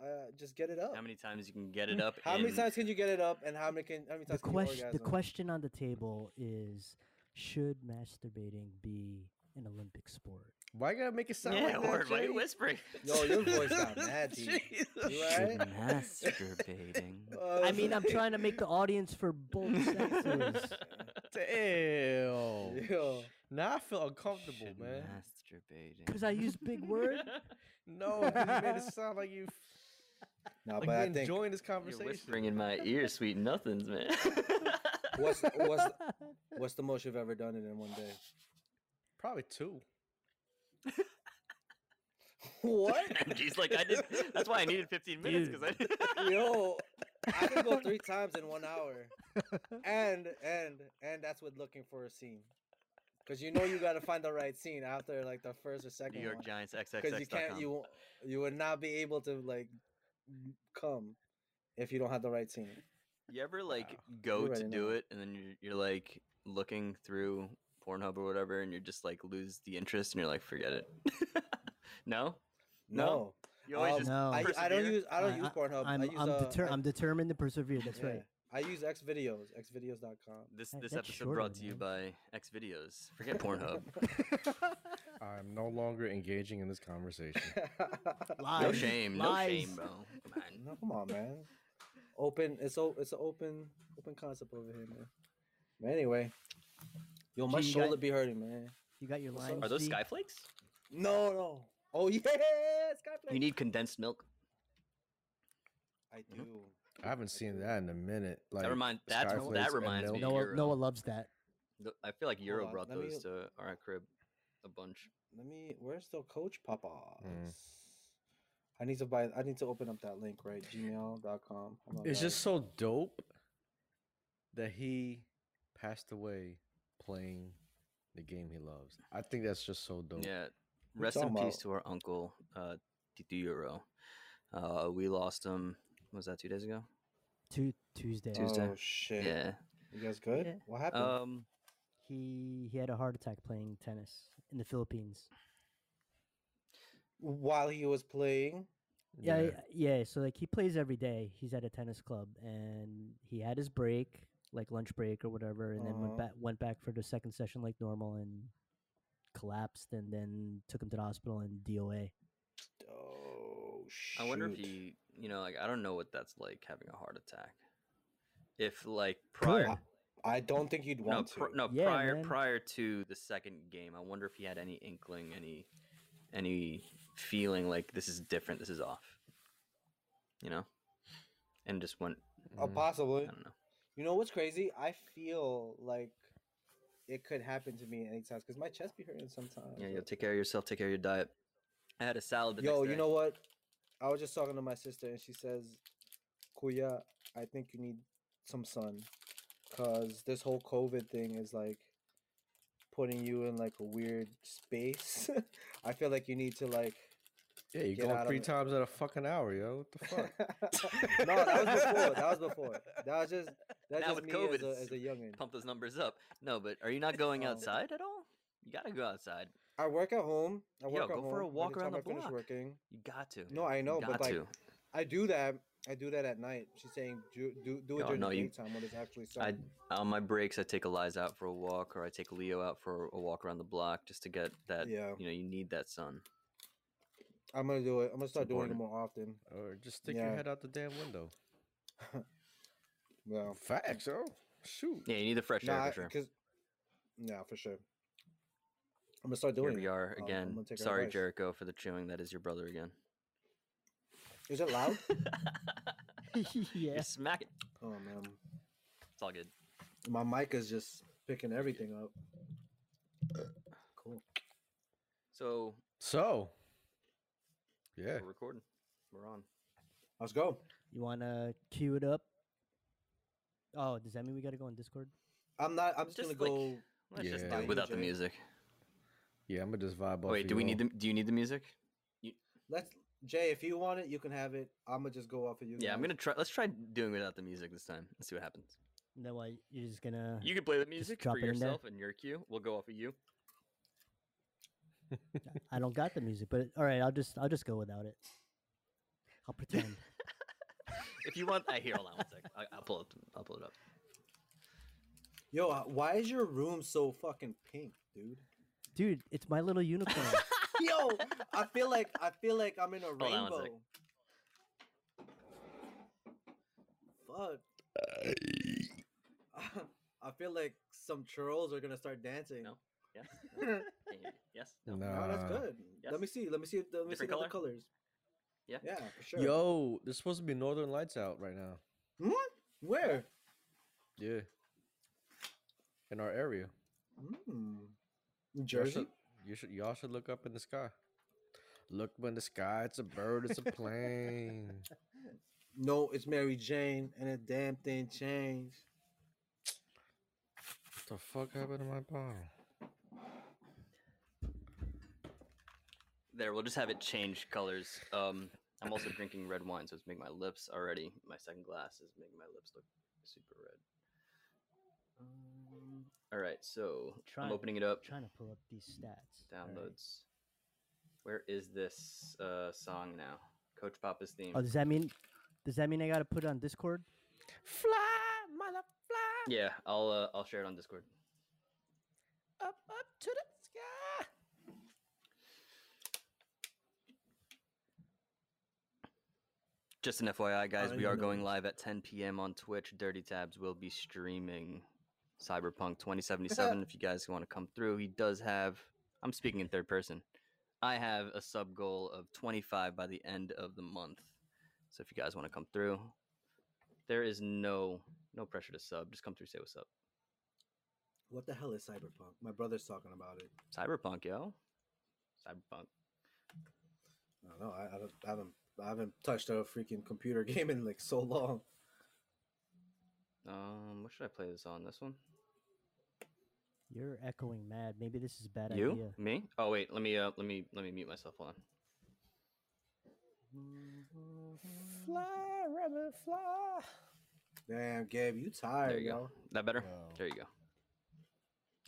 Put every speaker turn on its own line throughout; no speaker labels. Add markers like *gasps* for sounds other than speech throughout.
Uh, just get it up.
How many times you can get it up?
Mm, How many
in-
times can you get it up, and how many can how many
The
times can you
question, the
orgasm?
question on the table is: Should masturbating be an Olympic sport?
Why you gotta make it sound
Yeah,
like that,
word. Why are
Jay?
you *laughs*
*laughs*
whispering?
Yo, your voice
*laughs*
*laughs*
got mad deep. You
Jesus.
alright?
Masturbating.
Uh,
I mean, I'm trying to make the audience for both sexes.
Yo,
*laughs*
Damn.
now I feel *laughs* uncomfortable,
Should
man.
Because
Masturbating.
I
*laughs*
use big word.
*laughs*
No, you made it sound like you
No,
like
but I
you
think
enjoying this
You're
conversation.
whispering in my ear, sweet nothings,
*laughs*
man. *laughs*
what's what's what's the most you've ever done it in one day?
Probably two.
What?
She's like, I did. That's why I needed 15 minutes because I.
*laughs*
*laughs*
Yo, I can go three times in one hour, and and and that's with looking for a scene, because you know you got to find the right scene after like the first or second
*laughs* New York
one.
Giants
because you can't
XXX.com.
you won't- you would not be able to like m- come if you don't have the right scene.
You ever like
You
go
already
to do
know.
it and then you're, you're like looking through Pornhub or whatever and you're just like lose the interest and you're like forget it. *laughs* no, No?
No,
you always
Um,
just
No.
I, I don't
persevere?
use I don't
Oh. I-
use Pornhub.
I'm,
I use
I'm,
uh,
deter-
I-
I'm determined to persevere. That's
yeah.
right.
I use X videos, xvideos.com.
This
That-
this
that's
episode
shorter,
brought to you
man.
by X Videos. Forget
*laughs*
Pornhub.
I'm no longer engaging in this conversation.
no
Lies.
shame. No
Lies.
shame, bro. Come on.
*laughs* No, come on, man. Open. It's o- It's an open open concept over here, man. But anyway, yo, my
Gee, you got-
shoulder be hurting, man.
You got your line.
Are those skyflakes?
No, no. Oh yeah, *laughs* Skyflake.
You need condensed milk.
I
Mm-hmm.
do.
I haven't seen that in a minute. Like
Never mind, that's-
Skyflakes
that
and
reminds
milk.
me.
Noah,
Euro.
Noah loves that.
Th- I feel like Euro
on,
brought
let me-
those to our crib a bunch.
Let me. Where's the coach Papa?
Mm.
I need to buy. I need to open up that link right. Gmail.com. Hold on, guys.
It's just so dope that he passed away playing the game he loves. I think that's just so dope.
Yeah. Rest
talking
in peace
about?
to our uncle, uh, Tito Euro. Uh, we lost him. Was that two days ago?
Tu- Tuesday.
Tuesday.
Oh shit!
Yeah.
You guys good?
Yeah.
What happened?
Um,
He he had a heart attack playing tennis in the Philippines.
While he was playing,
Yeah, yeah. yeah, So like he plays every day. He's at a tennis club, and he had his break, like lunch break or whatever, and then went
Uh-huh.
back went back for the second session like normal and collapsed, and then took him to the hospital and DOA.
oh shit!
I wonder if he, you know, like, I don't know what that's like having a heart attack. If, like, prior.
I don't think you'd
No,
want
pr-
to.
no
Yeah,
prior
man.
prior to the second game, I wonder if he had any inkling, any any feeling like this is different, this is off. You know? And just went,
Uh, possibly.
Mm. I don't know.
You know what's crazy? I feel like it could happen to me at any time because my chest be hurting sometimes.
Yeah, yo, take care of yourself, take care of your diet. I had a salad the
Yo,
next
you
day.
know what? I was just talking to my sister and she says, Kuya, I think you need some sun. Cause this whole COVID thing is like putting you in like a weird space. *laughs* I feel like you need to like
Yeah, you're
Get out
going
of
three
it.
times at a fucking hour, yo. What the
No, *laughs*
fuck?
that was before. That was before. That was just
Now
that's just
with
me
COVID,
as a
it's
as a youngin.
*laughs* pump those numbers up. No, but are you not going
*laughs* Um,
outside at all? You gotta go outside.
I work at home. I
Yo,
work at
go
home.
for a
by
walk
the
around
time
the
I finish
block.
working.
You got to.
No, I know,
you
but
got
like
to.
I do that. I do that at night. She's saying do do, do it
Yo,
during
no,
the
you-
daytime when it's actually sun.
I on my breaks, I take Eliza out for a walk, or I take Leo out for a walk around the block just to get that.
Yeah.
you know, you need that sun.
I'm gonna do it. I'm gonna start doing it
important.
more often.
or just stick your
Yeah.
head out the damn window.
Yeah,
Facts, yo. Shoot.
Yeah, you need the fresh
nah,
air for sure.
because yeah, for sure. I'm gonna start doing
Here we
it.
are
Um, I'm
again.
gonna take her
Sorry,
advice.
Jericho, for the chewing. That is your brother again.
Is it
*laughs*
loud?
*laughs* Yeah. You
yeah.
smack it.
oh man,
It's all good.
my mic is just picking everything up. Cool.
So
So, yeah.
we're recording. We're on.
Let's go.
You wanna cue it up? Oh, does that mean we gotta go on Discord?
I'm not. I'm just,
Just
gonna
like-
go.
Let's just do
Yeah.
it without the
Jay.
music.
Yeah, I'm going to just vibe off.
Wait,
of
do we
y'all.
need the? Do you need the music?
Let's Jay. If you want it, you can have it. I'm gonna just go off of you.
Yeah, I'm
guys.
gonna try. Let's try doing without the music this time. Let's see what happens.
No, why you're just gonna
You can play the music
drop
for
it in there.
yourself and your cue. We'll go off of you.
I don't got the music, but all right, I'll just I'll just go without it. I'll pretend.
If you *laughs* want, I here. Hold on one sec. I, I'll pull it. I'll pull it up.
Yo, uh, why is your room so fucking pink, dude?
Dude, it's my little unicorn.
*laughs*
Yo, I feel like I feel like I'm in a
on one sec.
rainbow. Fuck. *laughs* I feel like some trolls are gonna start dancing.
No.
*laughs* no,
Yes. Can you- Yes. No.
Nah.
that's good.
Yes.
Let me see. Let me see. if- Let me see
Different
the other
color?
colors.
Yeah.
Yeah, for sure.
Yo, there's supposed to be Northern Lights out right now.
Hmm? Where?
Yeah. In our area.
Mm.
Y'all
Jersey.
should- You should y'all should look up in the sky. Look up in the sky. It's a bird. It's a plane.
No, it's Mary Jane, and a damn thing changed.
what the fuck happened to my bottle?
There. We'll just have it change colors. Um, I'm also drinking red wine, so it's making my lips already. My second glass is making my lips look super red. Um, all right. So
Try-
I'm opening it up.
trying to pull up these stats. all right.
Downloads. Where is this uh, song now? Coach Papa's theme.
Oh, does that mean? Does that mean I gotta put it on Discord?
Fly, mother, fly
yeah, I'll uh, I'll share it on Discord.
up, up to the sky.
Just an FYI, guys, we are
Alright.
going live at 10 p.m. on Twitch. Dirty Tabs will be streaming Cyberpunk 2077 if you guys want to come through. He does have, I'm speaking in third person. I have a sub goal of 25 by the end of the month. So if you guys want to come through, there is no no pressure to sub. Just come through, say what's up.
What the hell is cyberpunk? My brother's talking about it.
Cyberpunk, yo. Cyberpunk.
I don't know. I, I, don't, I haven't I haven't touched a freaking computer *laughs* game in like so long.
Um, what should I play this on? This one?
You're echoing mad. Maybe this is a bad
you?
idea.
Me? Oh wait, let me uh let me let me mute myself. Hold on.
Fly, rabbit, fly.
Damn, Gabe, you tired,
you go.
yo.
That better?
Wow.
There you go.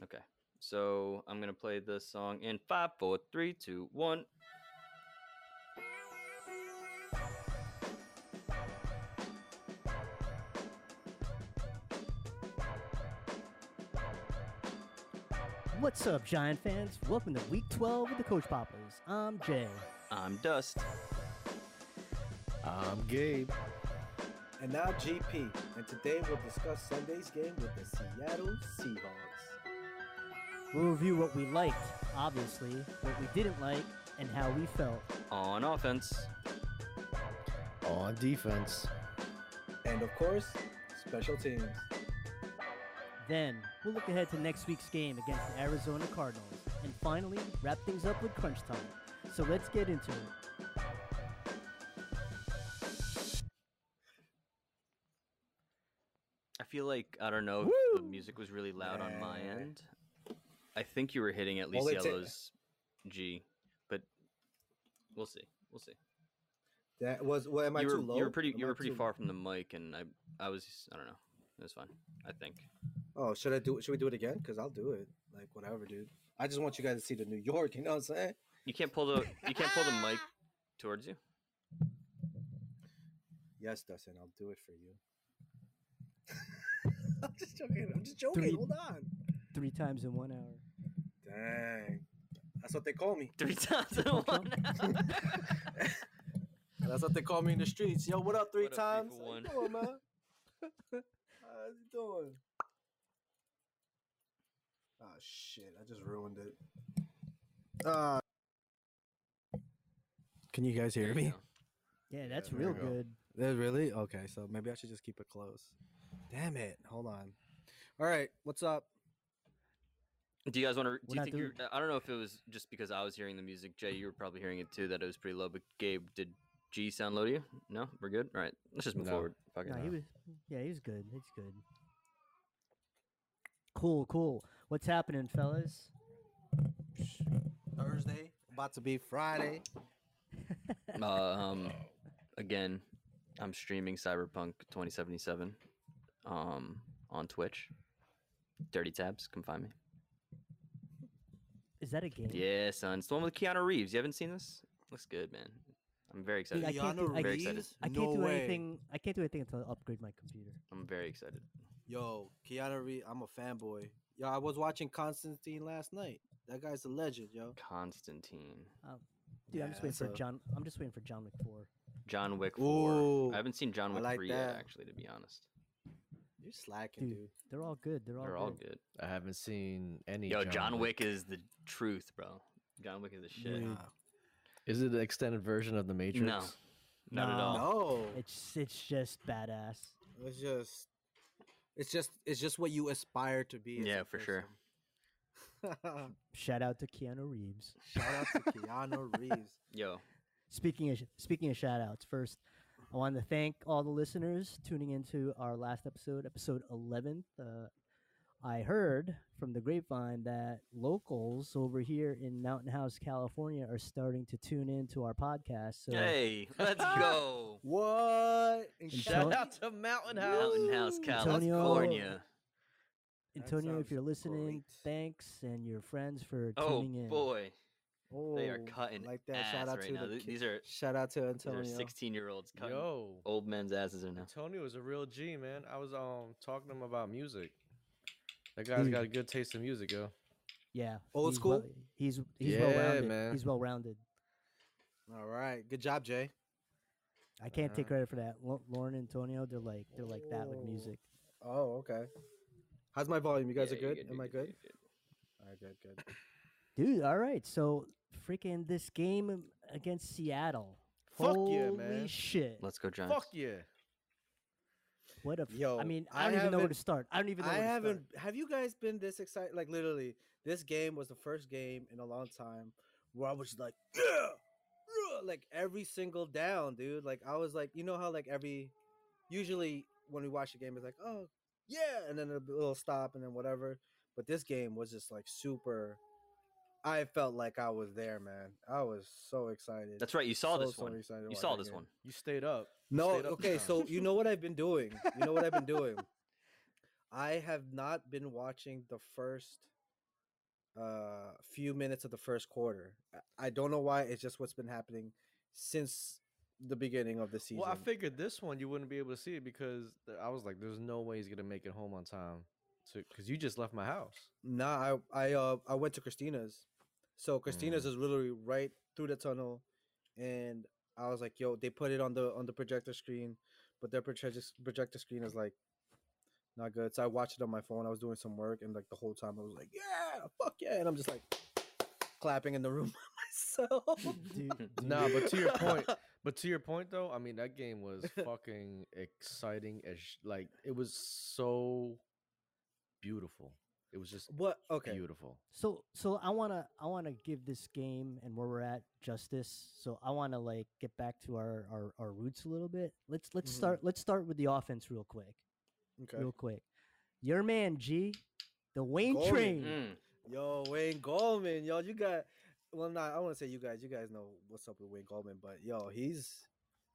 Okay. So I'm gonna play this song in five, four, three, two, one.
What's up, Giant fans? Welcome to Week 12 of the Coach Poppers. I'm Jay.
I'm Dust.
I'm Gabe.
And now GP, and today we'll discuss Sunday's game with the Seattle Seahawks.
We'll review what we liked, obviously, what we didn't like, and how we felt.
On offense.
On defense.
And of course, special teams.
Then we'll look ahead to next week's game against the Arizona Cardinals, and finally wrap things up with crunch time. So let's get into it.
I feel like I don't know if the music was really loud on my
Yeah.
end. I think you were hitting at
Well,
least
they ta-
yellows G, but we'll see. We'll see.
That was well, am I
you were
too low?
you were pretty
Am
you
I
were pretty
too-
far from the mic, and I I was I don't know. It was fine. I think.
Oh, should I do? Should we do it again? Cause I'll do it. Like whatever, dude. I just want you guys to see the New York. You know what I'm saying?
You can't pull the you can't pull the mic towards you.
Yes, Dustin, I'll do it for you. *laughs* I'm just joking. I'm just joking.
Three-
Hold on.
Three times in one hour.
Dang, that's what they call me.
Three times in one.
That's what they call me in the streets. Yo, what up, three
What up, three
times?
for
How you
one?
doing, man? *laughs* How you doing? Oh shit! I just ruined it. Uh, can you guys
There
hear
you
me?
go.
Yeah,
Yeah,
that's
there
real
you go.
good.
Uh, really? Okay, so maybe I should just keep it close. Damn it! Hold on. All right, what's up?
Do you guys want to?
We're
Do you
not
think you?
doing-
I don't know if it was just because I was hearing the music. Jay, you were probably hearing it too. That it was pretty low. But Gabe, did G sound low to you? No, we're good. All right, let's just move
No.
forward. Fuck it.
No, he was. Yeah, he was good. It's good. Cool, cool. What's happening, fellas?
Thursday, about to be Friday. *laughs*
Uh, um,
Oh.
again, I'm streaming Cyberpunk 2077, um, on Twitch. Dirty tabs, come find me.
Is that a game?
Yeah, son, it's the one with Keanu Reeves. You haven't seen this? Looks good, man. I'm very
Dude, I
excited.
can't, do, I,
I'm very
Keanu
excited.
can't-
Reeves?
I can't
No
do
way.
anything. I can't do anything until I upgrade my computer.
I'm very excited.
Yo, Keanu Reeves, I'm a fanboy. Yo, I was watching Constantine last night. That guy's a legend, yo.
Constantine,
Dude, I'm just
Yeah,
waiting for
so-
John. I'm just waiting for John Wick Four.
John Wick Four.
Ooh,
I haven't seen John
I
Wick
like
Three yet,
that.
actually. To be honest,
You're slacking,
Dude,
dude.
They're all good. They're all
they're
good.
all good.
I haven't seen any.
Yo, John Wick is the truth, bro. John Wick is the shit.
Mm.
Dude,
Is it the extended version of the Matrix?
Not at
No.
all.
No,
It's it's just badass.
it's just, it's just, it's just what you aspire to be. as
Yeah,
a
for sure.
person. *laughs*
Shout out to Keanu Reeves.
Shout out to Keanu Reeves.
Yo,
Speaking of sh- speaking of shout outs, first I wanted to thank all the listeners tuning into our last episode, episode 11. Uh, I heard from the grapevine that locals over here in Mountain House, California, are starting to tune in to our podcast. So
hey, let's
*laughs*
go.
What?
Shout
Shout out to Mountain House.
Mountain House, California.
That
Antonio, if
sounds
you're listening,
great.
thanks, and your friends for
Oh
tuning in.
boy,
Oh,
they are cutting
like that. Shout
ass
out
right
to
now.
the
Th-
ki-
These are
Shout out to
these
Antonio.
are 16 year olds cutting
Yo,
old men's asses right now.
Antonio is a real G, man. I was um talking to him about music. That guy's
Mm.
Dude.
got a good taste in music, yo.
Yeah,
Old
he's well-
school?
he's he's
Yeah,
well rounded.
man.
He's well rounded.
All right, good job, Jay.
I can't take
Uh-huh.
credit for that. Lo- Lauren and Antonio, they're like they're like that with
Oh.
music.
Oh, okay. How's my volume? You guys
Yeah,
are
you're
good.
you're
Am I
you're
good? All right, good, good.
Dude, all right. So freaking this game against Seattle.
Fuck
Holy
yeah, man.
shit.
Let's go, John.
Fuck yeah.
What a
Yo,
I mean,
I
I don't even know where
haven't-
to start. I don't even know
I
where to
haven't.
start.
Have you guys been this excited? Like literally, this game was the first game in a long time where I was like, yeah, yeah," like every single down, dude. Like I was like, you know how like every, usually when we watch a game, it's like, oh yeah, and then a little stop and then whatever. But this game was just like super. I felt like I was there, man. I was so excited.
That's right. You saw
So,
this
so
one.
excited to
You
watch
saw
that
this
game.
one.
You stayed up. You
No,
stayed up
okay,
*laughs* this
so
time.
you know what I've been doing. You know what I've been doing. I have not been watching the first uh few minutes of the first quarter. I- I don't know why, it's just what's been happening since the beginning of the season.
Well, I figured this one you wouldn't be able to see it because th- I was like, "There's no way he's gonna make it home on time," because you just left my house.
Nah, I I uh I went to Christina's. So Christina's
Mm.
is literally right through the tunnel and I was like, yo, they put it on the on the projector screen, but their projector projector screen is like not good. So I watched it on my phone. I was doing some work and like the whole time I was like, Yeah, fuck yeah. And I'm just like clapping in the room *laughs* by myself. *laughs*
Dude,
Nah, but to your point, but to your point though, I mean that game *laughs* was fucking exciting as sh- like it was so beautiful. It was just
What okay.
beautiful.
so so I want to I want to give this game and where we're at justice. So I want to like get back to our, our our roots a little bit. Let's let's
Mhm.
start let's start with the offense real quick.
Okay.
Real quick. Your man G, the Wayne
Goalie.
Train.
Mm.
Yo, Wayne Goldman, yo, you got. Well, not. I want to say you guys. You guys know what's up with Wayne Goldman, but yo, he's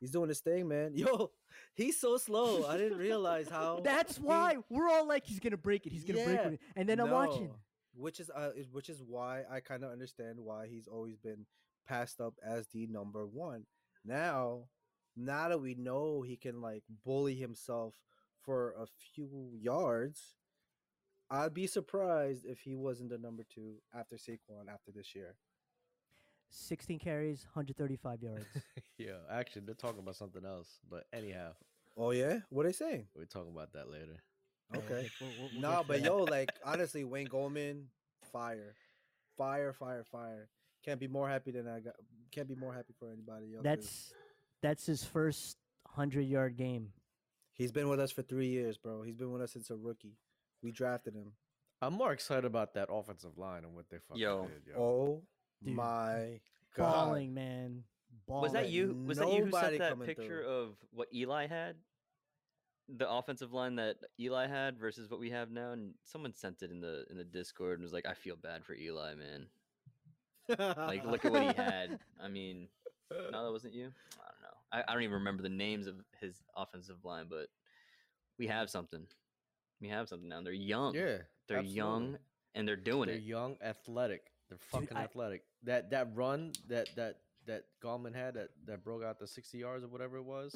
he's doing his thing, man. *laughs* Yo, he's so slow. Oh, I didn't realize how.
*laughs* That's
he-
why we're all like he's gonna break it. He's gonna
Yeah.
break it. And then I'm watching.
No, Which is uh, is- which is why I kind of understand why he's always been passed up as the number one. Now, now that we know he can like bully himself for a few yards, I'd be surprised if he wasn't the number two after Saquon after this year.
16 carries, 135 yards.
*laughs* yeah, actually, they're talking about something else, but anyhow,
Oh yeah, what they saying?
we're talking about that later.
*laughs* *laughs* Okay.
We'll- we'll- we'll
no,
get to
but
that.
yo, like honestly, Wayne Goldman, fire, fire, fire, fire. Can't be more happy than I got. Can't be more happy for anybody. Yo, 'cause
that's that's his first 100 yard game.
he's been with us for three years, bro. He's been with us since a rookie. We drafted him.
I'm more excited about that offensive line and what they fucking
Yo.
did. Yo.
Oh
Dude.
my god!
Balling, man. Balling.
Was that you? Was that you who
Nobody
sent that
coming
picture
through.
of what Eli had? The offensive line that Eli had versus what we have now, and someone sent it in the in the Discord and was like, "I feel bad for Eli, man. Like, look at what he
*laughs*
had. I mean, no, that wasn't you. I don't know. I, I don't even remember the names of his offensive line, but we have something. We have something now. They're young.
yeah,
they're young
absolutely.
and they're doing
They're
it.
young, athletic. They're fucking
I-
athletic. That that run, that that that Gallman had that, that broke out the 60 yards or whatever it *laughs* was.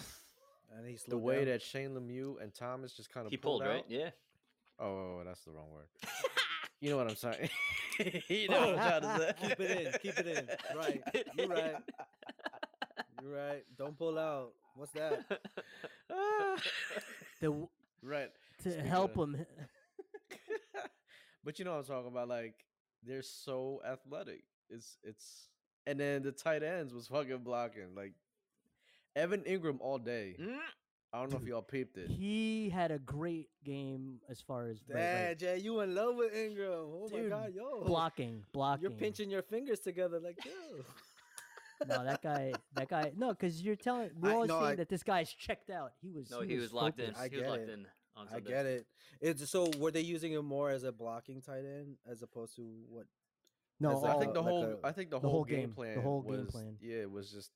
And he's
the
*laughs*
way that Shane Lemieux and Thomas just kind of
He pulled,
out.
right? Yeah. *laughs*
Oh, that's the wrong word. you know what I'm saying? *laughs* you know what I'm trying to say.
Oh, *laughs* Keep it in, keep it in. Right, you're right. You're right. Don't pull out. What's that?
Ah,
*laughs* The w-
*laughs* right.
to
*laughs* Speaking
help
of-
him.
but you know what I'm talking about. Like they're so athletic. It's it's and then the tight ends was fucking blocking. Like Evan Ingram all day. I don't know if
Dude,
y'all peeped it.
He had a great game as far as like,
Dad,
like,
Jay, you in love with Ingram. Oh my
Dude,
god, yo.
blocking, blocking.
You're pinching your fingers together like yo.
No, that guy, that guy. No, because you're telling. We're
I-
always
no,
saying
I-
that this guy's checked out. He was.
No, he was locked in.
focused.
I
He was
get
locked
it.
in. On
I
Sunday.
get it. It's so were they using him more as a blocking tight end as opposed to what
No,
That's
I
all-
think the
like
whole
a-
I think the, whole game,
game, the
plan
whole
was
game plan.
yeah it was just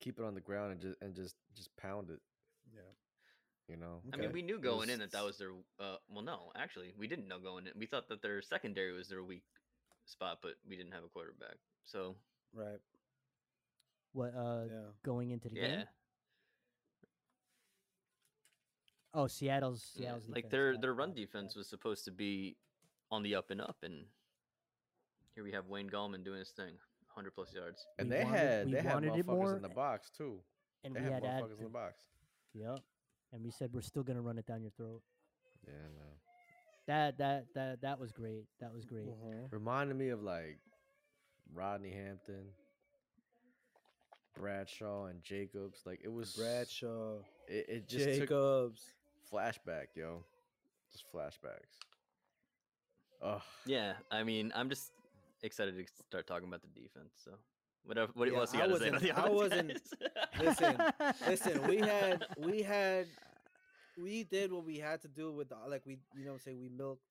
keep it on the ground and just and just just pound it.
Yeah.
You know.
I mean,
Okay.
we knew
It
going
was-
in that that was their. Uh, well, no, actually, we didn't know going in. We thought that their secondary was their weak spot, but we didn't have a quarterback. So
right.
What uh,
Yeah.
going into the game?
yeah,
Oh, Seattle's
yeah,
Seattle's
mm, like
defense,
their
got it,
their
got
run
it, got
defense
it.
was supposed to be on the up and up, and here we have Wayne Gallman doing his thing, hundred plus yards.
and
we
they
wanted-
had
we
they had
wanted it
motherfuckers
more,
in the box too.
and
They
we
had
had ad-
motherfuckers in the box.
Yep. And we said we're still gonna run it down your throat.
Yeah, no.
That that that that was great. That was great.
Mhm.
Reminded me of like Rodney Hampton, Bradshaw, and Jacobs. Like it was
Bradshaw,
It, it just took
Jacobs.
flashback, yo. Just flashbacks. Ugh.
Yeah, I mean, I'm just excited to start talking about the defense. So whatever, what
Yeah,
else you
I
got to say? about
wasn't- I
the offense, guys?
Listen, Listen, we
*laughs*
*laughs*
had we had we did what we had to do with the like we you know what I'm saying we milked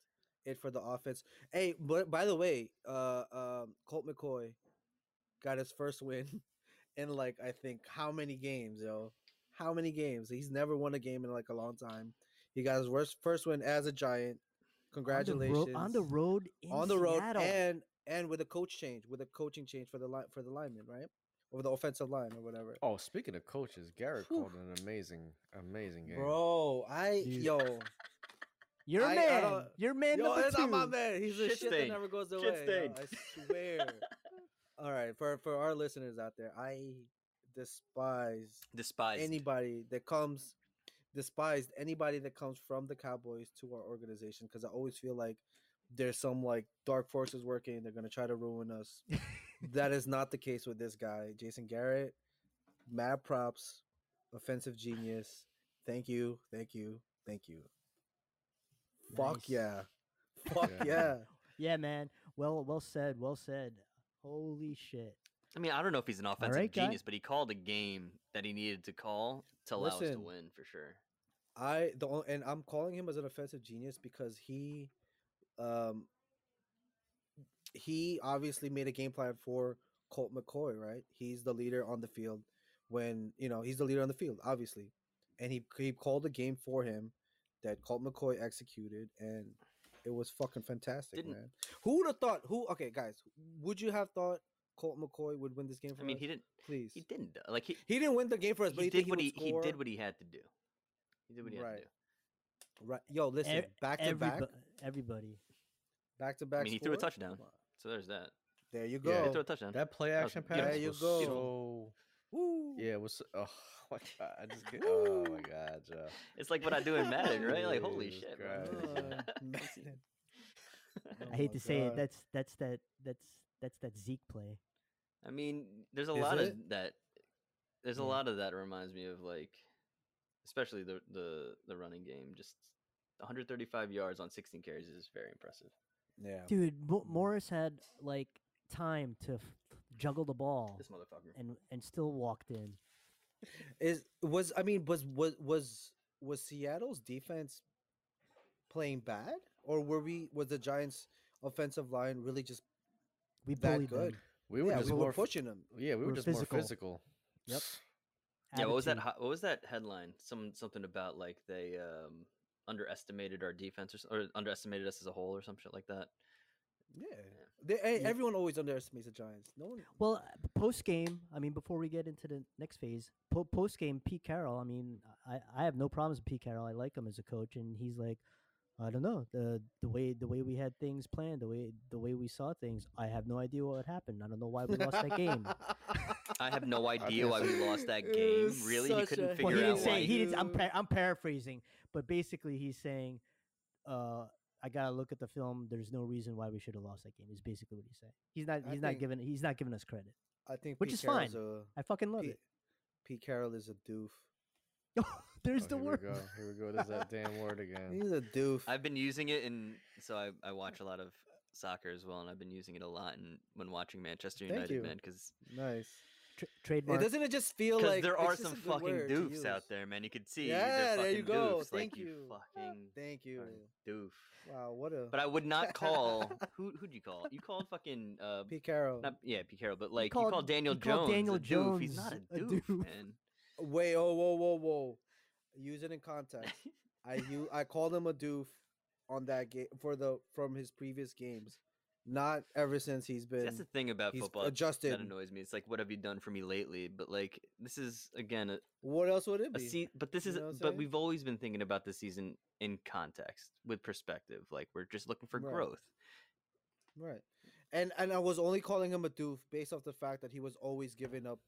it for the offense. Hey, but by the way, uh um Colt McCoy got his first win *laughs* in like I think how many games, yo? How many games? He's never won a game in like a long time. He got his worst first win as a giant. Congratulations.
on the road. In
on the road
Seattle.
and and with a coach change, with a coaching change for the line for the lineman, right? Or the offensive line or whatever.
Oh, speaking of coaches, Garrett
Whew.
called an amazing, amazing game.
Bro, I *laughs*
Dude.
yo,
your
I- I
man,
don't-
your man
yo,
number
it's
two.
not my man. He's a
Shit
shit, that
stain.
never goes away.
Shit stain.
yo, *laughs* I swear. All right, for for our listeners out there, I despise
Despised.
anybody that comes despised anybody that comes from the Cowboys to our organization because I always feel like there's some like dark forces working. They're gonna try to ruin us. that is not the case with this guy, Jason Garrett. Mad props, offensive genius. Thank you, thank you, thank you. Fuck
Nice.
yeah, fuck
Yeah.
yeah.
Yeah, man. Well, well said. Well said. Holy shit.
I mean, I don't know if he's an offensive
right, guy.
genius, but he called a game that he needed to call to allow us to
Listen.
win for sure.
*laughs* I the on- and I'm calling him as an offensive genius because he, um, he obviously made a game plan for Colt McCoy. Right, he's the leader on the field. When you know he's the leader on the field, obviously, and he he called a game for him that Colt McCoy executed, and it was fucking fantastic,
Didn't-
man. Who would have thought? Who? Okay, guys, would you have thought Colt McCoy would win this game? For
I mean,
us?
he didn't.
please.
He didn't. though. Like he,
He didn't win the game for us, but
he
you
did
think
what
would
he, he did
score?
what he had to do. He did what he had to
Right.
do.
Right, yo, listen,
Ev-
back to
everybo-
back,
Everybody.
back to back.
mean, he threw a
score?
touchdown.
Come on.
So there's that.
There you
Yeah,
go. *laughs*
they
He threw a touchdown.
That play
That was
action
beautiful.
pass
There you
was
go.
so
Woo.
yeah, it was *laughs* oh my god, I just get, oh my god, yeah.
It's like what I do
*laughs*
in Madden, right? Like holy
Jesus
shit,
Uh,
bro.
*laughs*
Christ.
*laughs*
Let's see.
man. Oh
I hate
my
to say it.
God.
That's that's that that's that's that Zeke play.
*laughs* I mean, there's a
Is
lot of
it? Hmm.
that. There's a
Yeah.
lot of that reminds me of like, especially the the the running game. Just 135 yards on 16 carries is very impressive.
yeah.
Dude, Mo- Morris had like time to f- juggle the
Oh,
ball
This motherfucker.
and and still walked in.
Is was I mean was was was was Seattle's defense playing bad or were we was the Giants offensive line really just
We
That
bullied
good.
them.
We were
yeah,
just
we
more
were
f-
pushing them.
Yeah, we were,
We're
just
physical.
more physical. Oh,
Yep.
Yeah, what was that?
Attitude.
hi- What was that headline? Some something about like they um, underestimated our defense or, s- or underestimated us as a whole or some shit like that.
Yeah. They, hey,
Yeah.
everyone always underestimates the Giants. No one.
Well, post game, I mean, before we get into the next phase, po- post game, Pete Carroll. I mean, I, I have no problems with Pete Carroll. I like him as a coach, and he's like, I don't know the the way the way we had things planned, the way the way we saw things. I have no idea what happened. I don't know why we lost that game.
I
*laughs*
have no idea
guess
why we
so.
lost that
It
game.
was
Really, he
such
couldn't
a
figure
Well, he
out
didn't
out
say
why.
he didn't. I'm,
Dude.
par- I'm paraphrasing, but basically he's saying, uh, "I gotta look at the film. There's no reason why we should have lost that game." Is basically what he's saying. He's not.
I
He's not
think-
giving. He's not giving us credit.
I think
Which
Pete
is
Carroll's
fine.
a-
I fucking love
Pete,
it. *laughs*
Pete Carroll is a doof.
There's
Oh,
the
here
word.
We go. Here we go.
*laughs*
There's that damn word
*laughs*
again.
He's a doof.
I've been using it, and so I, I watch a lot of soccer as well, and I've been using it a lot and when watching Manchester
Thank
United,
you.
man, because
nice.
Tr-
It
trademark.
doesn't it just feel like
there
it's
are
just a
some
good
fucking
word to
doofs out
use?
there, man. You could see
Yeah,
they're
there you
fucking
go.
doofs,
Thank
like you,
you.
fucking
Thank you. *laughs*
are a doof.
Wow, what a
But I would
*laughs*
not call who who'd you call? You called fucking uh,
Pete Carroll.
not yeah Pete Carroll, but like you
called-
called, Daniel
you
Jones.
called Daniel
a doof. He's not
Jones
a
a
doof,
*laughs*
doof.
man.
Wait, oh whoa, whoa, whoa. Use it in context. I u- I called him a doof on that game for the from his previous games. Not ever since he's
See,
been
That's the thing about
he's
football
adjusted.
that annoys me. It's like, what have you done for me lately? But like, this is again a,
What else would it
a
be?
se- but this
You
is
know what I'm
but
saying?
we've always been thinking about the season in context with perspective. Like we're just looking for
Right.
growth.
Right. And and I was only calling him a doof based off the fact that he was always giving up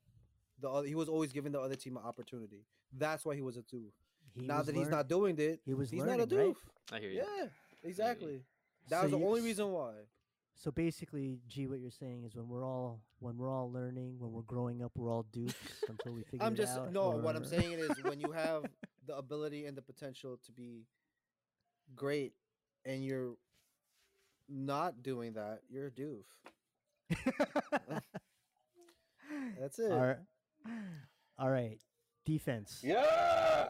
the other, he was always giving the other team an opportunity. That's why he was a doof.
He
now
was
that he's
learn-
not doing it,
he was
he's not a
learning, right?
doof.
I hear you.
Yeah, exactly. That
So
was the
you-
only
s-
reason why.
So basically, G, what you're saying is when we're all when we're all learning, when we're growing up, we're all dupes until we figure
I'm
it
just
out,
no. What I'm
or-
saying is when
*laughs*
you have the ability and the potential to be great, and you're not doing that, you're a
*laughs*
doof. *laughs* That's it.
all right, all right, defense.
Yeah.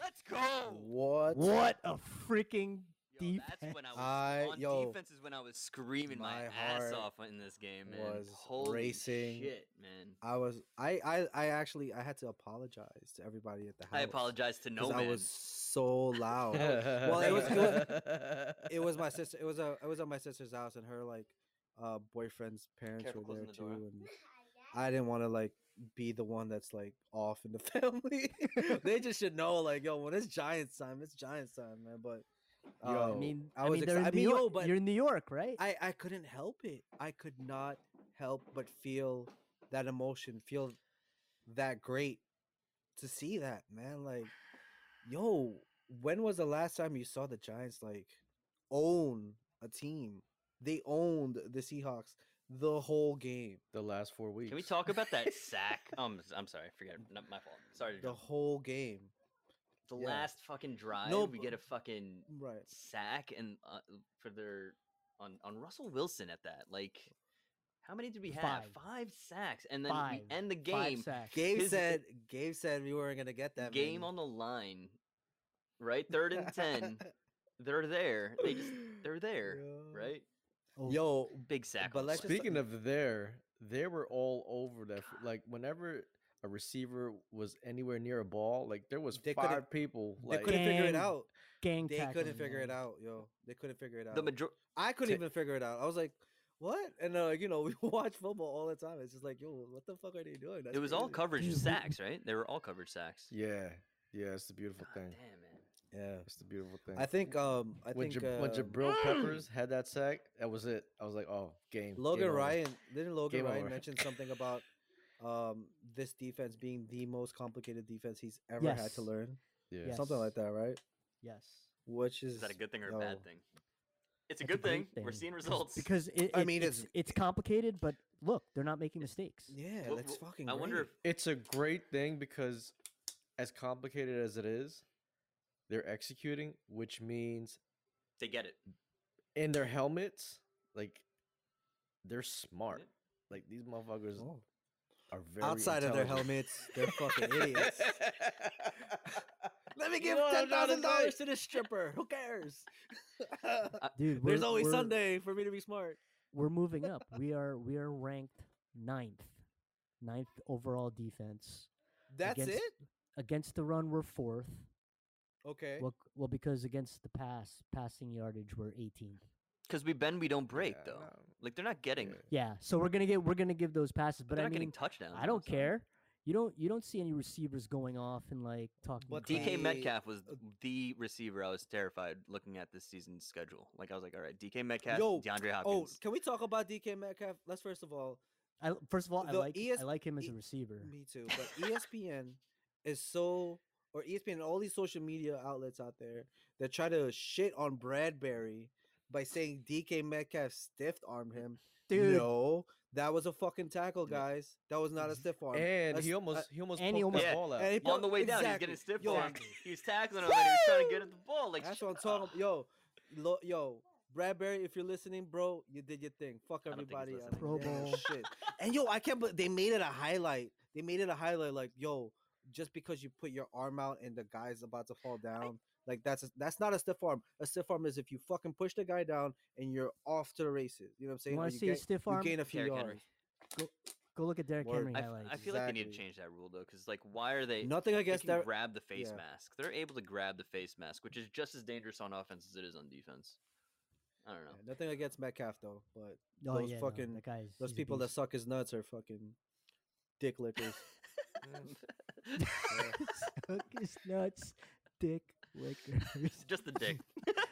Let's go.
What?
What a freaking
Yo, that's when I was
I-
on
yo,
defense is when I was screaming my,
my
ass
heart
off in this game, man.
was
Holy
racing.
shit, man.
I was. I. I. I actually. I had to apologize to everybody at the house.
I apologize to no
'cause
man.
I was so
*laughs*
loud.
well,
it
was- it *laughs*
it was my sister. It was a. It was at my sister's house, and her like, uh, boyfriend's parents
Careful
were there
closing the
too,
door.
and I didn't want to like be the one that's like off in the *laughs* family. they just should know, like, yo, when it's Giants time, it's Giants time, man. But
I
um,
mean,
I
I,
was
mean, they're
exci-
in
I mean,
New
yo,
York.
but-
you're in New York, right?
I I couldn't help it. I could not help but feel that emotion, feel that great to see that man. Like, yo, when was the last time you saw the Giants like own a team? They owned the Seahawks the whole game.
the last four weeks.
Can we talk about that sack?
*laughs*
Um, s- I'm sorry, forget not my fault. Sorry. to
The
jump.
whole game.
The,
yeah.
last fucking drive,
No,
we
but-
get a fucking
Right.
sack and uh, for their on on Russell Wilson at that. Like, how many did we have?
Five.
sacks, and then
Five.
we end the game.
Five sacks.
Gabe
His-
said Gabe said we weren't gonna get that
game
man.
on the line, right? Third and
*laughs*
ten. They're there. They just they're there,
Yeah.
right?
Oh,
Yo,
Big sack.
But
on the
let's
line.
just-
Speaking of there, they were all over that. f- Like whenever a receiver was anywhere near a ball, like there was
They couldn't-
five people.
they
Like
couldn't figure it
Gang
out.
gang
They
tackling,
couldn't figure
man.
it out, yo. They couldn't figure it out.
the major-
I couldn't
Ta-
even figure it out. I was like, what? And uh, you know, *laughs* we watch football all the time. It's just like, yo, what the fuck are they doing? That's
it was all
crazy.
coverage
Dude, we-
sacks, right? They were all coverage sacks.
yeah, yeah, it's the beautiful
God
thing.
damn man.
Yeah.
It's the beautiful thing.
I think um I
when,
think
Jab- when
uh,
Jabril
*clears throat*
Peppers had that sack, that was it. I was like, oh, game.
Logan
game over.
Ryan didn't Logan
Game
Ryan
over.
mention something about um this defense being the most complicated defense he's ever had to
Yes.
learn.
Yeah.
Yes.
Something like that, right?
Yes.
Which is
Is that a good thing or a
yo.
bad thing? It's a
That's
good thing.
great
We're seeing
'cause-
results.
Because it,
I
it-
mean,
it's,
it's-
it's complicated, but look, they're not making mistakes.
Yeah,
Well,
that's
well,
fucking
I wonder if
great.
It's a great thing because, as complicated as it is, they're executing, which means
they get it.
in their helmets, like they're smart.
Yeah.
Like these motherfuckers
Oh.
are very
outside of their
intelligent.
helmets, they're fucking
*laughs*
idiots. Let me
You
give
know what
ten
I'm trying to
thousand dollars
say?
to this stripper. Who cares?
Dude,
There's
we're-
always
we're-
Sunday for me to be smart.
We're moving up. we are we are ranked ninth, ninth overall defense
That's
Against-
it.
against the run. We're fourth.
Okay.
Well, c- well, because against the pass passing yardage, we're 18th.
Because we bend, we don't break
Yeah,
though.
no,
Like they're not getting,
yeah.
Yeah, so we're gonna get we're gonna give those passes,
but
but
they're
I
not getting
mean,
touchdowns.
I
though,
don't
so-
care. You don't you don't see any receivers going off and like talking.
But
crap.
they-
DK
Right.
Metcalf was
Uh,
the receiver I was terrified looking at this season's schedule. Like I was like, all right, DK Metcalf,
Yo,
DeAndre
Oh,
Hopkins.
can we talk about DK Metcalf? Let's first of all,
I, first of all, I
the
like
ES
I like him as a
E-
receiver.
me too, but E ESPN is so, or E ESPN and all these social media outlets out there that try to shit on Bradbury by saying DK Metcalf stiff armed him.
Dude,
No, that was a fucking tackle, guys. That was not a
Z-
stiff arm.
And
That's-
he
uh,
almost he almost
and
poked
he almost-
that
Yeah,
ball out.
and he
on
poked-
the way down, he's
exactly.
getting stiff
Yo, *laughs*
armed. He's tackling him, and he's trying to get at the ball. Like
That's
shut
what I'm talking.
up.
Yo, lo, yo, Bradbury, if you're listening, bro, you did your thing. Fuck
don't think he's
everybody.
listening.
Pro
yeah,
Bowl.
Shit. And yo, I can't. But they made it a highlight. They made it a highlight. Like yo, just because you put your arm out and the guy's about to fall down, like that's a, that's not a stiff arm. A stiff arm is if you fucking push the guy down and you're off to the races. You know what I'm saying?
you
Or
want to
you
see a
gain,
stiff
you
arm?
gain a few
Derrick
yards.
Henry.
Go look at Derrick
Word.
Henry
I, f-
highlights.
I feel like they need to
Exactly.
change that rule though, because like, why are they?
Nothing
they
against
can
that.
grab the face
yeah.
mask. They're able to grab the face mask, which is just as dangerous on offense as it is on defense. I don't know.
Nothing against Metcalf though, but
oh,
those
yeah, no,
fucking-
that guy's,
those
he's a
people that
beast.
suck his nuts are fucking dick
*laughs*
lickers.
*laughs* Suck his nuts, dick
*laughs*
lickers.
just the dick.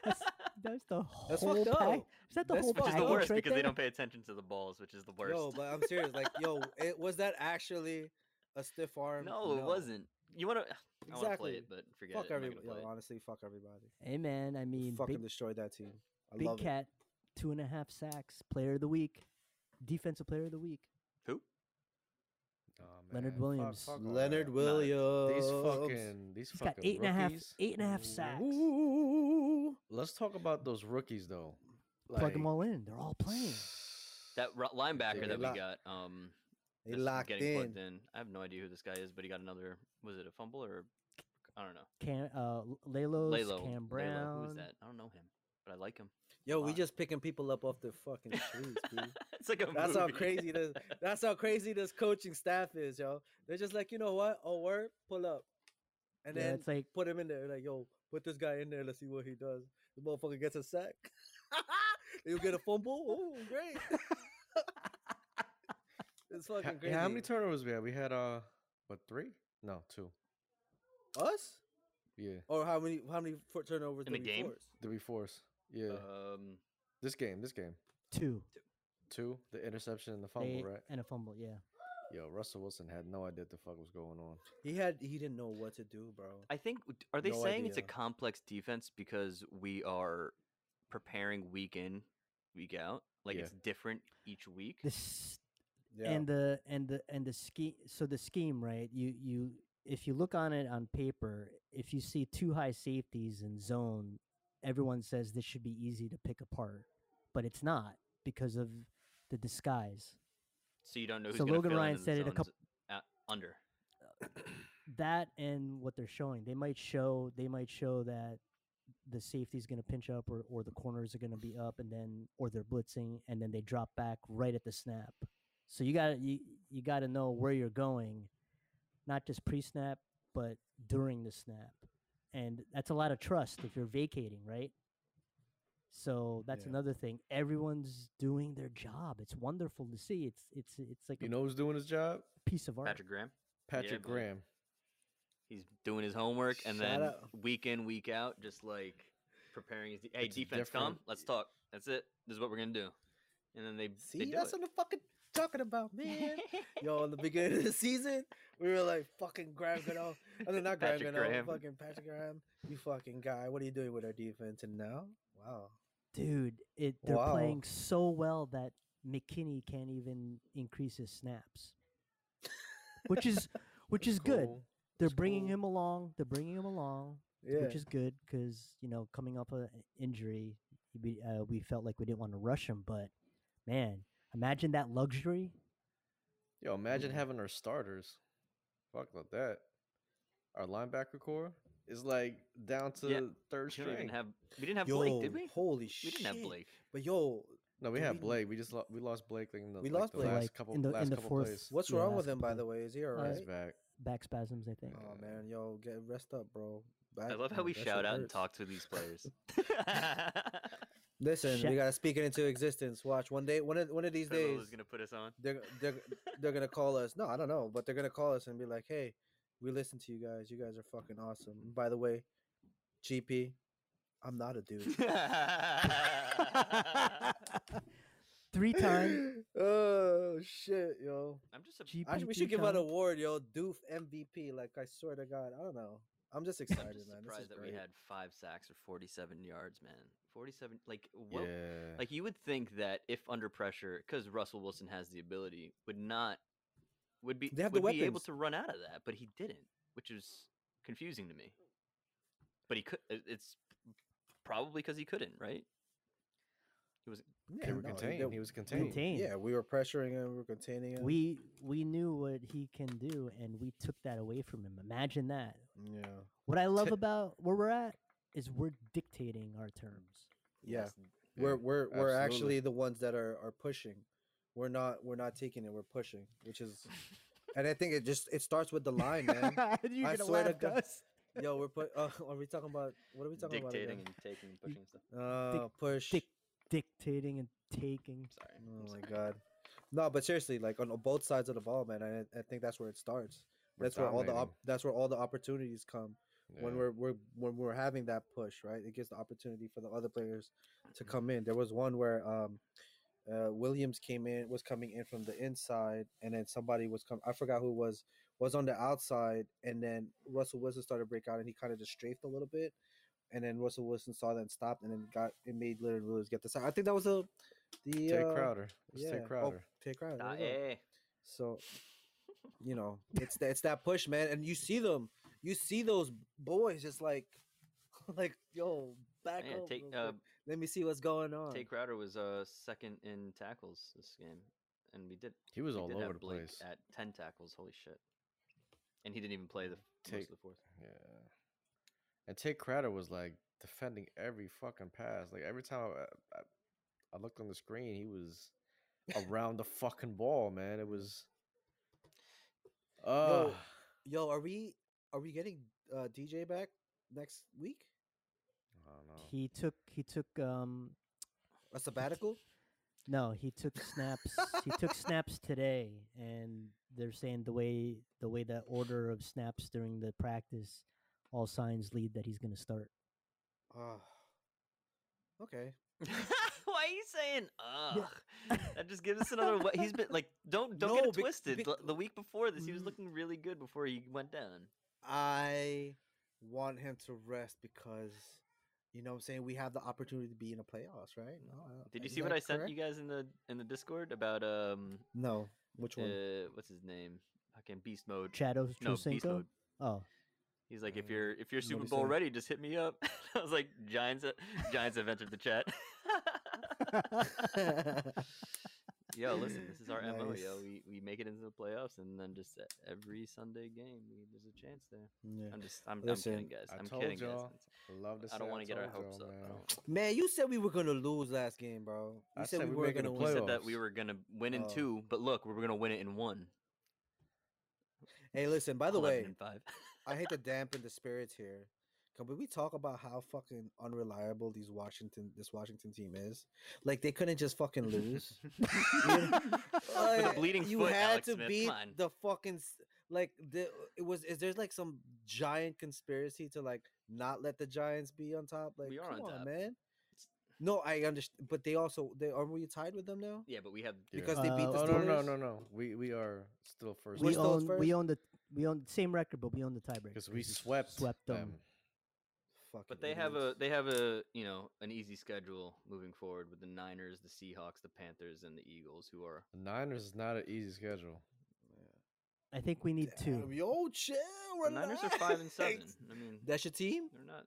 That's- That's the whole
That's fucked
pack-
up.
Is that the
That's
whole
fucked up.
Which is the
package
Package
worst
right
because
there?
they don't pay attention to the balls, which is the worst.
No, but I'm serious. Like, yo, it, was that actually a stiff arm?
no, it wasn't. You want to? I want to play it,
Exactly.
but forget
Fuck
it. I'm not
everybody.
gonna play it.
honestly, fuck everybody.
Hey man, I mean,
Fucking
big,
destroyed that team. I
big
love it.
cat, two and a half sacks, player of the week, defensive player of the week.
Who?
Aw,
Leonard
Oh, man, fuck-
Williams.
fuck all
Leonard
that.
Williams.
These fucking these
He's got
fucking
eight and a half,
rookies.
eight and a half sacks.
Ooh.
Let's talk about those rookies though.
Plug them all in. They're all playing.
*sighs*
That ru- linebacker
They
that we
lock-
got, um,
They
that's
locked
getting plugged
in.
in. I have no idea who this guy is, but he got another. Was it a fumble or? I don't know.
*sighs* Cam, uh, L- Lelos,
Lalo. Lalo,
Cam Brown.
Who's that? I don't know him, but I like him.
Yo, we
Locked.
just picking people up off the fucking
*laughs*
streets, dude.
it's like a.
That's how
movie.
crazy this. That's how crazy this coaching staff is, yo. They're just like, you know what? Oh, word, pull up, and
yeah,
then
it's like
put him in there. Like, yo, put this guy in there. Let's see what he does. The motherfucker gets a sack. *laughs* He'll get a fumble. Oh, great. *laughs* it's
Ha-
fucking
yeah,
crazy.
how many turnovers we had? We had uh what three? No, two.
Us?
Yeah.
Or how many? How many fo- turnovers
In
did
the
we
game?
force?
The force. Yeah.
*laughs* Um,
this game, this game.
two,
Two, the interception and the fumble,
they,
right?
and a fumble. Yeah,
Yo, Russell Wilson had no idea what the fuck was going on.
He had. He didn't know what to do, bro.
I think d- are they
No
saying it's a
idea.
complex defense because we are preparing week in, week out. Like
Yeah.
it's different each week.
this
Yeah.
and the and the and the scheme. So the scheme, right? You you if you look on it on paper, if you see two high safeties in zone, everyone says this should be easy to pick apart, but it's not because of the disguise.
So you don't know. Who's
So
gonna
Logan
fill in
Ryan
in the
said it a
zone. Is
coup-
uh, under.
that and what they're showing they might show they might show that the safety's going to pinch up or, or the corners are going to be up and then or they're blitzing and then they drop back right at the snap so you got you, you got to know where you're going not just pre-snap but during the snap and that's a lot of trust if you're vacating right so that's
Yeah.
another thing everyone's doing their job it's wonderful to see it's it's it's like
You
a
know who's doing his job?
piece of art
Patrick Graham.
Patrick
but-
Graham.
He's doing his homework and
Shout
then
out.
week in, week out, just like preparing his. De- hey,
It's
defense, come.
different.
Let's talk. That's it. This is what we're gonna do. And then they
See,
They do
that's
it.
what I'm fucking talking about,
*laughs*
man. Yo, in the beginning of the season, we were like, fucking Graham Gano. I mean, not Graham
Patrick
Gano,
Graham.
fucking Patrick Graham. You fucking guy. What are you doing with our defense? And now, wow.
dude, it they're
Wow.
playing so well that McKinney can't even increase his snaps,
*laughs*
which is which is good.
Cool.
They're
it's
bringing
cool.
him along. They're bringing him along,
Yeah.
which is good because you know coming up an injury, we uh, we felt like we didn't want to rush him, but man, imagine that luxury.
Yo, imagine having our starters. Fuck about that. Our linebacker core is like down to
Yeah,
third
We don't even
string.
have. We didn't have
yo,
Blake, did we?
Holy
We
shit.
didn't have Blake.
But yo,
no, we
do
had
we-
Blake. We just lo- we lost Blake like in the,
We
like
lost
the
Blake.
last
Like,
couple
in the- in
last
the
couple
fourth-
plays.
what's
Yeah,
wrong with
that's
him, by
pretty-
the way? Is he all
He's
right?
back.
Back spasms, I think.
Oh, man. Yo, get rest up, bro. Back,
I love how
man,
we
that shit *laughs*
shout out and
hurts.
talk to these players.
Listen,
Shit.
we gotta speak it into existence. Watch one day, one of one of
*laughs*
these days,
Lola's gonna put us on.
they're they're they're gonna call us. No, I don't know, but they're gonna call us and be like, "Hey, we listen to you guys. You guys are fucking awesome." And by the way, GP, I'm not a dude.
Three times.
*laughs* oh shit, yo.
*laughs* I'm just a,
GP
I, sh- we should give out an award, yo. Doof MVP. Like I swear to God, I don't know. I'm just excited,
*laughs* I'm just
man. This is
surprised that
great.
we had five sacks or 47 yards, man. 47, like
Yeah.
what? Like you would think that if under pressure, because Russell Wilson has the ability, would not would be
They have the
would be able
weapons.
to run out of that, but he didn't, which is confusing to me. But he could. it- It's probably because he couldn't, right?
Yeah,
they were
no,
contained.
they-
he was contained.
Contained.
Yeah, we were pressuring him. We were containing him.
We we knew what he can do, and we took that away from him. Imagine that.
yeah,
What I love
Ti-
about where we're at is we're dictating our terms.
yeah.
That's-
We're we're we're
absolutely.
actually the ones that are are pushing. We're not we're not taking it. We're pushing, which
*laughs*
is, and I think it just it starts with the line, man.
*laughs* You're
I swear
gonna
to
laugh at
God.
us.
Yo, we're put. Uh, *laughs* are we talking about what are we talking
dictating
about?
and taking, and pushing and stuff.
Again? Uh, push.
dic- Dictating and taking.
Sorry. I'm
Oh my
sorry.
god. No, but seriously, like on both sides of the ball, man. I, I think that's where it starts.
We're
that's where all the op-
dominating.
that's where all the opportunities come when
Yeah.
we're, we're when we're having that push, right? It gives the opportunity for the other players
Mm.
Mm-hmm.
to come in. There was one where um, uh, Williams came in, was coming in from the inside, and then somebody was come. I forgot who it was was on the outside, and then Russell Wilson started to break out, and he kind of just strafed a little bit, and then Russell Wilson saw that and stopped, and then got it made Leonard Lewis get the sack. I think that was a the
Tay
uh,
Crowder. It's Tay
Oh,
Crowder.
Tay Crowder. there
Ah,
you go.
eh.
So, you know, it's that it's that push, man, and you see them, you see those boys just like, *laughs* like yo, back
Yeah,
up.
take
real quick.
uh,
Let me see what's going on.
Tay Crowder was uh second in tackles this game, and we did
He was
we
all
did
over
have
the
Blake
place.
at ten tackles. Holy shit! And he didn't even play
Mm,
the f- most
Take-
of the fourth.
Yeah. And Tate Crowder was like defending every fucking pass. Like every time I, I, I looked on the screen, he was around the fucking ball, man. It was. Uh,
Yo, are we are we getting uh, DJ back next week?
I don't know.
He took he took um
A sabbatical?
no he took snaps he took snaps today, and they're saying the way the way the order of snaps during the practice, all signs lead that he's gonna start.
Oh. Okay.
*laughs* Why are you saying ugh?
*laughs*
That just gives us another.
another
Way.
wa-
He's been like, don't don't
No,
get it
bec-
twisted.
bec-
L- the week before this, he was
Mm.
looking really good before he went down.
I want him to rest because you know what I'm saying we have the opportunity to be in the playoffs, right? No, I-
Mm. Did you
is
see what
that
I sent
correct?
you guys in the in the Discord about um
No. Which one?
uh, what's his name? Fucking Beast Mode.
Chado
no, Beast
Trusenko.
Mode.
Oh,
He's like, if
Uh,
you're if you're
what'd
Super
he
Bowl
say?
ready, just hit me up. *laughs* I was like, Giants, ha- Giants have entered the chat. *laughs* yo, listen, this is our mo. Yo,
Nice.
we, we make it into the playoffs, and then just e- every Sunday game, we, there's a chance there.
*laughs* Yeah.
I'm just, I'm, I'm
Listen,
kidding, guys.
I
I'm
told
kidding, guys.
y'all.
It's-
I love to
I
say
don't want to get our
told
hopes
y'all,
up. I
man.
don't-
Man, you said we were gonna lose last game, bro. You
I
said, we, were
making
gonna
the
You
win.
said that we
Playoffs.
were gonna win in
Oh.
two, but look, we were gonna win it in one.
Hey, listen. By the
11
way, *laughs*
and five.
I hate to dampen the spirits here. Can we- we talk about how fucking unreliable these Washington this Washington team is? Like they couldn't just fucking lose.
*laughs*
*laughs*
With a
Like,
bleeding
you
foot,
had
Alex
to
Smith.
beat
Come on.
the fucking s- like the, uh, it was. Is there like some giant conspiracy to like not let the Giants be on top? Like
We are
come
on
on,
top.
man. No, I understand, but they also they are we tied with them now
yeah, but we have
Yeah.
because they beat the
Uh,
Oh
Steelers.
no no no no! We we are still first.
We're
we
still
own
first?
we own the we own the same record, but we own the tiebreaker
because we swept,
swept them.
them.
Fucking
But they have a
idiots.
they have a you know an easy schedule moving forward with the Niners, the Seahawks, the Panthers, and the Eagles, who are
The Niners is not an easy schedule.
I think we need
Damn,
two.
Yo, chill.
the Niners are
*laughs*
five and seven.
relax.
I mean,
That's your team.
they're not.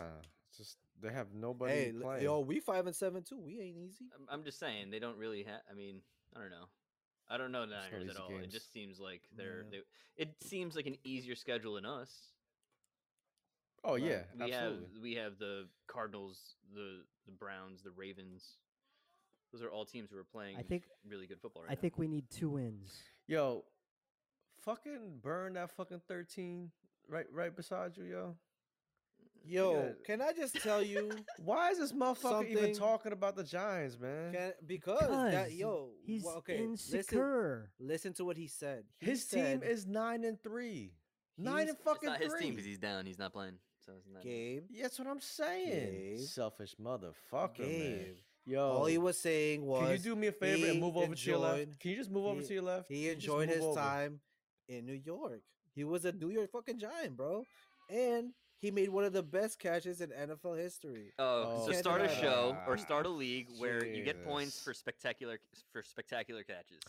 Nah, it's just they have nobody
Hey, l-
playing.
yo, we five and seven too. We ain't easy.
I'm, I'm just saying they don't really have. I mean, I don't know. I don't know the
It's not
Niners at
easy
all. It
games.
just seems like they're
Yeah.
they. It seems like an easier schedule than us.
oh
Right.
yeah,
We
absolutely.
have we have the Cardinals, the the Browns, the Ravens. Those are all teams who are playing.
I think
really good football right
I
now.
think we need two wins.
Yo, fucking burn that fucking thirteen right right beside you, yo.
Yo,
got-
can I just tell
*laughs*
you? *laughs*
Why is this motherfucker even
Something-
talking about the Giants, man?
Can, because that,
Because
yo,
He's
well, okay, listen,
insecure.
listen to what he said. He
His
said,
team is nine and three. Nine
He's-
and
it's
It's
fucking
not his
three.
team because he's down. He's not playing. So it's not.
Gabe.
Yeah, That's what I'm saying.
Gabe.
Selfish motherfucker, man.
Gabe.
Yo,
All he was saying was
Oh. can you do me a favor and
he
move over to your left?
enjoyed-
Can you just move over
he-
to your left? Can
He
you just
enjoyed
move
his
over?
time in New York. He was a New York fucking giant, bro. And he made one of the best catches in NFL history.
Oh,
Oh,
so
Can't
start a
deny that.
show or start a league where you get points
Jesus.
for spectacular for spectacular catches.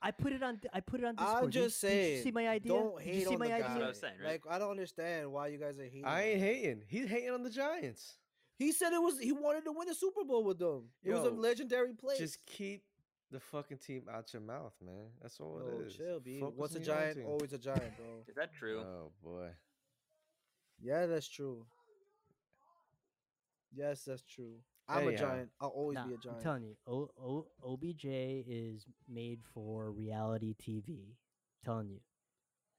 I put it on. d- I put it on. Discord.
I'm
Did you-
just
did you
saying.
see my idea?
Don't
Did
hate
you see
on
my
the
idea?
guy.
That's what I was saying, right?
Like I don't understand why you guys are hating.
I
on
ain't
him.
hating. He's hating on the Giants.
He said it was he wanted to win the Super Bowl with them. It was a
Yo,
legendary play.
Just keep the fucking team out your mouth, man. That's all
oh,
it is.
chill, B.
Focus
What's a
on your own
giant?
team.
Always a giant, bro.
Is that true?
Oh boy.
Yeah, that's true. Yes, that's true. I'm a
Anyhow.
giant. I'll always
Nah,
be a giant.
I'm telling you, o- o- OBJ is made for reality TV. telling you,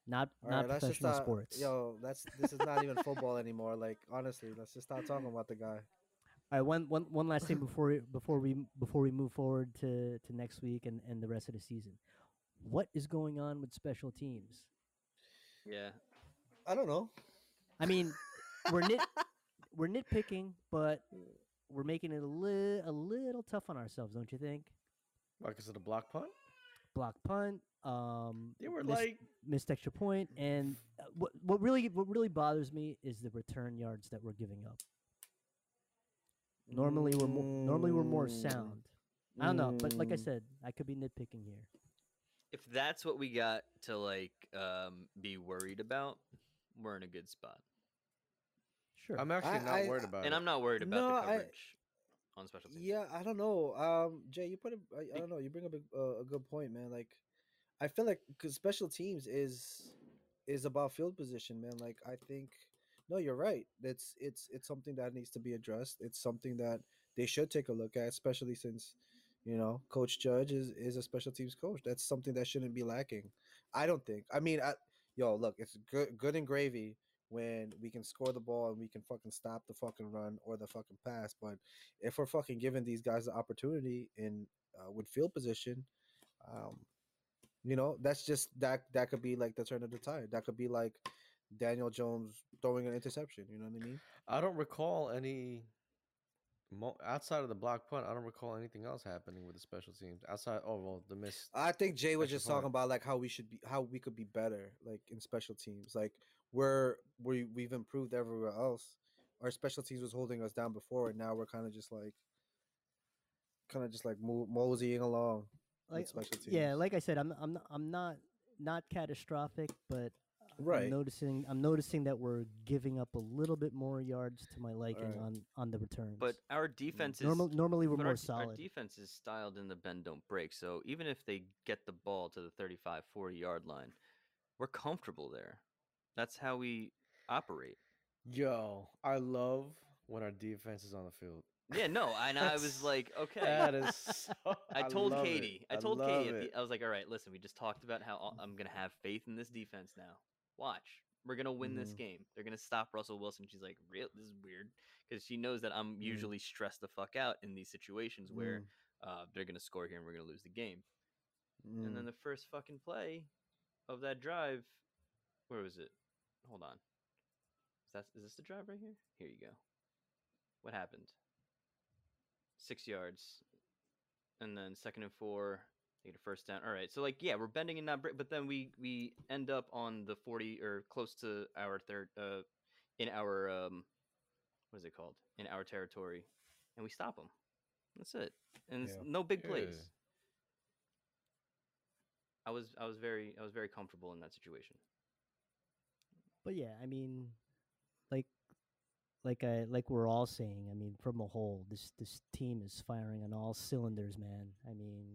not
All
not
right, let's just
professional
stop-
sports.
Yo, that's this is not even football anymore. Like honestly, let's just stop talking about the guy.
All right, one, one,
*laughs*
one last thing before we, before we before we move forward to, to next week and, and the rest of the season. What is going on with special teams?
Yeah.
I don't know.
I mean, we're nit we're nitpicking, but we're making it a, li- a little tough on ourselves, don't you think?
Like is it a block punt?
Block punt. Um,
They were
missed-
like
missed extra point, and uh, what what really what really bothers me is the return yards that we're giving up. Normally we're more, normally we're more
Mm,
sound. I don't know, but like I
mm.
said, I could be nitpicking here.
If that's what we got to like um, be worried about, we're in a good spot.
Sure.
I'm actually
I-
not
I-
worried about
And
it.
I'm not worried about
No,
the
I-
coverage on special teams.
Yeah, I don't know. Um, Jay, you put a, I, I don't know. You bring up a, a, a good point, man. Like, I feel like because special teams is is about field position, man. Like, I think no, you're right. That's it's it's something that needs to be addressed. It's something that they should take a look at, especially since you know Coach Judge is is a special teams coach. That's something that shouldn't be lacking. I don't think. I mean, I, yo, look, it's good good and gravy when we can score the ball and we can fucking stop the fucking run or the fucking pass, but if we're fucking giving these guys the opportunity in uh, with field position, um, you know, that's just that that could be like the turn of the tide. That could be like Daniel Jones throwing an interception. You know what I mean?
I don't recall any mo- outside of the block punt. I don't recall anything else happening with the special teams outside. Oh well, the miss.
I think Jay was
Extra
just talking
point.
about like how we should be, how we could be better, like in special teams. Like we're we we've improved everywhere else. Our special teams was holding us down before, and now we're kind of just like, kind of just like mo- moseying along.
like,
special
Yeah,
teams.
like I said, I'm I'm not, I'm not not catastrophic, but I'm
Right.
noticing I'm noticing that we're giving up a little bit more yards to my liking
Alright.
on on the returns.
But our defense is
normal, normally we're
but
more
our, de- Our
solid.
defense is styled in the bend don't break. So even if they get the ball to the 35, 40 yard line, we're comfortable there. That's how we operate.
Yo, I love when our defense is on the field.
Yeah, no, and I was
*laughs* That's-
like, *laughs* okay.
That is. So,
I told
love it.
Katie. I told
love
Katie. At
it.
the, I was like, all right, listen, we just talked about how all- I'm gonna have faith in this defense now. Watch, we're gonna win this
Mm-hmm.
Mhm.
game. They're gonna stop Russell Wilson. She's like, real, this is weird because she knows that
Mm-hmm.
I'm usually stressed the fuck out in these situations where
Mm.
uh, they're gonna score here and we're gonna lose the game.
Mm,
And then the first fucking play of that drive, where was it? Hold on. Is that is this the drive right here? Here you go. What happened? Six yards, and then second and four. They get a first down. All right, so like yeah, we're bending and not break, but then we we end up on the forty or close to our third uh in our um what is it called in our territory, and we stop them. That's it, and it's
Yeah.
no big
Yeah.
plays. I was I was very I was very comfortable in that situation.
But yeah, I mean, like, like I like we're all saying. I mean, from a whole, this this team is firing on all cylinders, man. I mean,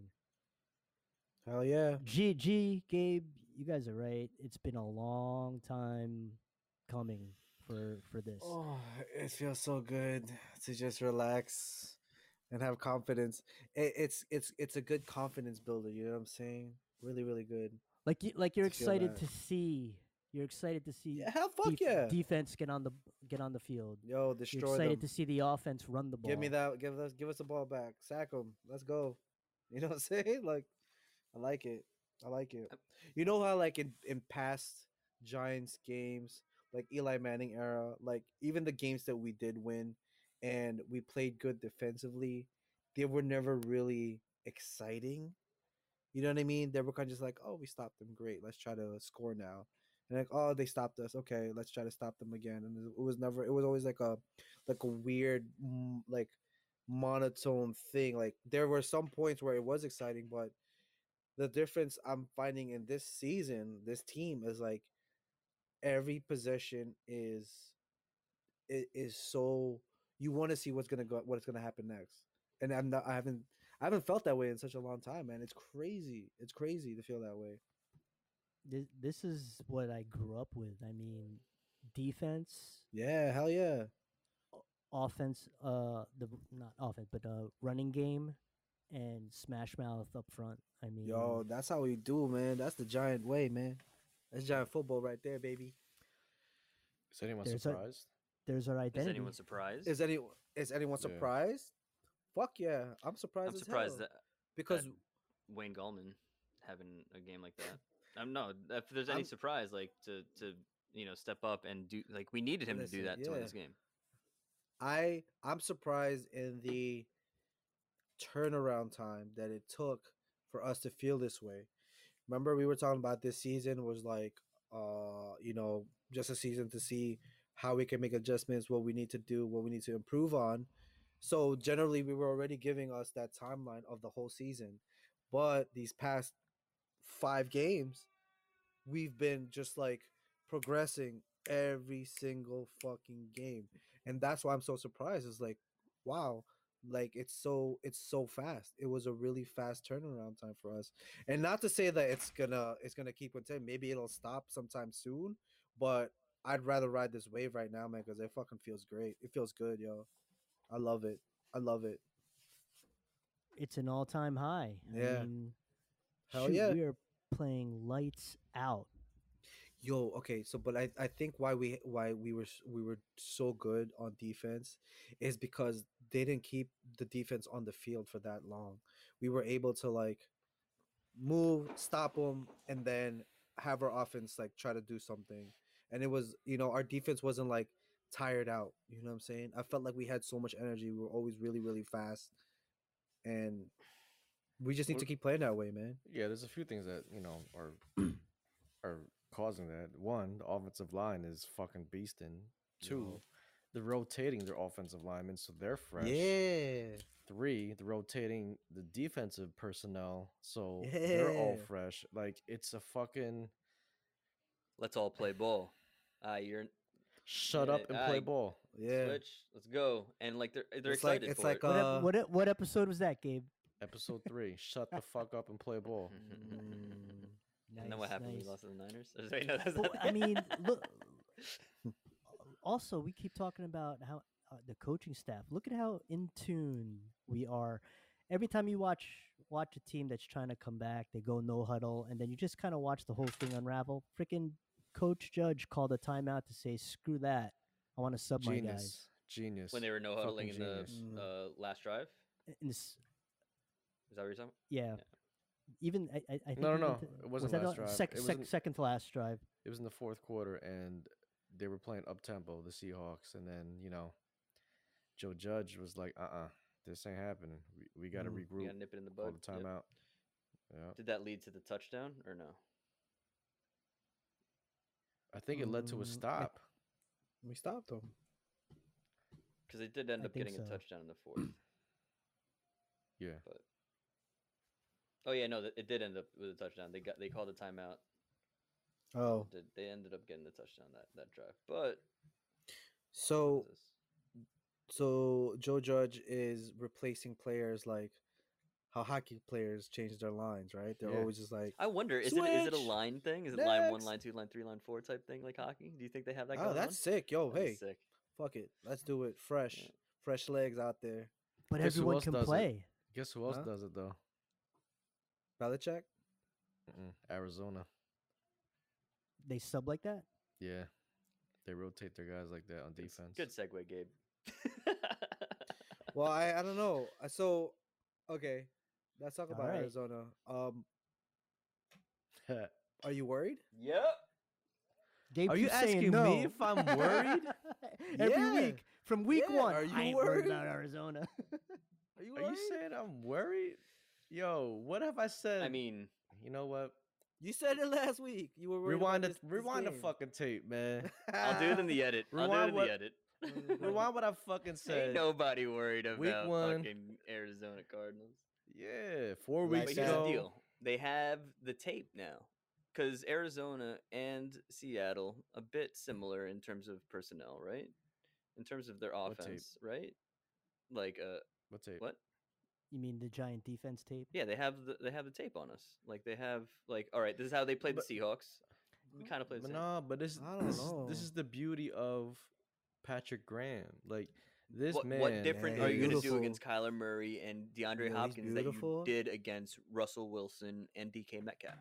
mm. hell yeah.
GG, Gabe, you guys are right. It's been a long time coming for for this.
Oh, it feels so good to just relax and have confidence. It, it's it's it's a good confidence builder. You know what I'm saying? Really, really good.
Like you, like you're
I feel
excited
that.
to see. You're excited to see
Yeah, hell, fuck
def-
yeah.
defense get on the get on the field.
Yo,
You're
destroy
excited
them.
to see the offense run the ball.
Give me that. Give us. Give us the ball back. Sack them. Let's go. *laughs* You know what I'm saying? Like, I like it. I like it. You know how like in in past Giants games, like Eli Manning era, like even the games that we did win, and we played good defensively, they were never really exciting. You know what I mean? They were kind of just like, oh, we stopped them. Great. Let's try to score now. And like, oh, they stopped us. Okay, let's try to stop them again. And it was never. It was always like a like a weird m- like monotone thing like there were some points where it was exciting but the difference i'm finding in this season this team is like every possession is it is so you want to see what's gonna go what's gonna happen next and i'm not i haven't i haven't felt that way in such a long time man it's crazy it's crazy to feel that way
This, this is what I grew up with. I mean, defense,
yeah hell yeah
offense, uh, the not offense, but uh, running game, and smash mouth up front. I mean,
yo that's how we do man that's the giant way man that's giant football right there baby
Is anyone
There's a-
surprised?
there's our
Is
identity.
anyone surprised?
Is any is anyone
Yeah.
surprised? Fuck yeah, I'm surprised.
I'm surprised that
because
Wayne Gallman having a game like
*laughs*
that. Um, no, if there's any
I'm-
surprise, like to to you know step up and do like we needed him to
Listen,
do that to win
yeah.
this game.
I I'm surprised in the turnaround time that it took for us to feel this way. Remember we were talking about this season was like uh you know just a season to see how we can make adjustments, what we need to do, what we need to improve on. So generally we were already giving us that timeline of the whole season. But these past 5 games we've been just like progressing every single fucking game and that's why I'm so surprised. It's like, wow, like it's so it's so fast. It was a really fast turnaround time for us, and not to say that it's gonna it's gonna keep continuing. Maybe it'll stop sometime soon, but I'd rather ride this wave right now, man, because it fucking feels great. It feels good, yo. I love it. I love it.
it's an all-time high.
Yeah.
I mean,
Hell
shoot,
yeah.
we are playing lights out.
Yo, okay, so but I, I think why we why we were s- we were so good on defense is because they didn't keep the defense on the field for that long. We were able to like move, stop them, and then have our offense like try to do something. And it was you know our defense wasn't like tired out. You know what I'm saying? I felt like we had so much energy. We were always really really fast, and we just need
Well-
to keep playing that way, man.
Yeah, there's a few things that you know are are causing that. One, the offensive line is fucking beasting. Two,
Yo.
they're rotating their offensive linemen, so they're fresh.
Yeah.
Three, they're rotating the defensive personnel, so they're all
Yeah.
fresh. Like it's a fucking
Let's all play ball. Uh, you're
shut
Yeah,
up and play
I-
ball.
Yeah.
switch. *laughs* Let's go. And like they're they're
It's like-
excited
it's
for
like
it.
a-
What, ep-
Uh,
what, e- what episode was that, Gabe?
Episode three, shut the fuck up and play ball.
Mm.
*laughs* and then what happened?
nice.
We lost to the Niners. *laughs* Wait, no, that's
But,
not
I
*laughs*
the-
mean, look. Also, we keep talking about how uh, the coaching staff. Look at how in tune we are. Every time you watch watch a team that's trying to come back, they go no huddle, and then you just kind of watch the whole thing unravel. Freaking coach judge called a timeout to say, "Screw that! I want to sub my guys."
Genius,
*laughs*
genius.
when they were no
Fucking
huddling in the
genius.
uh, last drive.
A- And this,
Is that what you're talking?
yeah.
Yeah.
Even I, I, I think
no,
even
no,
to-
it
was
wasn't
that
last
the
drive.
sec-
It was
sec-
in-
second to last drive.
it was in the fourth quarter and they were playing up tempo the seahawks and then you know joe judge was like uh-uh this ain't happening we, we gotta
Mm,
You
regroup
gotta nip it in the
call
bud.
the
Yep.
timeout yeah
Did that lead to the touchdown or no?
i think it led to
Mm, I-
a stop
We stopped them.
Because they did end
I
up
think
getting a
so.
touchdown in the fourth.
yeah
But oh yeah, no, th- it did end up with a touchdown. They got they called a timeout.
Oh,
Did- They ended up getting the touchdown that that drive. But
so
Jesus.
so Joe Judge is replacing players like how hockey players change their lines, right? They're
Yeah.
always just like,
I wonder is it is it a
Switch!
line thing? Is it line one,
Next!
line two, line three, line four type thing like hockey? Do you think they have that?
oh,
going
that's sick, yo,
on? That'd be
hey,
sick.
fuck it, let's do it, fresh,
Yeah.
fresh legs out there,
But
Guess who
everyone
else
can
does it?
play.
guess who else
Huh?
does it though
Belichick.
Mm-mm, arizona
they sub like that.
Yeah. They rotate their guys like that on
Good
defense.
s- Good segue, Gabe. *laughs*
Well, I, I don't know. Uh, So, okay, let's talk
All
about
right.
Arizona. Um,
*laughs* Are
are you worried?
yep.
Gabe
you
keeps saying
asking
no.
me if I'm worried?
*laughs* Every
Yeah.
week, from week
Yeah,
one,
are you
I ain't worried about
worried?
Arizona. *laughs*
Are you
Are you saying I'm worried? Yo, what have I said?
I mean,
you know what?
You said it *laughs* last week. You were worried
Rewind the
about this- this
rewind the
game.
*laughs* fucking tape,
*laughs*
man.
*laughs* I'll do it in the edit. I'll do it
Rewind
in
what-
the edit. *laughs*
rewind what I fucking
Ain't
said.
nobody worried
week
about
one-
fucking Arizona Cardinals.
Yeah, four
Like
But
weeks
here's
that.
ago.
the deal: they have the tape now, because Arizona and Seattle a bit similar in terms of personnel, right? In terms of their
What tape?
offense, right? Like, uh,
What tape?
what?
you mean the giant defense tape?
Yeah, they have the they have the tape on us. Like they have like, all right, this is how they played
But-
the Seahawks. We kind of played the
But
same.
nah, but this,
I don't
this, is- this
know.
is the beauty of Patrick Graham. Like this
what,
man.
what different are you going to do
Beautiful.
against Kyler Murray and DeAndre
he's
Hopkins that you
beautiful.
did against Russell Wilson and DK Metcalf?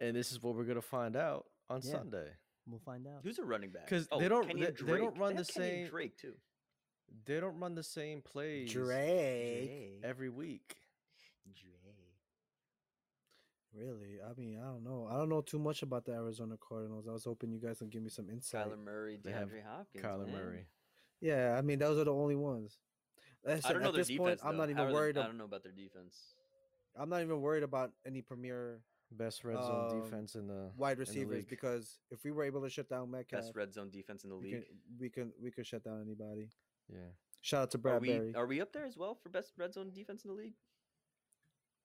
And this is what we're gonna find out on
Yeah.
Sunday.
We'll find out.
Who's a running back?
'Cause
Oh,
they don't-
Kenyon
they- they don't
Drake.
run
have
the
Kenyon
same-
Drake too.
They don't run the same plays
Drake.
every week.
Really? I mean, I don't know. I don't know too much about the Arizona Cardinals. I was hoping you guys would give me some insight.
Kyler Murray,
They have
DeAndre Hopkins,
Kyler
man.
Murray.
Yeah, I mean, those are the only ones. Listen,
I don't know
at
their
this point,
defense.
I'm
though.
not
How
even
are they-
worried.
I
ab-
don't know about their defense.
I'm not even worried about any premier
Best red zone
Um,
defense in
Uh-huh.
the
wide
in the
receivers
league.
because if we were able to shut down Metcalf,
Best red zone defense in the
we, can,
league.
we can we could shut down anybody.
yeah.
Shout out to
Are
Brad
we
Berry.
are we up there as well for best red zone defense in the league?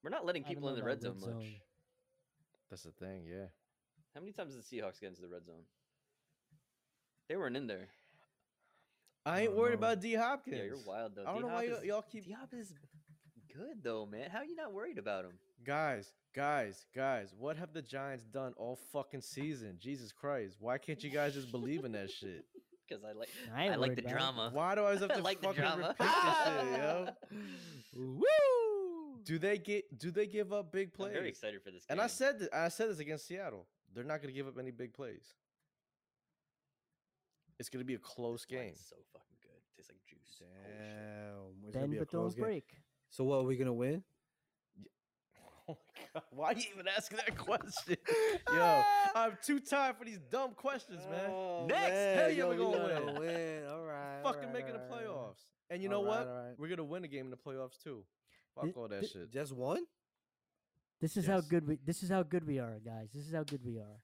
We're not letting
I don't
people in
know
the
about
red zone
red
much.
zone.
That's the thing, yeah.
How many times did the Seahawks get into the red zone? They weren't in there.
I ain't
don't
worried
know.
about D Hopkins.
Yeah, you're wild though.
I don't know
D-Hop
why
is,
y'all- y'all keep
D-Hop is good though, man. How are you not worried about him?
Guys, guys, guys, what have the Giants done all fucking season? Jesus Christ. Why can't you guys just believe in that shit?
Because I like
I ain't
like
worried
the
about it.
drama.
Why do
*laughs*
I always have
I
to
like the
fucking
drama.
repeat this
*laughs*
shit, yo?
Woo!
Do they get do they give up big
I'm
plays?
very excited for this.
and I
game.
said this, I said this against Seattle. They're not gonna give up any big plays. It's gonna be a close
This
game. *laughs*
wine's So fucking good. Tastes like juice. Holy Oh, shit.
Damn, it's gonna
Bend
be a
but don't
close game.
break.
So what are we gonna win?
Oh my god, why are you even asking
*laughs*
that question? yo, I'm too tired for these dumb questions, man.
Oh.
Next!
man, Hell yeah, yo, we we gonna
gonna
gonna win.
win. All right,
fucking making the playoffs. And you know what? We're gonna win a game in the playoffs too. Fuck
Th-
all that
th-
shit.
Just one?
This is how
Yes.
good we. This is how good we are, guys. This is how good we are.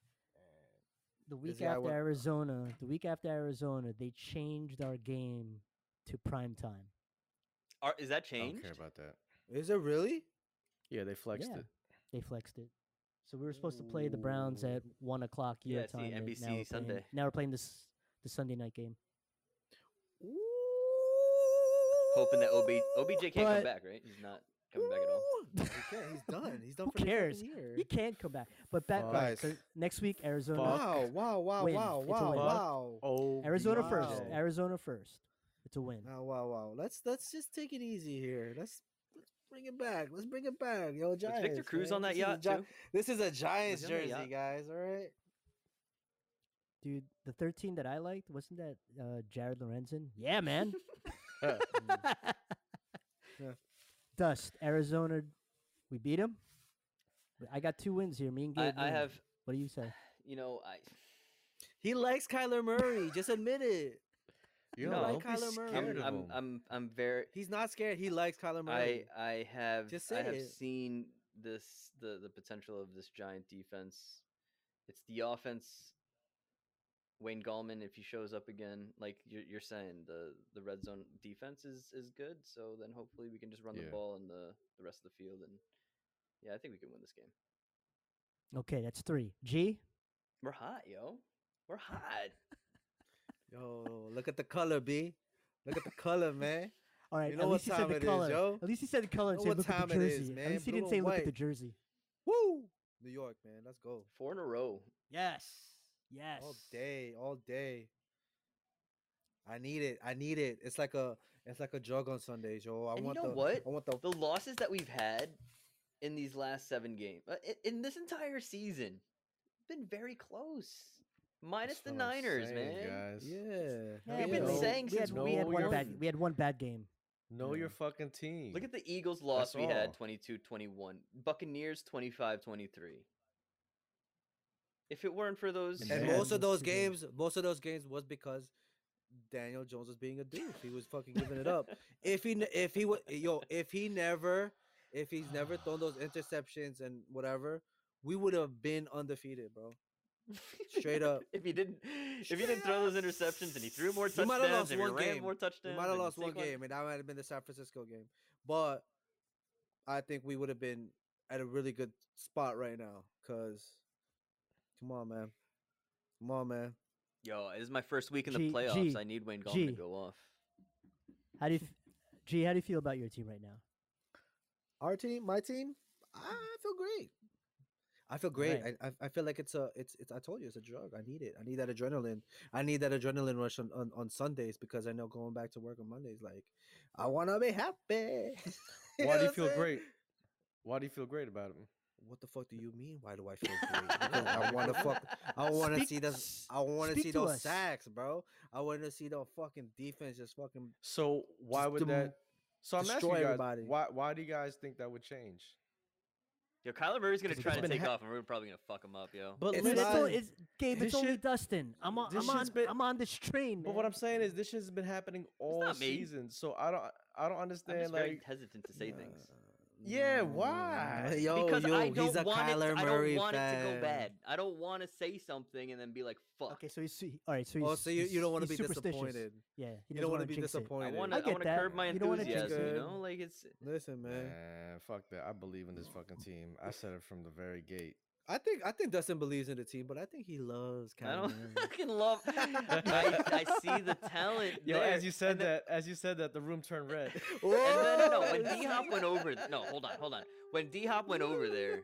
The week
guy
after
wa-
Arizona, the week after Arizona, they changed our game to prime time.
Are, is that
I don't
changed?
care about that.
Is it really?
Yeah, they flexed
Yeah.
it.
They flexed it. So we were supposed to play the Browns
Ooh.
at one o'clock
Yeah,
your
it's the
time. and
NBC
now we're playing-
Sunday.
now we're playing this the Sunday night game.
Hoping that OB, OBJ can't come
But-
back, right? He's not coming back at all.
He can't.
*laughs*
He's done. He's done
Who
for the fucking
cares?
year.
You can't come back. But back
Fuck.
Guys.
next week, Arizona.
Wow! Wow! Wow!
Win.
Wow!
It's a
Wow!
win.
Wow!
Oh,
Arizona first.
Wow.
Arizona first. It's a win.
Wow! Wow! Wow! Let's let's just take it easy here. Let's let's bring it back. Let's bring it back, yo.
Was
Giants.
Victor Cruz
man.
on
This
that
is a
yacht
Gi-
too?
This is a Giants
he on that
jersey,
yacht?
guys. All right.
Dude, the 13 that I liked, wasn't that uh, Jared Lorenzen? Yeah, man.
*laughs*
*laughs*
Yeah.
Dust, Arizona. We beat him. I got two wins here. Me and
I,
Gabe.
I
win.
have,
What do you say?
you know, I.
He likes Kyler Murray. just admit it.
You
No,
know,
like
don't be
Kyler Murray.
scared
I'm,
of
I'm,
him.
I'm, I'm very.
He's not scared. He likes Kyler
I,
Murray.
I have,
Just
I
say
have
it.
seen this, the, the potential of this giant defense. It's the offense. Wayne Gallman, if he shows up again, like you're, you're saying, the the red zone defense is is good. So then hopefully we can just run
Yeah.
the ball in the the rest of the field, and yeah, I think we can win this game.
Okay, that's three. G.
We're hot, yo. We're hot.
yo, look at the color, B. Look at the color, man.
All right.
know
at
what
least he
time
said the
it is,
color.
yo?
At least he said the color and
Know
said
what
look at the
time it is,
jersey. at
man,
least he
blue
didn't
and
say look at the
white.
jersey.
Woo! New York, man. Let's go.
Four in a row.
Yes. Yes.
All day, all day. I need it. I need it. It's like a it's like a jog on Sundays, yo. I
And you
want
know
the
what?
I want the,
The losses uh, that we've had in these last seven games, in this entire season, been very close. Minus
That's
the
what I'm
Niners,
saying,
man.
Guys.
Yeah.
We've
been
we-
saying
we
since
had, we had
week
one
one.
bad we had one bad game.
Know
Yeah.
your fucking team.
Look at the Eagles loss we
all.
had 22-21. Buccaneers 25-23. If it weren't for those
And
And
Yeah.
most of those
Yeah.
games, most of those games was because Daniel Jones was being a doof. He was fucking giving it up. If he, ne- if he was, yo, if he never, if he's never thrown those interceptions and whatever, we would have been undefeated, bro. Straight up.
*laughs* if he didn't if he didn't throw those interceptions and he threw more
We might have
touchdowns
lost
and he
one
ran
game.
more
We
touchdowns.
might have
and
lost one
Saquon-
game, and that might have been the San Francisco game. But I think we would have been at a really good spot right now. Cause, come on, man, come on, man.
Yo, it is my first week in the
G-
playoffs.
G-
I need Wayne Gallman
G.
to go off.
How do you, f- G? How do you feel about your team right now?
Our team, my team, I I feel great. I feel great.
Right.
I, I I feel like it's a it's it's. I told you it's a drug. I need it. I need that adrenaline. I need that adrenaline rush on, on, on Sundays because I know going back to work on Mondays, like I want to be happy. *laughs* know
Why
what
do you
I'm
feel
saying?
great? Why do you feel great about him?
What the fuck do you mean? Why do I feel great? Because I
*laughs*
want to fuck. *laughs* I want to
Speak-
see those.
s-
I want to
speak
see
to
those
us.
sacks, bro. I want to see the fucking defense just fucking.
So why
Just
would
dem-
that? So I'm asking
destroy
you guys,
everybody.
why why do you guys think that would change?
*laughs* Yo, Kyler Murray's gonna
Because
try
it's
to
been
take
ha-
off, and we're probably gonna fuck him up, yo.
But
It's
Dude, it's,
not-
all, it's Gabe. It's
this
only
shit-
Dustin. I'm on.
this
I'm on.
shit's been-
I'm on this train, man.
But what I'm saying is this has been happening all
not me.
season. So I don't I don't
I'm
understand
just very
like
hesitant to say things.
*laughs*
Yeah, why?
Yo,
because
yo,
I don't
he's a
want,
Kyler
it, I
Murray
don't want
fan.
it to go bad. I don't want to say something and then be like, "Fuck."
Okay, so he's su- all right. So he's,
Oh, so you, you
he's-
don't want to
he's
be
superstitious.
disappointed.
Yeah, he
You
doesn't
don't want
wanna
to be
jinx it.
I
disappointed.
want to. I,
get
want to curb
that.
my
You don't wanna
jinx
enthusiasm. You
it.
know, like it's. *laughs*
Listen, man.
Man, fuck that. I believe in this fucking team. I said it from the very gate.
I think I think Dustin believes in the team, but I think he loves
I
Kyler.
don't
*laughs* Murray.
fucking love. I, I see the talent.
Yo,
there.
as you said
and then,
that, as you said that, the room turned red.
*laughs* *laughs* And then no,
*laughs*
no, when
Whoa,
D Hop went over, no, hold on, hold on. When D Hop went over there,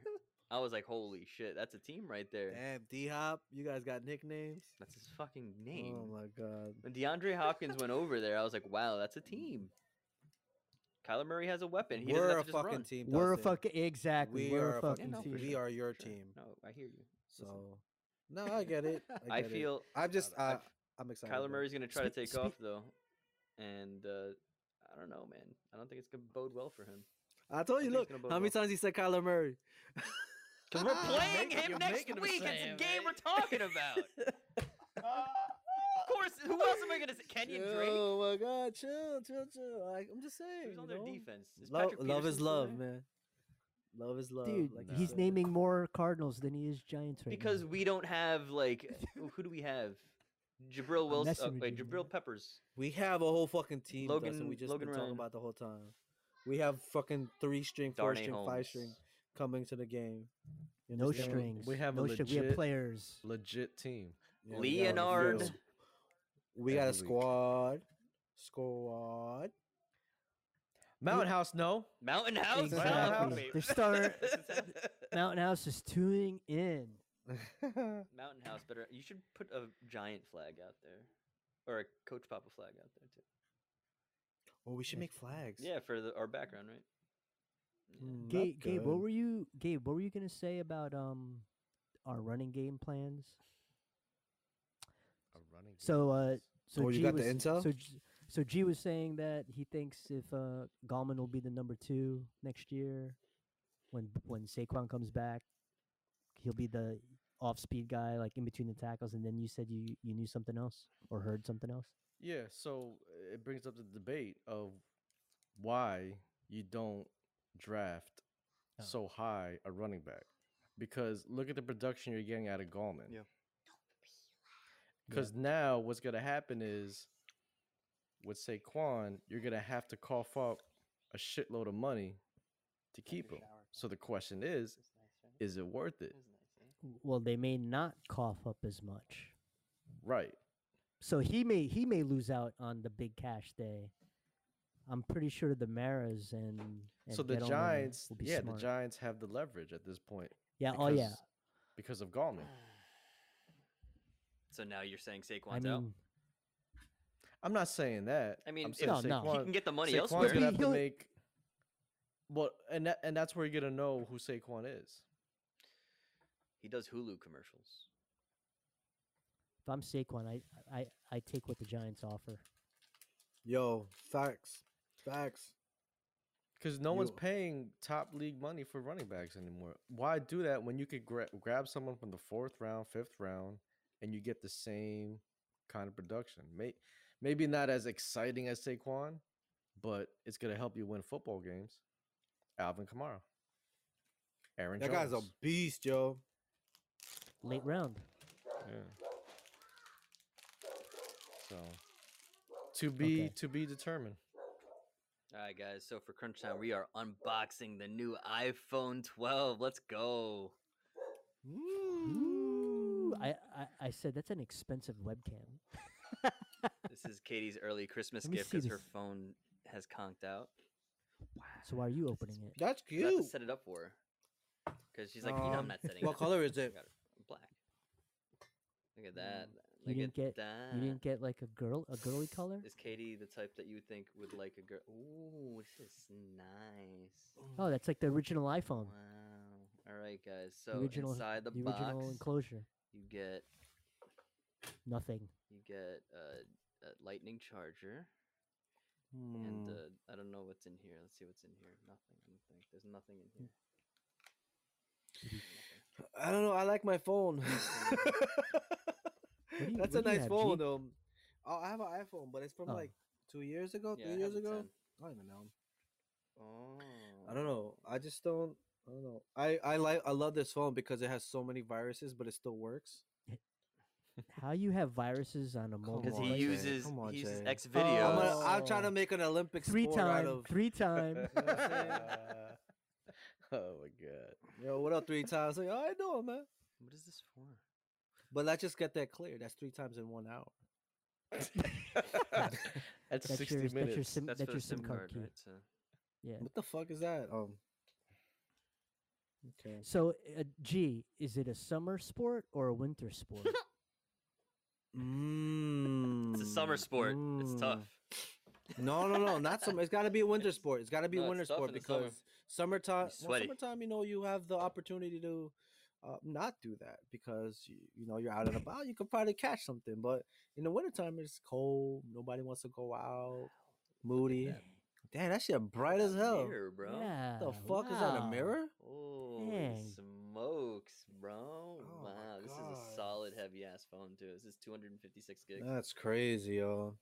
I was like, "Holy shit, that's a team right there.
Damn, D Hop, you guys got nicknames.
That's his fucking name."
Oh my god.
When DeAndre Hopkins went over there, I was like, "Wow, that's a team." Kyler Murray has a weapon. He doesn't
We're
have
a
to just
fucking
run.
team.
We're a
Dustin.
fucking exactly.
We
We're
are
a
a fucking
team.
fucking team.
for
We
sure,
are your
Sure.
team.
No, I hear you.
So,
Listen,
no, I get it. I,
I,
get it.
feel
I'm just.
I
I,
f-
I'm excited.
Kyler
bro.
Murray's gonna try to
Speak-
take
speak-
off though, and uh, I don't know, man. I don't think it's gonna bode well for *laughs* him.
I told you.
I think it's
Look,
gonna bode
how many
well.
times he said Kyler Murray?
Because we're playing
making-
him
you're
next
making him
week.
say
It's
it,
a game we're talking about. of *laughs* course. *laughs* Who else am I gonna say? Kenyon Drake.
Oh my God! Chill, chill, chill. Like, I'm just saying.
Who's on
you
their
know?
defense? Is
Love,
Patrick
love
Peterson
is
still
love,
there?
man. Love is love.
Dude,
like
No.
you
he's
said.
naming more Cardinals than he is Giants right now.
Because we don't have like who do we have? Jabril Wilson.
messing
Uh,
with
wait,
you,
Jabril
man.
Peppers.
We have a whole fucking team. Logan,
Logan-
we just
Logan
been talking
Ryan.
about the whole time. We have fucking three string, four
Darnay
string, five
Holmes.
string coming to the game. You
no
understand?
strings.
We have a
no string. We have
legit-
players.
Legit team.
Yeah, we got a
Leonard.
real- We got a
Every week.
squad. Squad. *laughs*
Mountain House, no.
Mountain House.
Exactly.
Mountain
They
House.
start- Mountain House is tuning in.
Mountain House better. You should put a giant flag out there, or a Coach Papa flag out there too.
Oh, we should make flags.
Yeah, for the, our background, right? Yeah.
Hmm.
Mm, that's
Gabe, Gabe, what
good.
were you? Gabe, what were you gonna say about um our running game plans?
A running
So, uh, so
Oh, you
G
got the
was,
intel?
So, G- so G was saying that he thinks if uh, Gallman will be the number two next year, when when Saquon comes back, he'll be the off-speed guy, like in between the tackles. And then you said you you knew something else or heard something else.
Yeah, so eh, it brings up the debate of why you don't draft
Oh.
so high a running back. Because look at the production you're getting out of Gallman.
Yeah.
Yeah.
Because now what's gonna happen is with Saquon, you're gonna have to cough up a shitload of money to keep him. So the question is, is it worth it?
W- Well, they may not cough up as much, Mm.
Right.
so he may he may lose out on the big cash day. I'm pretty sure the Maras and, and
so the
Gettleman
Giants,
will be
yeah,
smart.
the Giants have the leverage at this point.
yeah, oh yeah,
because- because of Gallman.
eh? *sighs* So now you're saying Saquon's
I
out. *laughs*
mean,
I'm not saying that.
I mean,
I'm
it-
saying
No, no.
He can get the money
Saquon's
elsewhere.
gonna
He'll
have to
be-
make. Well, and that, and that's where you're gonna know who Saquon is.
He does Hulu commercials.
If I'm Saquon, I, I, I take what the Giants offer.
Yo, facts, facts.
Because no one's
You-
paying top league money for running backs anymore. Why do that when you could gra- grab someone from the fourth round, fifth round, and you get the same kind of production? May- maybe not as exciting as Saquon, but it's going to help you win football games. Alvin Kamara, Aaron
That
Jones.
guy's a beast, yo.
Late round.
Yeah. So to be
Okay.
to be determined.
All right, guys. So for Crunch Time, we are unboxing the new iPhone 12. Let's go.
Ooh, I, I, I said that's an expensive webcam.
This is Katie's early Christmas
Let me
gift
see
because her
this.
phone has conked out.
So why are you opening it?
That's
You have to
cute.
set it up for her. Because she's like, you know, I'm
Um,
not setting it
What
up."
color is it?
Got it. Black. Look at that.
Mm. You
Look
didn't
at
get-
that.
You didn't get like a girl, a girly color.
Is Katie the type that you would think would like a girl? Ooh, this is nice.
Hmm.
Oh, that's like the original iPhone,
Wow. All right, guys.
The
So
original-
inside the,
the
box,
original enclosure.
you get
*laughs*
Nothing.
you get a, a lightning charger, and
Mm.
uh, I don't know what's in here. Let's see what's in here. Nothing. I don't think there's nothing in here. Nothing.
I don't know. I like my phone. *laughs*
do you-
That's a
what do you
nice
have,
phone,
G?
though. Oh, I have an iPhone, but it's from
Oh.
like two years ago,
Yeah, I
three
have
years
a
ago.
10.
I don't even know.
Oh.
I don't know. I just don't. I don't know. I I like I love this phone because it has so many viruses, but it still works.
How you have viruses on a mobile?
Because he
Jay.
device?
uses
Come on,
he uses
Jay. Oh,
X
I'm,
videos.
gonna, I'm trying to
Oh.
make an Olympic
three
sport out
time,
of
*laughs*
three time.
Uh,
oh my god.
yo. What up, three times? Like, oh, I know, man.
What is this *laughs* for?
But let's just get that clear. That's three times in one hour.
*laughs*
*laughs*
That's,
That's
60
your, that's your
minutes.
sim, that's
That's for
your
the SIM card,
key.
right? So
Yeah.
What the fuck is that? Um. Okay.
So, uh, G, is it a summer sport or a
*laughs*
winter sport?
Mm,
it's a summer sport. It's
mm.
tough.
No, no, no, not
*laughs*
summer. It's got to be a winter sport. It's got to be
No,
a
it's
winter
tough
sport
in the summer.
because summertime.
You're
Well,
sweaty.
summertime, you know, you have the opportunity to uh, not do that because you, you know you're out and about. You could probably catch something, but in the wintertime, it's cold. Nobody wants to go out. Moody.
that-
Damn, that shit bright
That
as hell.
mirror, bro.
Yeah.
What the fuck is that? A
wow.
mirror?
Holy
Dang.
smokes, bro!
Oh my
wow, this is
God.
a solid heavy ass phone too. This is 256 gigs.
That's crazy, yo.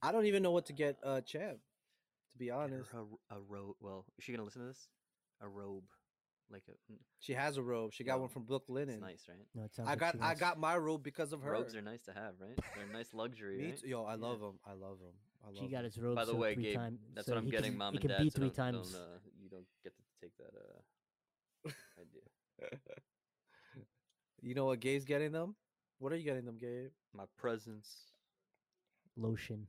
I don't even know what to get, uh, champ. To be
Get her
honest,
A, a robe. Well, is she gonna listen to this? A robe, like a. mm,
she has a robe. She got one
Yo,
from Brook Linen.
It's nice, right?
No, it sounds
I
like
got
she
I
wants-
got my robe because of her.
Robes are nice to have, right? They're a nice luxury.
*laughs* Me
right?
too. Yo, I
Yeah.
love them. I love them. I love
She got
'em.
his robes.
By the
so
way,
three
Gabe,
time-
that's
so
what I'm
*laughs*
he
getting,
can,
mom
it
and
can
dad.
Be
so
3
don't-
times.
Don't, uh, you don't get to take that uh,
*laughs*
idea.
You know what Gabe's getting them? What are you getting them, Gabe?
My presence.
Lotion.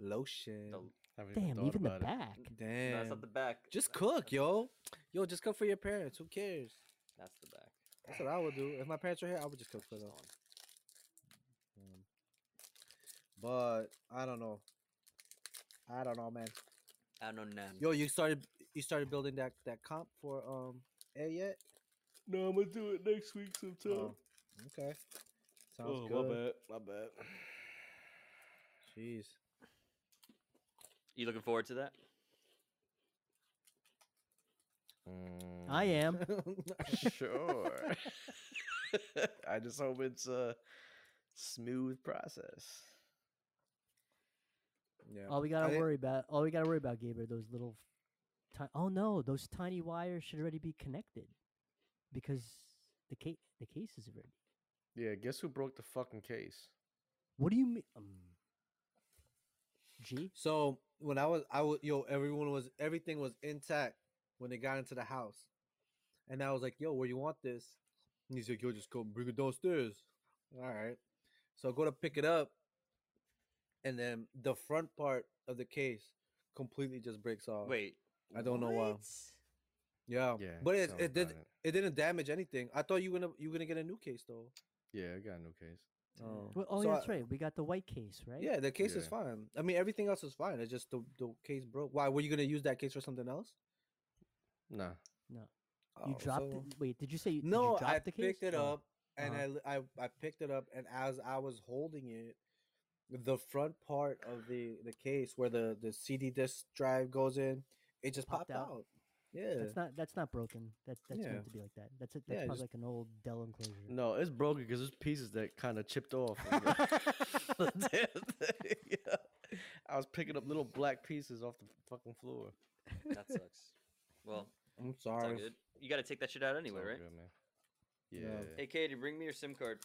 Lotion.
The-
Haven't
Damn,
thought
even the
about it.
back.
Damn.
No, that's not the back.
just
That's-
cook,
that's-
yo. Yo, just cook for your parents. Who cares?
That's the back.
That's what I would do. If my parents were here, I would just cook for them. Um, But I don't know. I don't know, man.
I don't know now.
Yo, you started you started building that that comp for um A yet?
No, I'm gonna do it next week sometime.
Oh, okay. Sounds
Oh,
good.
my bad. My bad.
Jeez.
You looking forward to that?
Mm.
I am.
Mm, *laughs* sure. I just hope it's a smooth process.
*laughs* yeah.
All we
I
gotta
didn't-
worry about, all we gotta worry about, Gabe, are those little. Ti- oh no, those tiny wires should already be connected, because the case the case is ready.
Yeah, guess who broke the fucking case?
What do you mean? Um, G.
So when I was, I was, yo, everyone was, everything was intact when they got into the house, and I was like, yo, where you want this? And he's like, yo, just go bring it downstairs. All right. So I go to pick it up, and then the front part of the case completely just breaks off.
Wait.
Oh, I don't know why. Yeah.
Oh,
Yeah,
But it,
tell me
it did,
about it.
it didn't damage anything. I thought you were gonna, you were gonna get a new case though.
Yeah, I got a new case.
Oh,
Well, oh,
So
yeah,
I-
that's right. We got the white case, right?
Yeah, the case is
Yeah.
fine. I mean, everything else is fine. It's just the, the case broke. Why were you gonna use that case for something else?
Nah.
You
Oh,
dropped
so-
it. Wait, did you say you, did you
No,
drop
I
the case?
picked it
Oh,
up and
uh-huh.
I li- I, I picked it up and as I was holding it, the front part of the the case where the the CD disk drive goes in, it just
Popped
popped,
out.
out. Yeah.
That's not that's not broken. That that's
Yeah.
meant to be like that. That's it. That's
Yeah,
probably
just-
like an old Dell enclosure.
No, it's broken because there's pieces that kind of chipped
*laughs*
off. on the-
*laughs*
the damn thing, *laughs* yeah. I was picking up little black pieces off the fucking floor.
That sucks. Well,
I'm
it's all
sorry.
good. You got to take that shit out
It's
anyway,
all
right?
good, man. Yeah.
Yeah.
Hey, Katie, bring me your SIM card.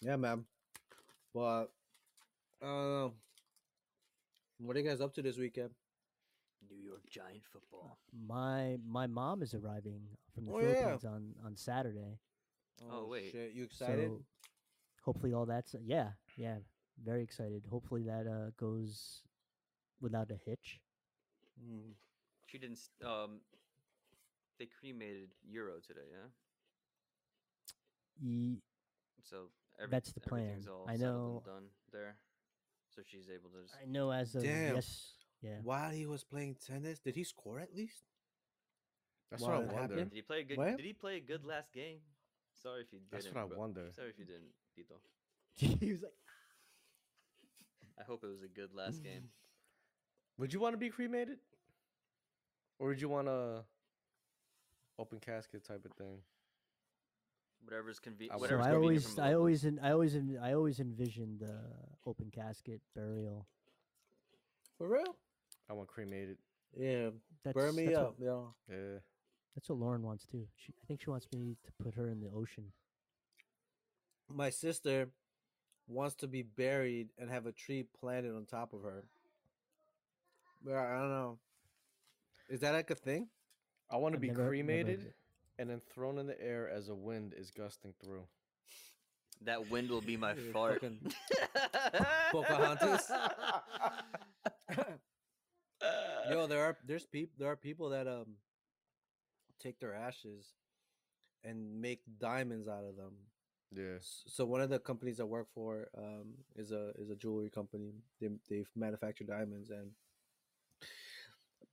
Yeah, man. But I don't know. What are you guys up to this weekend?
New York Giant football.
My my mom is arriving from the
Oh, yeah.
Philippines on on Saturday.
Oh, wait.
Shit. You excited?
So hopefully all that's yeah, yeah. Very excited. Hopefully that uh goes without a hitch.
Mm.
She didn't. s- Um, they cremated Euro today, yeah.
Ye-
So every,
That's the
everything's
plan.
all
I
settled and
know-
done there. So she's able to. Just,
I know as of
Damn.
yes, yeah.
While he was playing tennis, did he score at least?
That's
Wow,
what
that
I wonder.
happened?
did he play a good?
What?
Did he play a good last game? Sorry if you didn't.
That's what I
bro.
wonder.
Sorry if you didn't, Tito.
*laughs* he was like,
I hope it was a good
*laughs*
last game.
Would you want to be cremated? Or would you want a open casket type of thing?
Whatever's
I
convenient.
would-
so
Whatever's
I
convenient
always,
from a
I
loved one.
always, en- I always, en- I always envisioned the open casket burial.
For real?
I want cremated.
Yeah.
That's,
Burn me
that's
up,
What,
yo.
Yeah.
that's what Lauren wants too. She, I think she wants me to put her in the ocean.
My sister wants to be buried and have a tree planted on top of her. But I don't know. Is that like a thing?
I want to
I've
be
never- never-
cremated and then thrown in the air as a wind is gusting through.
That wind will be
*laughs*
my
You're
fart.
fucking *laughs*
*laughs*
Pocahontas. Yo, there are there's people there are people that um take their ashes and make diamonds out of them.
Yeah.
S- So one of the companies I work for um, is a is a jewelry company. They they manufacture diamonds, and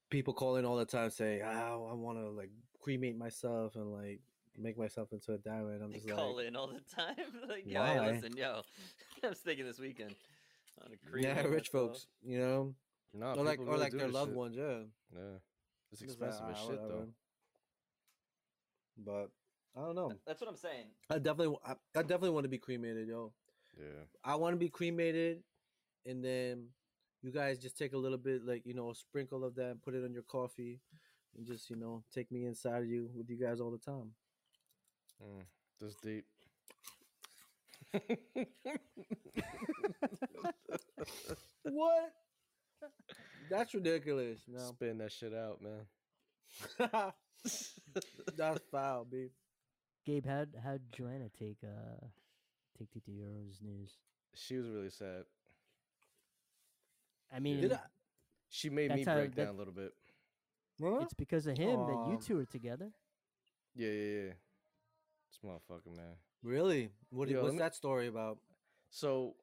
people call in all the time say, "Oh, I want to like cremate myself and like make myself into a diamond." I'm
They
just
call
like,
in all the time. *laughs* like, yo, hey,
Why?
listen, yo. *laughs* I was thinking this weekend.
*laughs*
On a creep.
yeah, rich folks, you know,
No,
or like
Oh, people
or
really
like
do
their
this
loved
shit.
ones, yeah.
Yeah. It's
I'm just like,
expensive as
"Ah,
shit though.
whatever." But I don't know.
That's what I'm saying.
I definitely, I, I definitely want to be cremated, yo.
Yeah.
I want to be cremated, and then you guys just take a little bit, like you know, a sprinkle of that, and put it on your coffee, and just you know, take me inside of you with you guys all the time.
Mm, that's deep.
What? That's ridiculous. No,
Spin that shit out, man.
*laughs* that's foul, B.
Gabe, how how Joanna take uh take Tito Euro's news?
She was really sad.
I mean,
Did I?
She made me
That's how-
break
that-
down a little bit.
Huh?
it's because of him that you
Aw.
two are together.
Yeah, yeah, yeah. This motherfucker, man.
Really? What? do-
Yo, let
what's
me-
that story about?
So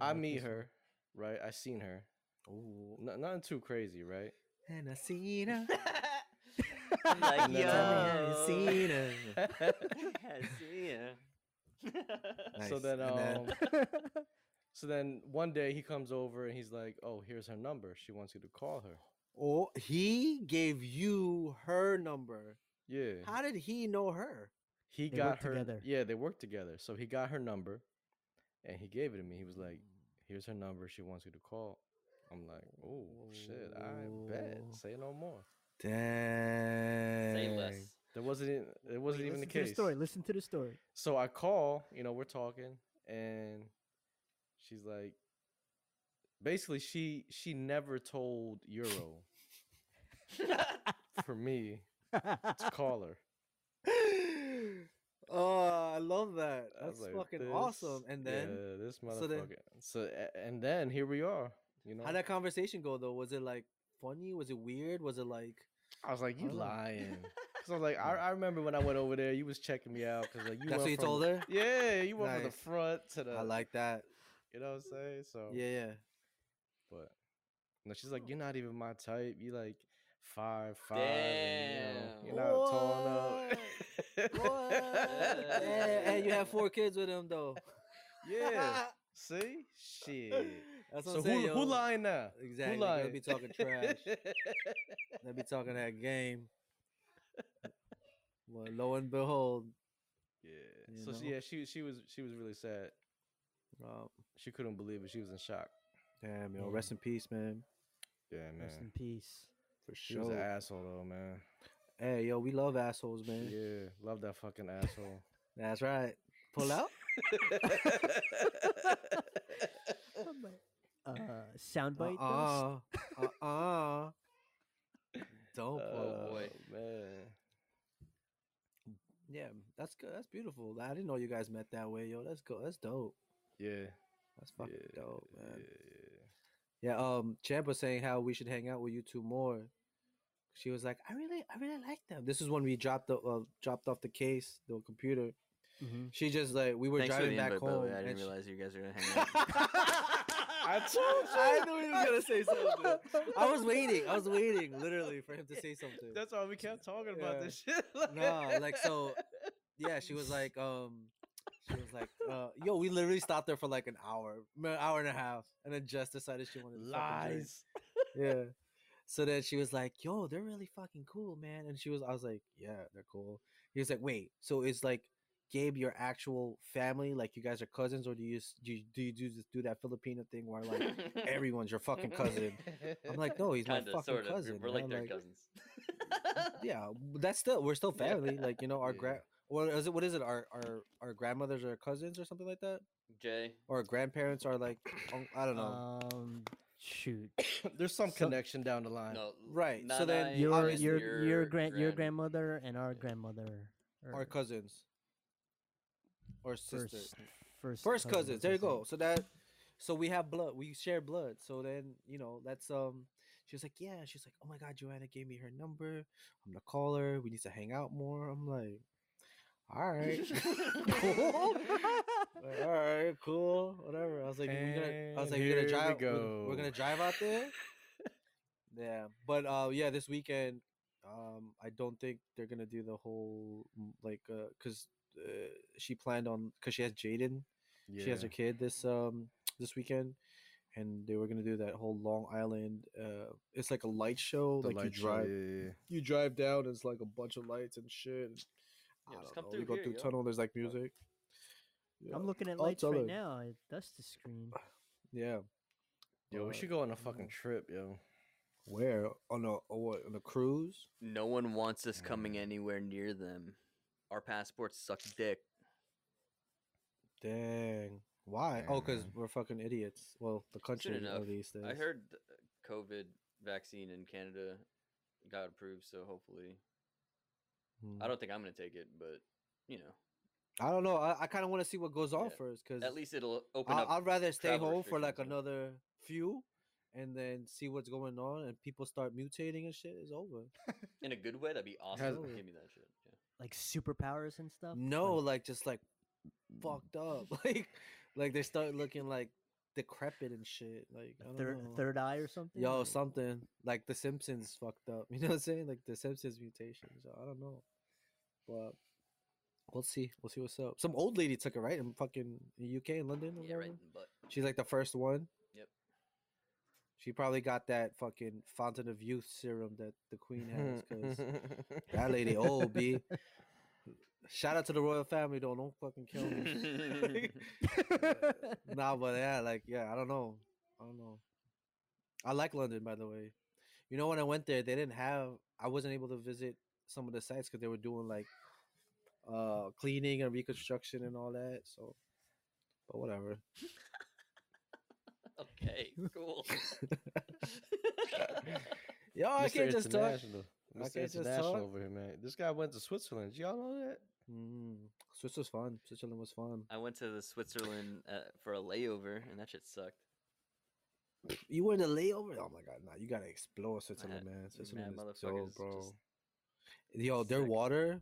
I
like
meet
this one.
her, right? I seen her.
Oh,
N- nothing too crazy, right?
and I seen her.
*laughs* I'm like,
And I tell me I
yo.
ain't seen her.
*laughs*
*laughs* I see ya.
*laughs*
So
Nice.
then,
And
um, so then one day he comes over and he's like, "Oh, here's her number. She wants you to call her."
Oh, he gave you her number.
Yeah,
How did he know her?
he
They
got
work
her.
together.
Yeah, they work together. So he got her number, and he gave it to me. He was
Mm.
like, "Here's her number. She wants you to call." I'm like, "Oh shit! I bet.
Ooh.
Say no more."
Dang.
Say less.
There wasn't. e- It wasn't
Wait,
even
listen to
the case.
the story. Listen to the
*laughs*
story. *laughs*
So I call, you know, we're talking, and she's like, basically, she she never told Euro for me to
*laughs*
call her.
*gasps* oh, I love that.
I was
That's
like,
fucking
"This-
awesome. And then
yeah, this
so then-
motherfucker. So, a and then here we are. You know,
how'd that conversation go though? Was it like funny? Was it weird? Was it like
I was like, you
Oh.
lying.
*laughs*
Cause I was like, I, I remember when I went over there, you was checking me out. Cause like you.
that's
went
what you
from-
told her?
Yeah, you went from the
Nice.
front to the. um,
I like that.
You know what I'm saying? So
Yeah, Oh. yeah.
But no, she's like, you're not even my type. You like, five five. and, you know, you're not tall enough. *laughs*
What?
and, and you have four kids with him though. *laughs*
yeah. See, shit.
That's what
So
I'm saying.
who, who
yo.
lying now?
Exactly.
Who
They'll
lying?
be talking trash.
*laughs*
They'll be talking that game. Well, lo and behold,
yeah.
You
So she,
know?
yeah, she she was she was really sad.
oh,
She couldn't believe it. She was in shock.
damn, yo,
Yeah.
rest in peace, man.
Yeah, man.
Rest in peace.
For
She was an
sure.
asshole though, man.
Hey, yo, we love assholes, man.
Yeah, love that fucking
*laughs*
asshole.
That's right. Pull out.
I'm like, Uh, soundbite. those?
Uh uh. Uh uh. Don't pull.
oh
out.
boy, man.
Yeah, that's good. That's beautiful. I didn't know you guys met that way, yo. Let's go. That's dope.
Yeah.
That's fucking
yeah,
dope, man.
yeah,
Yeah, um, Champ was saying how we should hang out with you two more. She was like, "I really, I really like them." This is when we dropped the uh, dropped off the case, the computer.
Mhm.
She just like we were
Thanks for
driving
the
back
invite, by the
home.
way. I
and
didn't
she-
realize you guys were gonna hang out.
*laughs* I
*laughs* *laughs* I
told you.
knew he was gonna say something. I was waiting. I was waiting, literally, for him to say something.
*laughs*
That's why we kept talking
Yeah.
about this shit. *laughs*
Nah, like, so- yeah, she was like, um, she was like, uh, yo, we literally stopped there for like an hour, m- an hour and a half, and then just decided she wanted to fucking drink.
lies.
yeah. So then she was like, "Yo, they're really fucking cool, man." And she was, I was like, "Yeah, they're cool." He was like, "Wait, so is like Gabe your actual family? Like you guys are cousins, or do you s- do you do, you do, this, do that Filipino thing where
*laughs*
like everyone's your fucking cousin?" I'm like, "No, he's my
Kinda,
fucking
sort of.
cousin."
We're like
man,"
their cousins.
Yeah, w- that's still we're still
Yeah.
family. Like you know our
Yeah.
grand. What is it? What is it? Our our our grandmothers are cousins or something like that,
Jay.
or our grandparents are like unc- I don't know.
Um, shoot.
*laughs* There's some
So-
connection down the line.
No.
Right, so then
Nanai,
Your
obviously,
your your grand, your grandmother and our
yeah.
grandmother.
Or
are
cousins, or sisters.
first first
First cousins. There you
I
go.
think.
So that, so we have blood. We share blood. So then you know that's um. She was like, yeah. She's like, oh my god, Joanna gave me her number. I'm gonna call her. We need to hang out more. I'm like, all
*laughs*
right, *laughs* cool. Like, all right, cool, whatever. I was like, we're gonna, I was like,
And
we're gonna
here we
drive. We're,
go.
we're gonna drive out
*laughs*
there. yeah, but uh, yeah, this weekend, um, I don't think they're gonna do the whole mm, like uh, cause uh, she planned on cause she has Jaden she has her
Yeah.
kid this um this weekend and they were gonna do that whole long island uh it's like a light show
The
like you
light show,
drive
yeah, yeah,
you drive down it's like a bunch of lights and shit
Yeah,
I don't
just come
know,
through
you go
here,
through
yo.
tunnel there's like music yeah.
*laughs* I'm looking at
I'll
lights
tell
right
her.
now. I- That's the screen.
yeah
Yo, we
But
should go on a fucking trip, yo.
where on a on what on a cruise
No one wants us coming anywhere near them. Our passports suck dick.
dang why oh because
Damn.
we're fucking idiots well the country
enough,
at least is.
I heard th- COVID vaccine in Canada got approved, so hopefully,
Hmm.
I don't think I'm gonna take it, but you know,
i don't know i, I kind of want to see what goes on
Yeah.
first because
at least it'll open
I,
up.
I'd rather stay
travel
home for like
restrictions, yeah.
another few, and then see what's going on, and people start mutating and shit. It's over.
in a good way. That'd be awesome.
Has-
Give me that shit. Yeah.
Like superpowers and stuff.
No,
Like,
like just like fucked up, *laughs* like like they start looking like decrepit and shit. Like I
a
don't
third
know.
third eye or something.
Yo,
Like,
something like The Simpsons fucked up. *laughs* You know what I'm saying? Like The Simpsons mutations. I don't know, but we'll see. We'll see what's up. Some old lady took it right in fucking UK in London. Or
Yeah, right.
whatever.
in the butt.
She's like the first one.
Yep.
She probably got that fucking fountain of youth serum that the queen has because
*laughs*
*laughs*
that lady old b. Shout out to the royal family though. Don't fucking kill
*laughs*
me. nah, but yeah, like yeah, I don't know. I don't know. I like London, by the way. You know, when I went there, they didn't have. I wasn't able to visit some of the sites because they were doing like uh cleaning and reconstruction and all that. So, but whatever. *laughs*
Okay,
*laughs*
cool.
Yo, Oh, I
Mr.
can't just talk.
International.
I
Mr.
can't just
International
talk.
over here, man. This guy went to Switzerland. Did y'all know that?
Mm. Swiss was fun. Switzerland was fun.
I went to the Switzerland uh, for a layover, and that shit sucked.
You were in a layover? Oh my god, nah, you gotta explore Switzerland,
Switzerland,
man. Switzerland
mad
is
motherfuckers
dope,
just-
bro. Yo, their
sick.
water,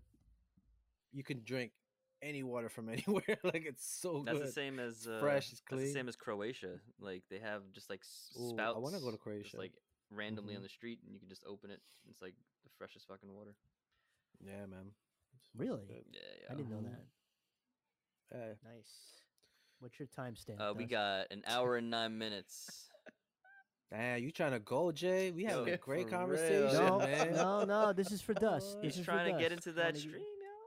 you can drink any water from *laughs* anywhere. like it's so *laughs*
That's
good.
the same as
It's
uh,
fresh, it's
That's the
clean.
same as Croatia. Like they have just like s-
Ooh,
spouts.
I wanna go to
just,
Croatia.
like randomly
Mhm.
on the street and you can just open it. It's like the freshest fucking water.
Yeah, man.
Really?
Yeah,
*laughs* I
yeah.
didn't know
Mhm.
that.
Hey,
Nice. What's your timestamp?
Uh, we
Dust?
got an hour and *laughs* nine minutes.
man, you trying to go, Jay? We having
Yo,
a great
for real,
conversation,
no,
man.
no, no. This
*laughs*
is for dust. This
He's
is for
trying to get
dust.
into
Wanna
that
get-
stream, yo.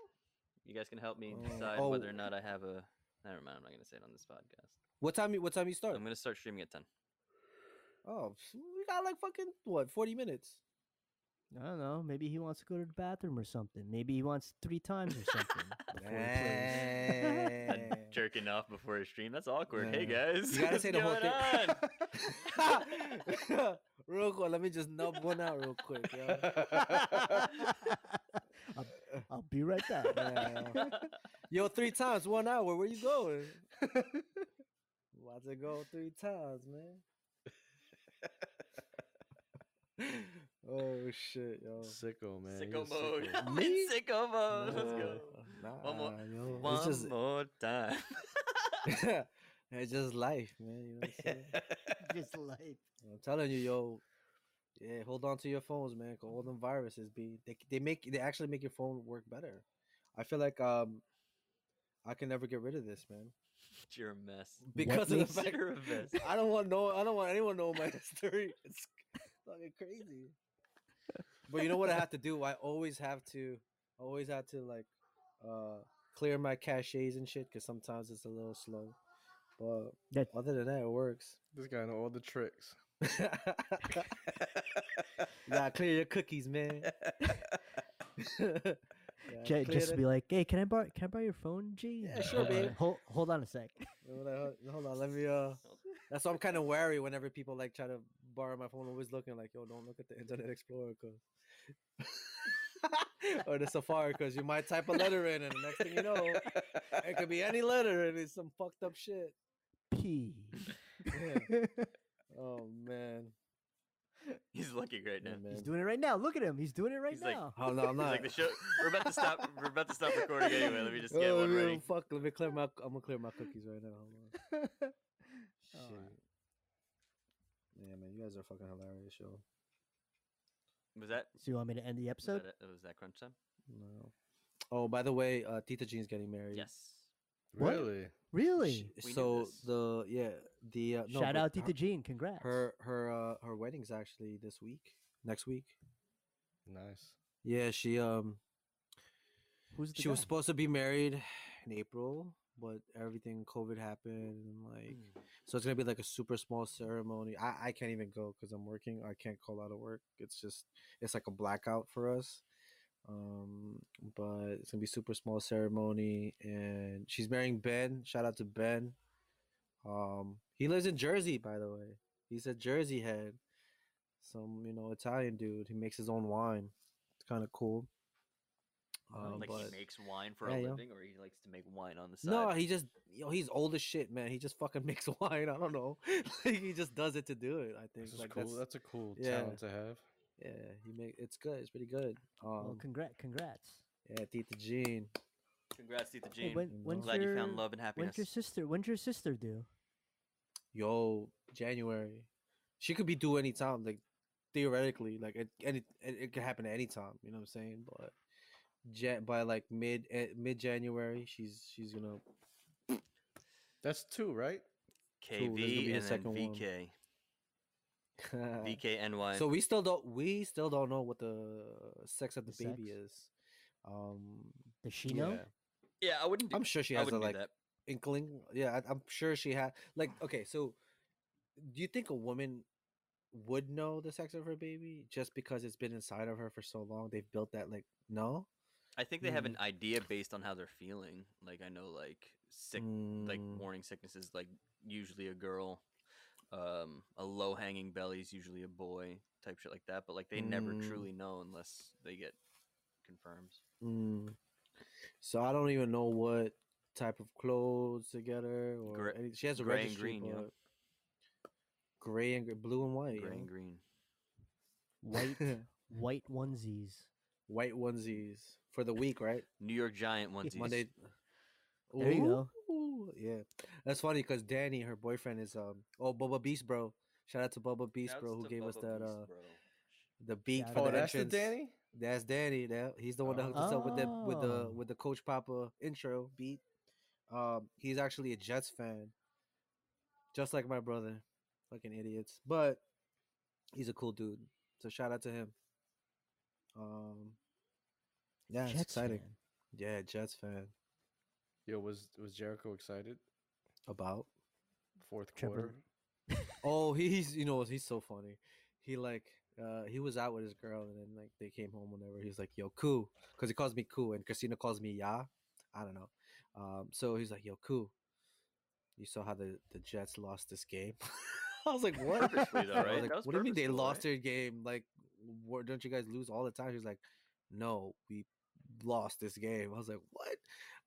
You guys can help me
Oh.
decide whether
Oh.
or not I have a. Never mind. I'm not gonna say it on this podcast.
What time? You, what time you start?
I'm gonna start streaming at ten.
Oh, we got like fucking what? Forty minutes.
I don't know. Maybe he wants to go to the bathroom or something. Maybe he wants three times or
*laughs*
something. before he plays.
I'm *laughs*
Man.
jerking off before a stream. That's awkward. Hey
Yeah. *laughs*
guys,
You
*laughs*
gotta
what's
say the whole
going on?
*laughs* thing. *laughs* real quick, let me just nub one out real quick, yo.
*laughs* I'll be right
*laughs*
back. *laughs*
Yeah. Yo, three times, one hour. Where you going? *laughs* About to go three times,
*laughs*
man. *laughs* oh shit, yo.
Sicko, man. you're a
Sicko mode.
*laughs*
*laughs*
sicko.
I'm
Me?
in sicko mode. Let's go.
Nah,
One more-
yo,
One
it's just
more time.
*laughs* it's just life, man. You know what I'm
*laughs*
saying?
Just life.
I'm telling you, yo. Yeah, hold on to your phones, man. 'cause All them viruses be they they make they actually make your phone work better. I feel like um, I can never get rid of this, man,
You're a mess.
because of
makes
the fact
You're a
*laughs*
mess.
I don't want no I don't want anyone knowing my *laughs* history. It's fucking crazy. But you know what I have to do? I always have to, always have to like, uh, clear my caches and shit because sometimes it's a little slow. But
That
other than that, it *laughs* works.
This guy know all the tricks.
nah, clear your cookies, man. *laughs*
*laughs*
Yeah,
J-
clear
just
the-
be like, hey, can I borrow can I borrow your phone, G?
Yeah, sure,
hold on,
babe.
Hold, hold on
*laughs*
a sec.
Hold on, hold on, let me. Uh, that's why I'm kind of wary whenever people like try to borrow my phone. Always looking like, yo, don't look at the Internet Explorer, cause *laughs* or the Safari, cause you might type a letter in, and the next thing *laughs* you
*laughs*
know, it could be any letter, and it's some fucked up shit.
P.
Yeah. oh man,
*laughs* *laughs* He's looking right
yeah,
now.
man.
He's doing it right now. Look at him. He's doing it right
He's like,
now.
oh no, I'm
*laughs* He's
not.
like the show. We're about to stop.
*laughs*
We're about to stop recording anyway. Let me just get
Oh,
one
yo,
ready.
Fuck, let me clear my. I'm gonna clear my cookies right now. Hold
*laughs*
on.
Oh,
Shit. Yeah, man, you guys are fucking hilarious, yo.
Was that?
So you want me to end the
Was that,
episode?
it? was that crunch time?
No. Oh, by the way, uh, Tita Jean's getting married.
Yes.
What?
Really?
Sh-
Really?
We knew
so
this.
the yeah the uh, no,
Shout
but
out Tita
her-
Jean. Congrats.
Her her uh, her wedding's actually this week, next week.
Nice.
Yeah, she um
Who's the
she was
guy?
supposed to be married in April, but everything COVID happened and like so it's gonna be like a super small ceremony. I I can't even go because I'm working. I can't call out of work. It's just it's like a blackout for us. Um, but it's gonna be super small ceremony, and she's marrying Ben. Shout out to Ben. Um, he lives in Jersey, by the way. He's a Jersey head, some you know Italian dude. He makes his own wine. It's kind of cool. Um,
like
but-
he makes wine for
Yeah,
a
yo.
living, or he likes to make wine on the side.
no, he just yo, he's old as shit, man. He just fucking *laughs* makes wine. I don't know. *laughs* like he just does it to do it. I think
This is
like
cool. That's,
that's,
a cool
yeah.
talent to have.
yeah. He make it's good. It's pretty good. Um,
Well, congrats. Congrats.
yeah, Tita Jean.
Congrats, Tita
Hey,
Jean.
when,
I'm
I'm
when's
glad
your,
you found love and
When's
happiness.
your sister? When's your sister due?
Yo, January. She could be due anytime. Like theoretically, like it any it, it could happen at any time. You know what I'm saying? But ja- by like mid mid January, she's she's gonna
That's two, right?
Cool, there's gonna be
KV
a
and then
second one.
VK.
*laughs*
VKNY.
So we still don't we still don't know what the sex of the,
The sex?
baby is. Um,
Does she know?
yeah.
yeah, I wouldn't. Do,
I'm sure she
I
has a
wouldn't
like
do that.
inkling. Yeah, I, I'm sure she had like okay. So, do you think a woman would know the sex of her baby just because it's been inside of her for so long? They've built that like no.
I think they have
Mm.
an idea based on how they're feeling. Like I know, like sick, like
Mm,
morning sickness is like usually a girl. Um, a low hanging belly is usually a boy type shit like that. But like they never
Mm.
truly know unless they get confirmed.
mm. So I don't even know what type of clothes to get her or
Gray-
any, she has a
gray and
registry,
green, yo.
but Gray and gr- blue and white.
Gray
yo.
and green.
*laughs*
White,
*laughs*
white onesies.
white onesies for the week, right?
New York Giant onesies.
Monday.
There you go.
Ooh, Yeah, that's funny because Danny, her boyfriend, is um oh Boba Beast, bro. Shout out to Bubba Beast, bro, who gave us that uh the beak
Shout
for
out.
Oh,
the
that's the
entrance.
Danny.
That's Danny. That he's the one that hooked us up with that with the
Oh.
with the Coach Papa intro beat. Um, he's actually a Jets fan, just like my brother. Fucking idiots, but he's a cool dude. So shout out to him. Um, yeah, it's
Jets
exciting.
fan.
Yeah, Jets fan.
Yo, was was Jericho excited?
About
Fourth
Trevor-
quarter.
oh, he- he's you know he's so funny. He like uh he was out with his girl and then like they came home whenever he was like yo cool because he calls me cool and Christina calls me ya. I don't know. Um, so he's like yo cool. You saw how the the Jets lost this game. *laughs* I was like what?
Purposely
*laughs*
though,
I was
right?
like,
That was
what do you mean they
purposeful,
lost
right?
their game? Like, wh- don't you guys lose all the time? He's like, no, we lost this game. I was like, what?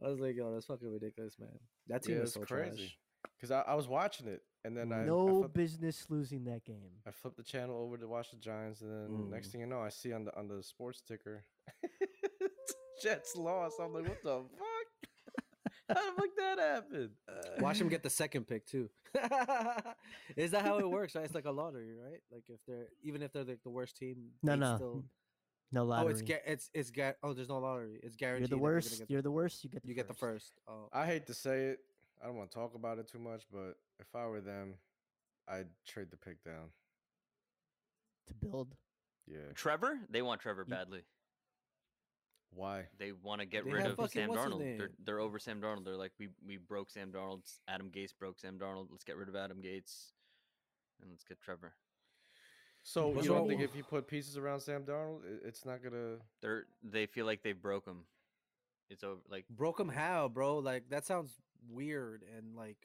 I was like, yo, that's fucking ridiculous, man. That team
Yeah,
is
it's
so
crazy.
trash.
Because I, I was watching it, and then I I
no
flipped,
business losing that game.
Uh,
I flipped the channel over to watch the Giants, and then next
Mm.
thing you know, I see on the on the sports ticker, *laughs* Jets lost. I'm like, what the fuck? How the fuck that happened? Uh, *laughs*
*laughs*
Watch him get the second pick too. *laughs* Is that how it works? Right? It's like a lottery, right? Like if they're even if they're like the worst team.
No,
they'd
no,
still-
No
Oh,
lottery.
it's ga- it's it's ga- Oh, there's no lottery. It's
you're
guaranteed. that
the
they're gonna
worst.
get-
You're the worst. You get the
you
first.
get the first. Oh,
I hate to say it. I don't want to talk about it too much, but if I were them, I'd trade the pick down.
to
*laughs*
build. *laughs*
Yeah.
Trevor? They want Trevor
Ye-
badly.
Why?
They want to get
They
rid
have
of
fucking-
Sam
what's his
Darnold. They're,
name?
they're over Sam Darnold. They're like, we, we broke Sam Darnold. S- Adam Gates broke Sam Darnold. Let's get rid of Adam Gates and let's get Trevor.
So
What's
you don't
wrong
think
with-
if you put pieces around Sam Darnold, it, it's not gonna?
They're they feel like they broke him. It's over. Like
broke him how, bro? Like that sounds weird and like.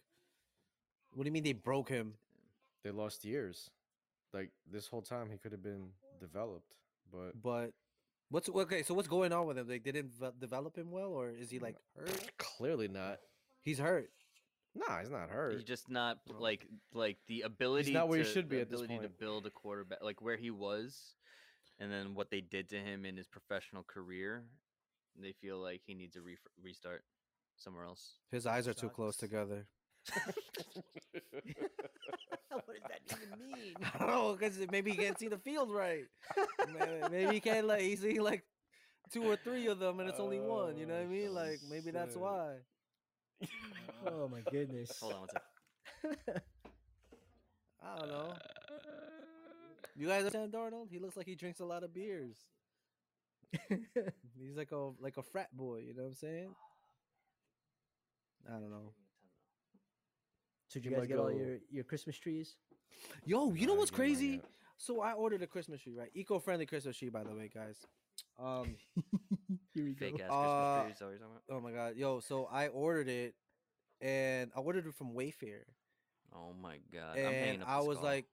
What do you mean they broke him?
They lost years. Like this whole time, he could have been developed, but
But what's okay? So what's going on with him? Like they didn't ve- develop him well, or is he like hurt?
clearly not.
He's hurt.
Nah, he's not hurt.
he's just not
Well,
like like the ability.
not where he
to,
should
the
be at this
ability to
point.
build a quarterback, like where he was, and then what they did to him in his professional career. They feel like he needs a ref restart somewhere else.
His eyes are too close
Sucks.
together. *laughs*
what does that even mean?
I don't know because maybe he can't see the field right. *laughs* May- Maybe he can't like he's seeing like two or three of them, and it's only one. You know what I
Oh,
mean? Like maybe that's
shit.
why.
Oh my
*laughs*
goodness.
Hold on one second.
I don't know.
Uh,
You guys understand Darnold? He looks like he drinks a lot of beers.
*laughs*
He's like a like a frat boy. You know what I'm
*sighs*
saying? I don't know.
So did you
You
guys
might
get all
go-
your, your Christmas trees?
*laughs* Yo, you know
Nah,
what's
might
crazy?
not.
So I ordered a Christmas tree, right? Eco-friendly Christmas tree, by the way, guys. Um,
Here we
Fake ass
Uh,
Christmas tree. Is that what you're talking
oh my god, yo. So I ordered it, and I ordered it from Wayfair,
about? Oh my god! I'm hanging
and
up
I
this
was
call.
like,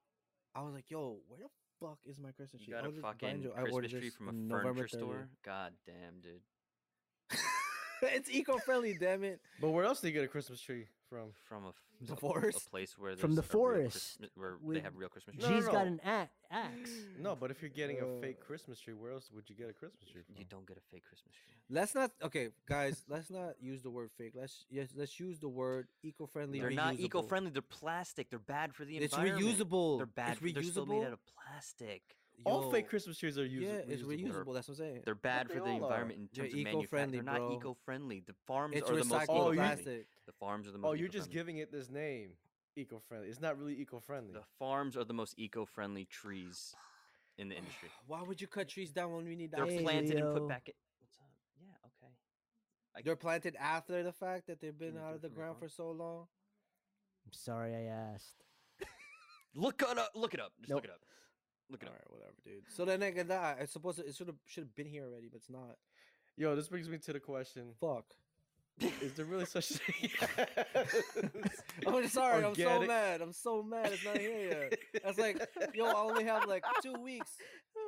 I was like, yo, where the fuck is my Christmas tree?
you got
I
a
ordered-
fucking
mind you, I ordered
Christmas tree
this
from a
November
furniture store. God damn, dude.
30th. *laughs* it's eco-friendly, damn it.
But where else do you get a Christmas tree from?
From a, f-
The
a-
forest?
a place where
From
there's
the
a real
forest
Christmas- where they
with
have real Christmas.
No,
trees.
G's
no,
got
no.
an a- axe.
No, but if you're getting a fake
Uh,
Christmas tree, where else would you get a Christmas tree from?
You don't get a fake Christmas tree.
Let's not okay, guys. let's not use the word fake. Let's yes, let's use the word eco-friendly.
They're not
reusable.
eco-friendly. They're plastic. They're bad for the
It's
environment.
reusable.
They're bad.
It's
for-
reusable.
They're still made out of plastic.
All fake
Yo,
Christmas trees are
Yeah,
usable.
it's reusable. That's what I'm saying.
They're bad
they
for the
all are.
environment in
They're
terms of manufacturing.
eco-friendly,
They're not
bro.
eco-friendly. The farms
it's
are the most.
recycled
Oh, you-
eco-friendly.
plastic.
The farms are the most.
Oh, you're just
eco-friendly.
giving it this name, eco-friendly. It's not really eco-friendly.
The farms are the most eco-friendly trees in the
*sighs*
*sighs*
industry.
Why would you cut trees down when we need?
They're
ice?
Hey,
planted and
yo.
put back in. What's up? Yeah. Okay. I-
They're planted after the fact that they've been
Can you
out
do
of the
from your
ground
phone?
for so long.
I'm sorry I asked.
Look it up. Look it up. Just look
Nope.
it up. Look it
All
up.
right, whatever, dude. So then again, that it's supposed to it should have should have been here already, but it's not.
Yo, this brings me to the question:
*laughs* Fuck.
Is there really such a
*laughs*
thing?
I'm sorry. I'm so
Organic-
mad. I'm so mad. It's not here yet.
*laughs*
That's like, yo, I only have like two weeks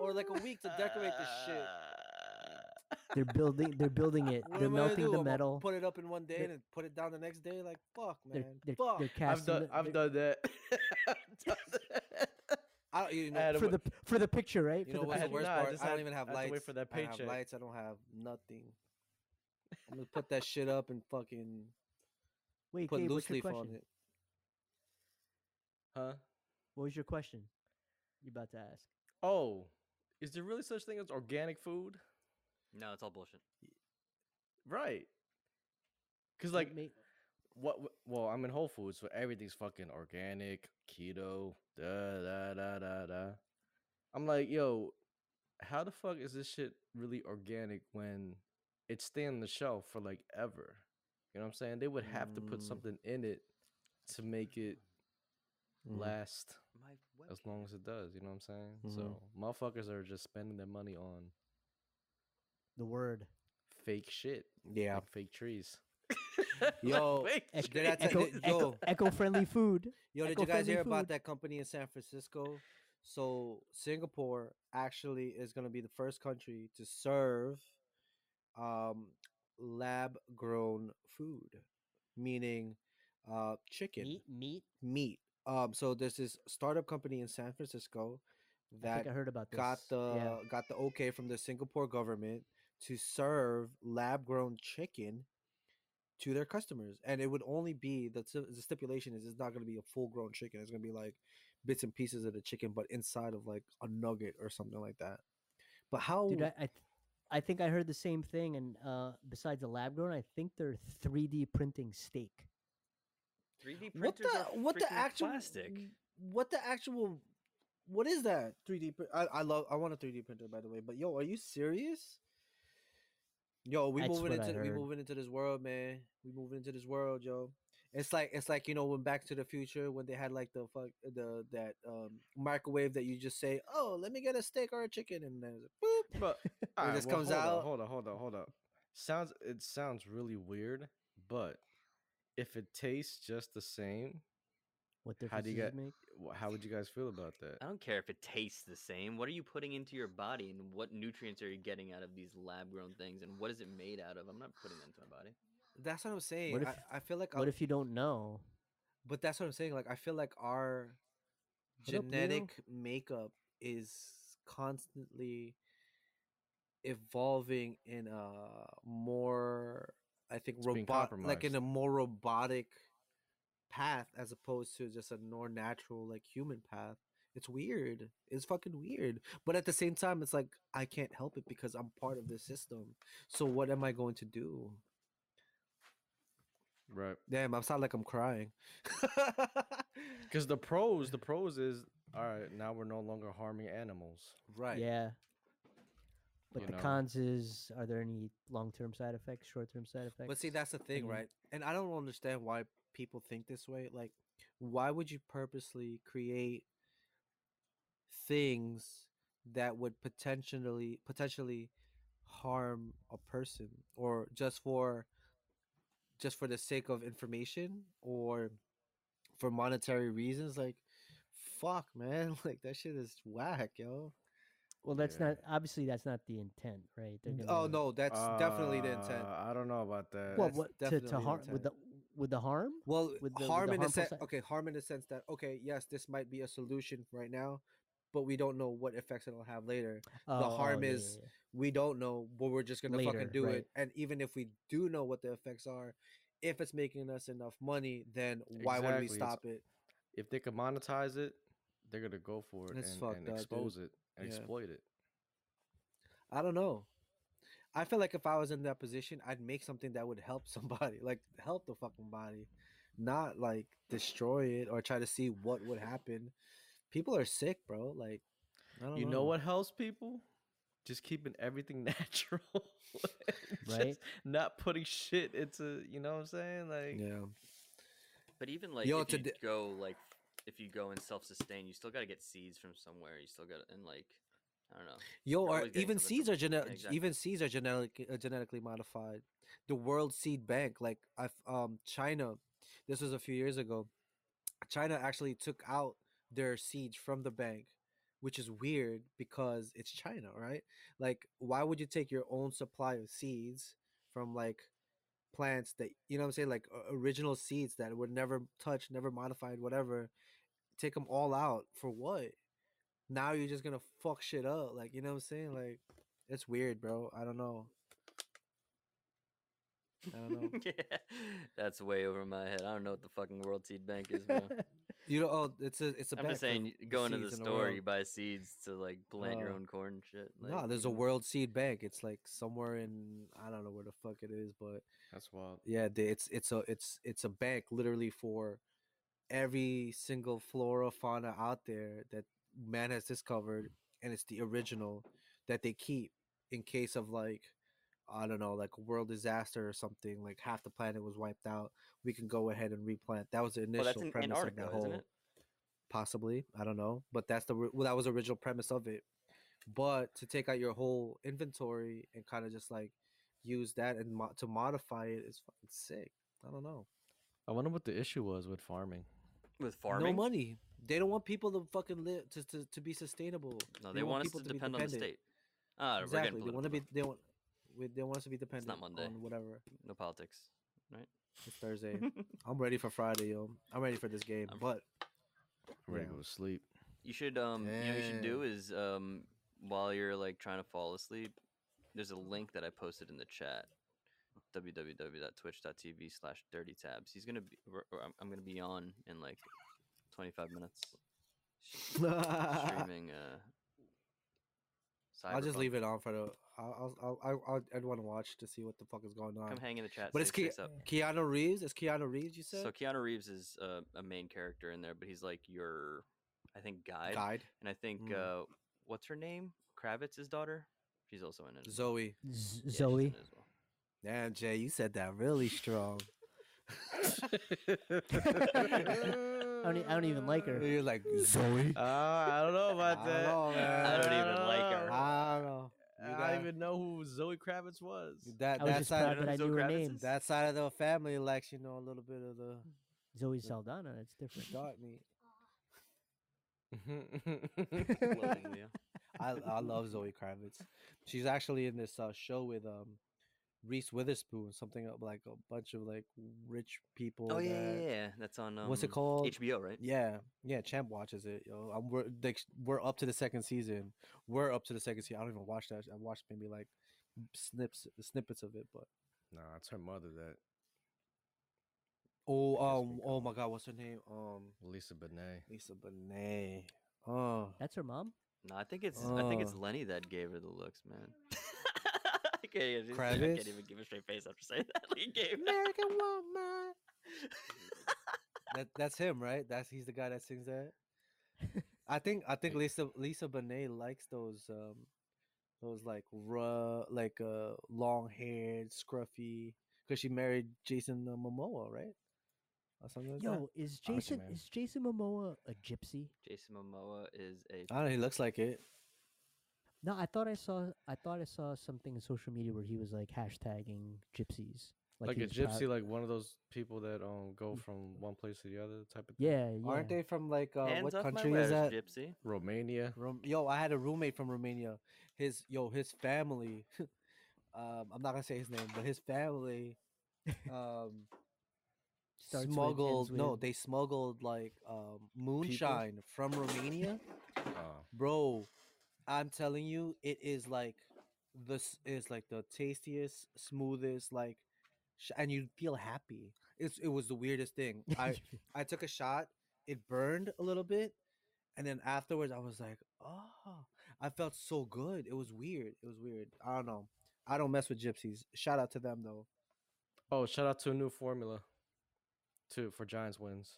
or like a week to decorate this shit.
Uh,
Uh,
They're building. They're building it.
What
they're
am I gonna
melting
do?
the
I'ma
metal.
Put it up in one day
They're-
and then put it down the next day. Like, fuck, man.
They're, they're,
fuck.
they're
I've
casting.
done.
the- they're-
I've done that. *laughs* I've
*laughs*
done that.
I don't, you know,
Adam,
for the p- for the picture, right?
You
for
know
the
what's the
had-
picture.
worst
nah, *laughs* I
part?
just
I don't
had-
even have
I had to
lights.
wait for that
I don't have
paycheck.
lights. I don't have nothing. I'm gonna put that shit up and fucking
Wait,
put
Gabe,
loose
what's your
leaf on
question?
it.
huh?
What was your question? You about to ask?
Oh, is there really such thing as organic food?
No, it's all bullshit.
Right. Cause
What
like
ma-
what? w- Well, I'm in Whole Foods, so everything's fucking organic, keto, da da da da da. I'm like, yo, how the fuck is this shit really organic when it's staying on the shelf for like ever? You know what I'm saying? They would have to put
Mm.
something in it to make it
Mhm.
last
My
as long as it does. You know what I'm
Mhm.
saying? So motherfuckers are just spending their money on
the word.
fake shit,
Yeah. Oh.
like fake trees.
Yo,
*laughs* Wait,
Eco-
did I tell-
eco-
did-
eco-
yo.
eco-friendly food.
Yo, did you guys hear
Eco-friendly
about
food.
that company in San Francisco? So Singapore actually is going to be the first country to serve um, lab-grown food, meaning uh, chicken meat.
Meat, meat.
Um, so there's this startup company in San Francisco
I
that
think I heard about this.
got the
yeah.
got the okay from the Singapore government to serve lab grown chicken to their customers, and it would only be the, sti- the stipulation is it's not going to be a full grown chicken. It's going to be like bits and pieces of the chicken, but inside of like a nugget or something like that. But how?
Dude, I, I, th- I think I heard the same thing. And uh, besides the lab grown, I think they're 3D printing steak.
3D printers
what the
are
what the
freaking
actual
plastic.
What the actual? What is that 3D? Pr- I, I love. I want a 3D printer, by the way. But yo, are you serious? Yo, we
That's
moving
what I
into we
heard.
moving into this world, man. We moving into this world, yo. It's like it's like you know when Back to the Future when they had like the fuck the that um, microwave that you just say, oh, let me get a steak or a chicken, and then it's like, boop.
But alright,
this comes
hold
out-
Up, hold on, hold on, hold on. Sounds it sounds really weird, but if it tastes just the same,
What
How
difference
do you
does it
get-
make?
wh- how would you guys feel about that?
I don't care if it tastes the same. What are you putting into your body, and what nutrients are you getting out of these lab-grown things, and what is it made out of? I'm not putting that into my body.
That's what I'm saying.
if-
I, I feel like
What
I'll-
if you don't know?
But that's what I'm saying. Like I feel like our
What up, Leo?
genetic makeup is constantly evolving in a more I think
It's being
robotic like in
compromised.
a more robotic path as opposed to just a more natural like human path. It's weird. It's fucking weird. But at the same time it's like I can't help it because I'm part of this system. So what am I going to do?
Right.
Damn, I sound like I'm crying. *laughs*
Because the pros, the pros is all right. Now we're no longer harming animals.
right.
Yeah. But
You
the
know.
cons is are there any long term side effects, short term side effects?
But see, that's the thing,
mean-
right? And I don't understand why people think this way. Like, why would you purposely create things that would potentially potentially harm a person, or just for just for the sake of information, or for monetary reasons? Like, fuck, man! *laughs* Like that shit is whack, yo.
well, that's
Yeah.
not obviously that's not the intent, right? They're
Oh
gonna-
no, that's definitely the intent.
Uh, I don't know about that.
Well,
that's
what to,
definitely
to
the
harm
intent.
with the with the harm?
Well,
with the- with
harm
the
in the
harmful
sense.
side-
Okay, harm in the sense that okay, yes, this might be a solution right now, but we don't know what effects it'll have later.
Oh, oh,
harm
yeah,
is-
yeah, yeah.
We don't know, but we're just gonna
Later,
fucking do
right.
it. And even if we do know what the effects are, if it's making us enough money, then why would we
Exactly, it's-
stop it?
if they could monetize it, they're gonna go for it
It's
and,
fucked
and
up, dude.
expose it and
Yeah.
exploit it.
I don't know. I feel like if I was in that position, I'd make something that would help *laughs* somebody, like help the fucking body, not like destroy it or try to see what would happen. People are sick, bro. Like, I don't
You
know.
know what helps people? Just keeping everything *laughs* natural, and just
Right?
Not putting shit into you know what I'm saying? Like
Yeah.
But even like
Yo,
if you
today-
go like if you go and self-sustain, you still got to get seeds from somewhere. You still got to and like I don't know.
Yo,
You're
are,
always getting
even
something
seeds
from-
are gene-
yeah, exactly.
even seeds are genetic- uh, genetically modified. The World Seed Bank, like I've, um, China, this was a few years ago. China actually took out their seeds from the bank, which is weird because it's China, right? Like, why would you take your own supply of seeds from like plants that you know what I'm saying, like o- original seeds that were never touched, never modified, whatever? Take them all out for what? now you're just gonna fuck shit up. Like, you know what I'm saying? Like, it's weird, bro. I don't know. I don't know.
*laughs*
*laughs*
*laughs*
yeah, that's way over my head. I don't know what the fucking World Seed Bank is, bro.
You know, oh, it's a it's a.
I'm just
bag of
saying, you go into the
seeds in a
store,
world.
you buy seeds to like plant your
Oh.
own corn and shit. Like, mm.
Nah, there's a world seed bank. It's like somewhere in I don't know where the fuck it is, but
That's
uh,
wild.
yeah, they- it's it's a it's it's a bank literally for every single flora fauna out there that man has discovered, and it's the original that they keep in case of like I don't know, like a world disaster or something. Like half the planet was wiped out. We can go ahead and replant. That was the
Well,
initial
that's in
premise
Antarctica,
of that whole
isn't it?
possibly i don't know but that's the ri- well, that was the original premise of it but to take out your whole inventory and kind of just like use that and mo- to modify it is fucking sick i don't know
I wonder what the issue was with farming.
With farming.
no money they don't want people to fucking live to, to, to be sustainable
No, they, want us to
be
depend on the
dependent.
state. Ah,
exactly they
we're
want to
getting
be
political.
they want we- they want us to be dependent
Monday.
on whatever
no politics.
it's
*laughs*
thursday i'm ready for friday yo i'm ready for this game
I'm-
but
I'm ready
Yeah.
to go to *laughs* sleep.
You should um you know what you should do is um while you're like trying to fall asleep, there's a link that I posted in the chat www.twitch.tv slash dirty tabs he's gonna be we're- we're- I'm- i'm gonna be on in like 25
*laughs*
minutes streaming uh
i'll just
Cyberpunk.
leave it on for the i'll i'll i'll, I'll i'd want to watch to see what the fuck is going on
come hang in the chat
But it's
say
Ke-
face up.
Keanu Reeves. It's Keanu Reeves. You said
so keanu reeves is uh, a main character in there but he's like your i think guide,
guide
and i think
Mm.
uh what's her name kravitz's daughter she's also in it
Zoe.
Z-
Yeah, she's in *laughs*
Zoe.
it as well.
Damn, Jay, you said that really strong.
I don't, e- I don't even like her.
You're
*laughs*
like Zoe.
Uh, I don't know
I
about
don't
that.
know, man. I don't
even like
know.
her.
I don't know. You
I
got-
don't even know who Zoe Kravitz was.
That
I was
that
just
side
*laughs*
proud
of
that I
Zoe
knew her
Kravitz's?
name.
that side of the family likes you know a little bit of the
Zoe Saldana. That's *laughs* different.
dark meat.
*laughs*
*laughs*
Well, yeah.
I I love Zoe Kravitz. She's actually in this uh, show with um Reese Witherspoon. Something of, like a bunch of like rich people.
Oh yeah,
that-
yeah, yeah. That's on um,
What's it called?
HBO, right?
Yeah, yeah. Champ watches it. Yo, I'm, we're like we're up to the second season. We're up to the second season. I don't even watch that. I watched maybe like snips snippets of it, but
nah, it's her mother that
oh
I guess
um
we
oh
got-
my god, what's her name? Um,
Lisa Bonet.
Lisa Bonet. Oh,
That's her mom.
No, I think it's I think it's
Oh.
Lenny that gave her the looks, man. *laughs* I, can't even, I
Kravitz?
can't even give a straight face after saying *laughs* that. Like, gave
American woman. that that's him, right? That's he's the guy that sings
*laughs*
that. I think I think Lisa Lisa Bonet likes those um those like raw like uh long haired scruffy because she married Jason uh, Momoa, right? Or something like
Yo, is
I know what you
Jason
mean.
is Jason Momoa a gypsy?
*laughs* Jason Momoa is a
that. I don't know. He looks like it.
No, I thought I saw I thought I saw something in social media where he was like hashtagging gypsies.
Like,
he
a
was proud-
gypsy, like one of those people that um go from one place to the other type of thing.
yeah, yeah.
Aren't they from like uh,
hands
what
off
country
my
is
letters,
that?
gypsy.
Romania.
Rom- yo, I had a roommate from Romania. His yo, his family. *laughs* um, I'm not gonna say his name, but his family. Um,
*laughs* Starts with, ends
smuggled no
with.
they smuggled like um moonshine from romania
Oh,
bro i'm telling you it is like this is like the tastiest smoothest like sh- and you feel happy it's it was the weirdest thing i i took a shot it burned a little bit and then afterwards i was like oh i felt so good it was weird it was weird i don't know i don't mess with gypsies shout out to them though
oh, shout out to a new formula, to for Giants wins,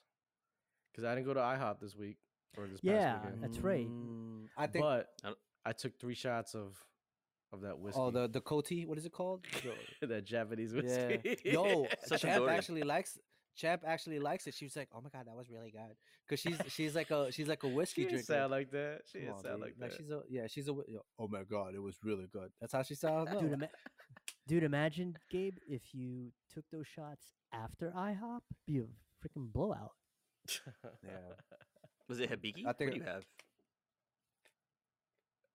because I didn't go to IHOP this week or this
Yeah,
past weekend.
That's right.
Mm, i think
but
I don't-
I took three shots of of that whiskey.
oh the the koti what is it
*laughs*
called The-
that Japanese
Yeah.
whiskey. *laughs*
Yo,
Such a
Champ
dork.
actually likes Champ actually likes it. She was like, "Oh my god, that was really good." Cuz she's she's like a she's like a
she
whiskey
didn't
drinker.
sound like that. She
Come
didn't
on,
sound
dude.
like that. *laughs*
she's a yeah, she's a whi- yo, "Oh my god, it was really good." That's how she sounds.
*laughs* dude,
no.
ima- dude, imagine Gabe if you took those shots after IHOP, be a freaking blowout.
Yeah.
*laughs*
Was it Habiki?
I think
what do
it-
you have?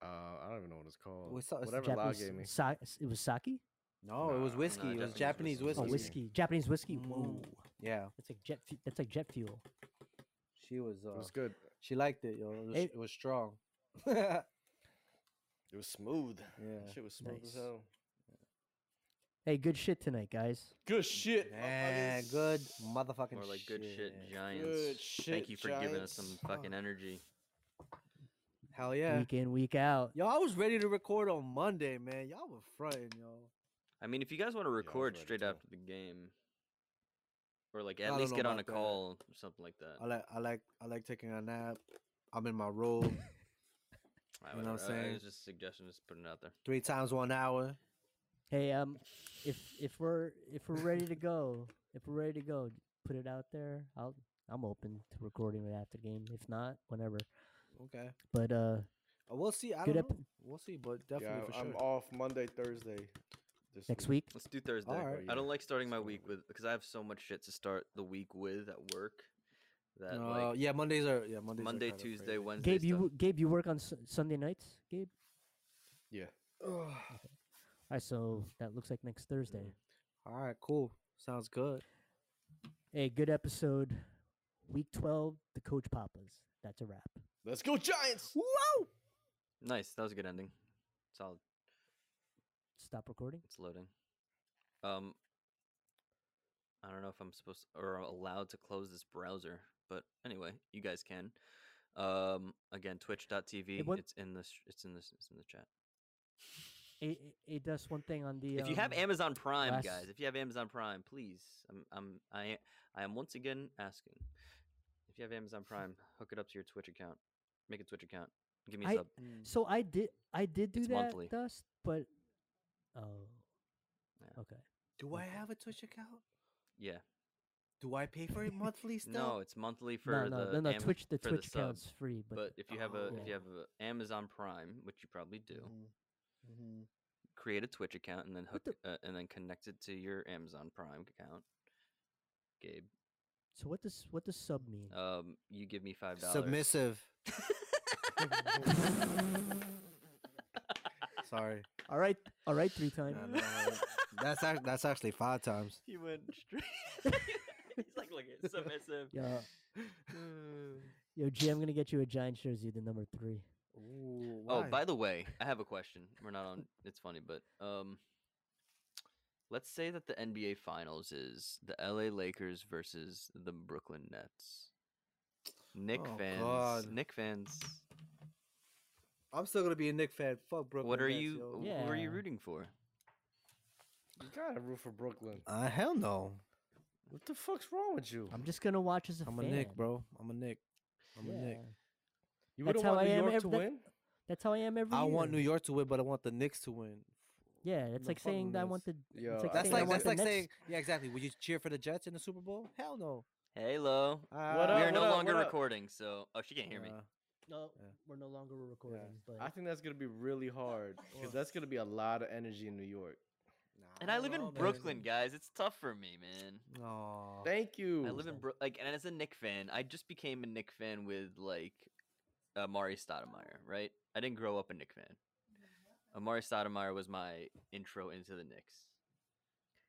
Uh, I don't even know what it's called.
What's that- it's
Whatever Lau
Japanese-
gave me.
sa- it was sake.
No, it was
Nah,
whiskey.
nah,
it was
Japanese
Japanese whiskey.
whiskey.
Oh, whiskey, Japanese whiskey.
Mm.
Whoa,
Yeah.
that's like jet. Fu- that's like jet fuel.
She was uh,
It was good.
she liked it, yo. It was,
Hey.
it was strong. *laughs* yeah.
It was smooth. That Shit was
smooth as Nice. hell. Hey, good shit tonight, guys.
*laughs*
Good shit.
Yeah,
motherfuckers.
good motherfucking
More like good shit, Giants.
Good shit.
Thank you for giving us some
Giants.
fucking energy.
Hell yeah.
Week in, week out.
Yo, I was ready to record on Monday, man. Y'all were fronting, yo.
I mean, if you guys want to
I was
record
ready
straight
too.
after the game, or like
I
at
don't
least
know
get on a
about that.
call or something like that.
I like, I like, I like taking a nap. I'm in my
*laughs*
robe
I
you know what I'm
whatever, I-
saying?
It's just a suggestion, just putting it out there.
three times one hour.
Hey, um, if if we're if we're ready to go, if we're ready to go, put it out there. I'll I'm open to recording it after game. If not, whenever.
Okay,
But uh,
Uh, we'll see. I
Good
don't
ep-
know. We'll see, but definitely
Yeah,
for
I'm
sure.
off Monday, Thursday. This
next week,
Let's do Thursday.
Alright.
I don't like starting my
Sorta
week
weird.
with because I have so much shit to start the week with at work. That
Uh,
like
yeah, Mondays are yeah Mondays. are
Monday,
kinda
Tuesday,
crazy.
Wednesday.
Gabe, you
stuff.
w- Gabe, you work on s- Sunday nights, Gabe.
Yeah.
Ugh.
All right, so that looks like next Thursday.
Mm-hmm.
All right, cool. Sounds good.
Hey, good episode. Week twelve, the Coach Papas. That's a wrap.
Let's go Giants.
Whoa!
nice. That was a good ending. Solid.
Stop recording.
It's loading. Um, I don't know if I'm supposed or allowed to close this browser, but anyway, you guys can. Um, again, Twitch.tv.
what-
It's in the sh- it's in the s- it's in the chat.
It, it does one thing on the.
if you have
um,
Amazon Prime,
last-
guys, if you have Amazon Prime, please, I'm, I'm, I, I am once again asking. If you have
*laughs*
Amazon Prime, hook it up to your Twitch account, make a Twitch account, give me a
I-
sub.
So I did I did do
It's
that
monthly.
dust, but oh,
Yeah.
okay.
Do I have a Twitch account?
Yeah,
Do I pay for it monthly still?
*laughs* no, it's monthly for
no, no,
the
no, no.
Am-
Twitch the
for
Twitch
sub,
account's free, but,
But if you have a
Oh.
if you have a Amazon Prime, which you probably do,
hmm
create a Twitch account and then hook
Mm-hmm. What the-
uh, and then connect it to your Amazon Prime account. Gabe,
so what does what does sub mean?
um, you give me five dollars.
Submissive. *laughs* Sorry.
all right, all right, three times.
No, no, no. That's ac- that's actually five times.
He went straight. *laughs* He's like, look, it's
*laughs*
submissive.
Yeah.
Uh,
Yo, G, I'm gonna get you a giant jersey, the number three.
Ooh,
oh,
why?
by the way, I have a question. We're not on. It's funny, but um, let's say that the NBA Finals is the LA Lakers versus the Brooklyn Nets. Nick
Oh,
fans,
God.
Nick fans,
I'm still gonna be a Nick fan. Fuck Brooklyn.
what are
Nets,
you?
yo.
Who are you
Yeah.
rooting for?
You gotta root for Brooklyn.
Uh, hell no.
What the fuck's wrong with you?
I'm just gonna watch as a
I'm a
fan.
Nick, bro. I'm a Nick. I'm a Nick.
Yeah.
You
That's
wouldn't
how I
want New
am
York to
every- that-
win.
That's how I am every.
I want
year.
New York to win, but I want the Knicks to win.
Yeah, it's
No
like
fucking
saying that I
Nets.
want the.
Yo,
That's
like
I think
saying
like
I
want
that's
the
might-
like
Nets-
saying yeah, exactly. Would you cheer for the Jets in the Super Bowl? Hell no.
Hey, Lo.
Uh,
What
we
up,
are no
what up,
longer
what up?
recording, so oh, she can't hear me.
uh,
No,
Yeah.
we're no longer recording.
I
But
think that's gonna be really hard because
Well-
that's gonna be a lot of energy in New York.
And I live in Brooklyn, guys. It's tough for me, man.
No.
Thank you.
I live in Bro- like, and as a Nick fan, I just became a Nick fan with like Amari Stoudemire, right? I didn't grow up a Nick fan. Amari Stoudemire was my intro into the Knicks,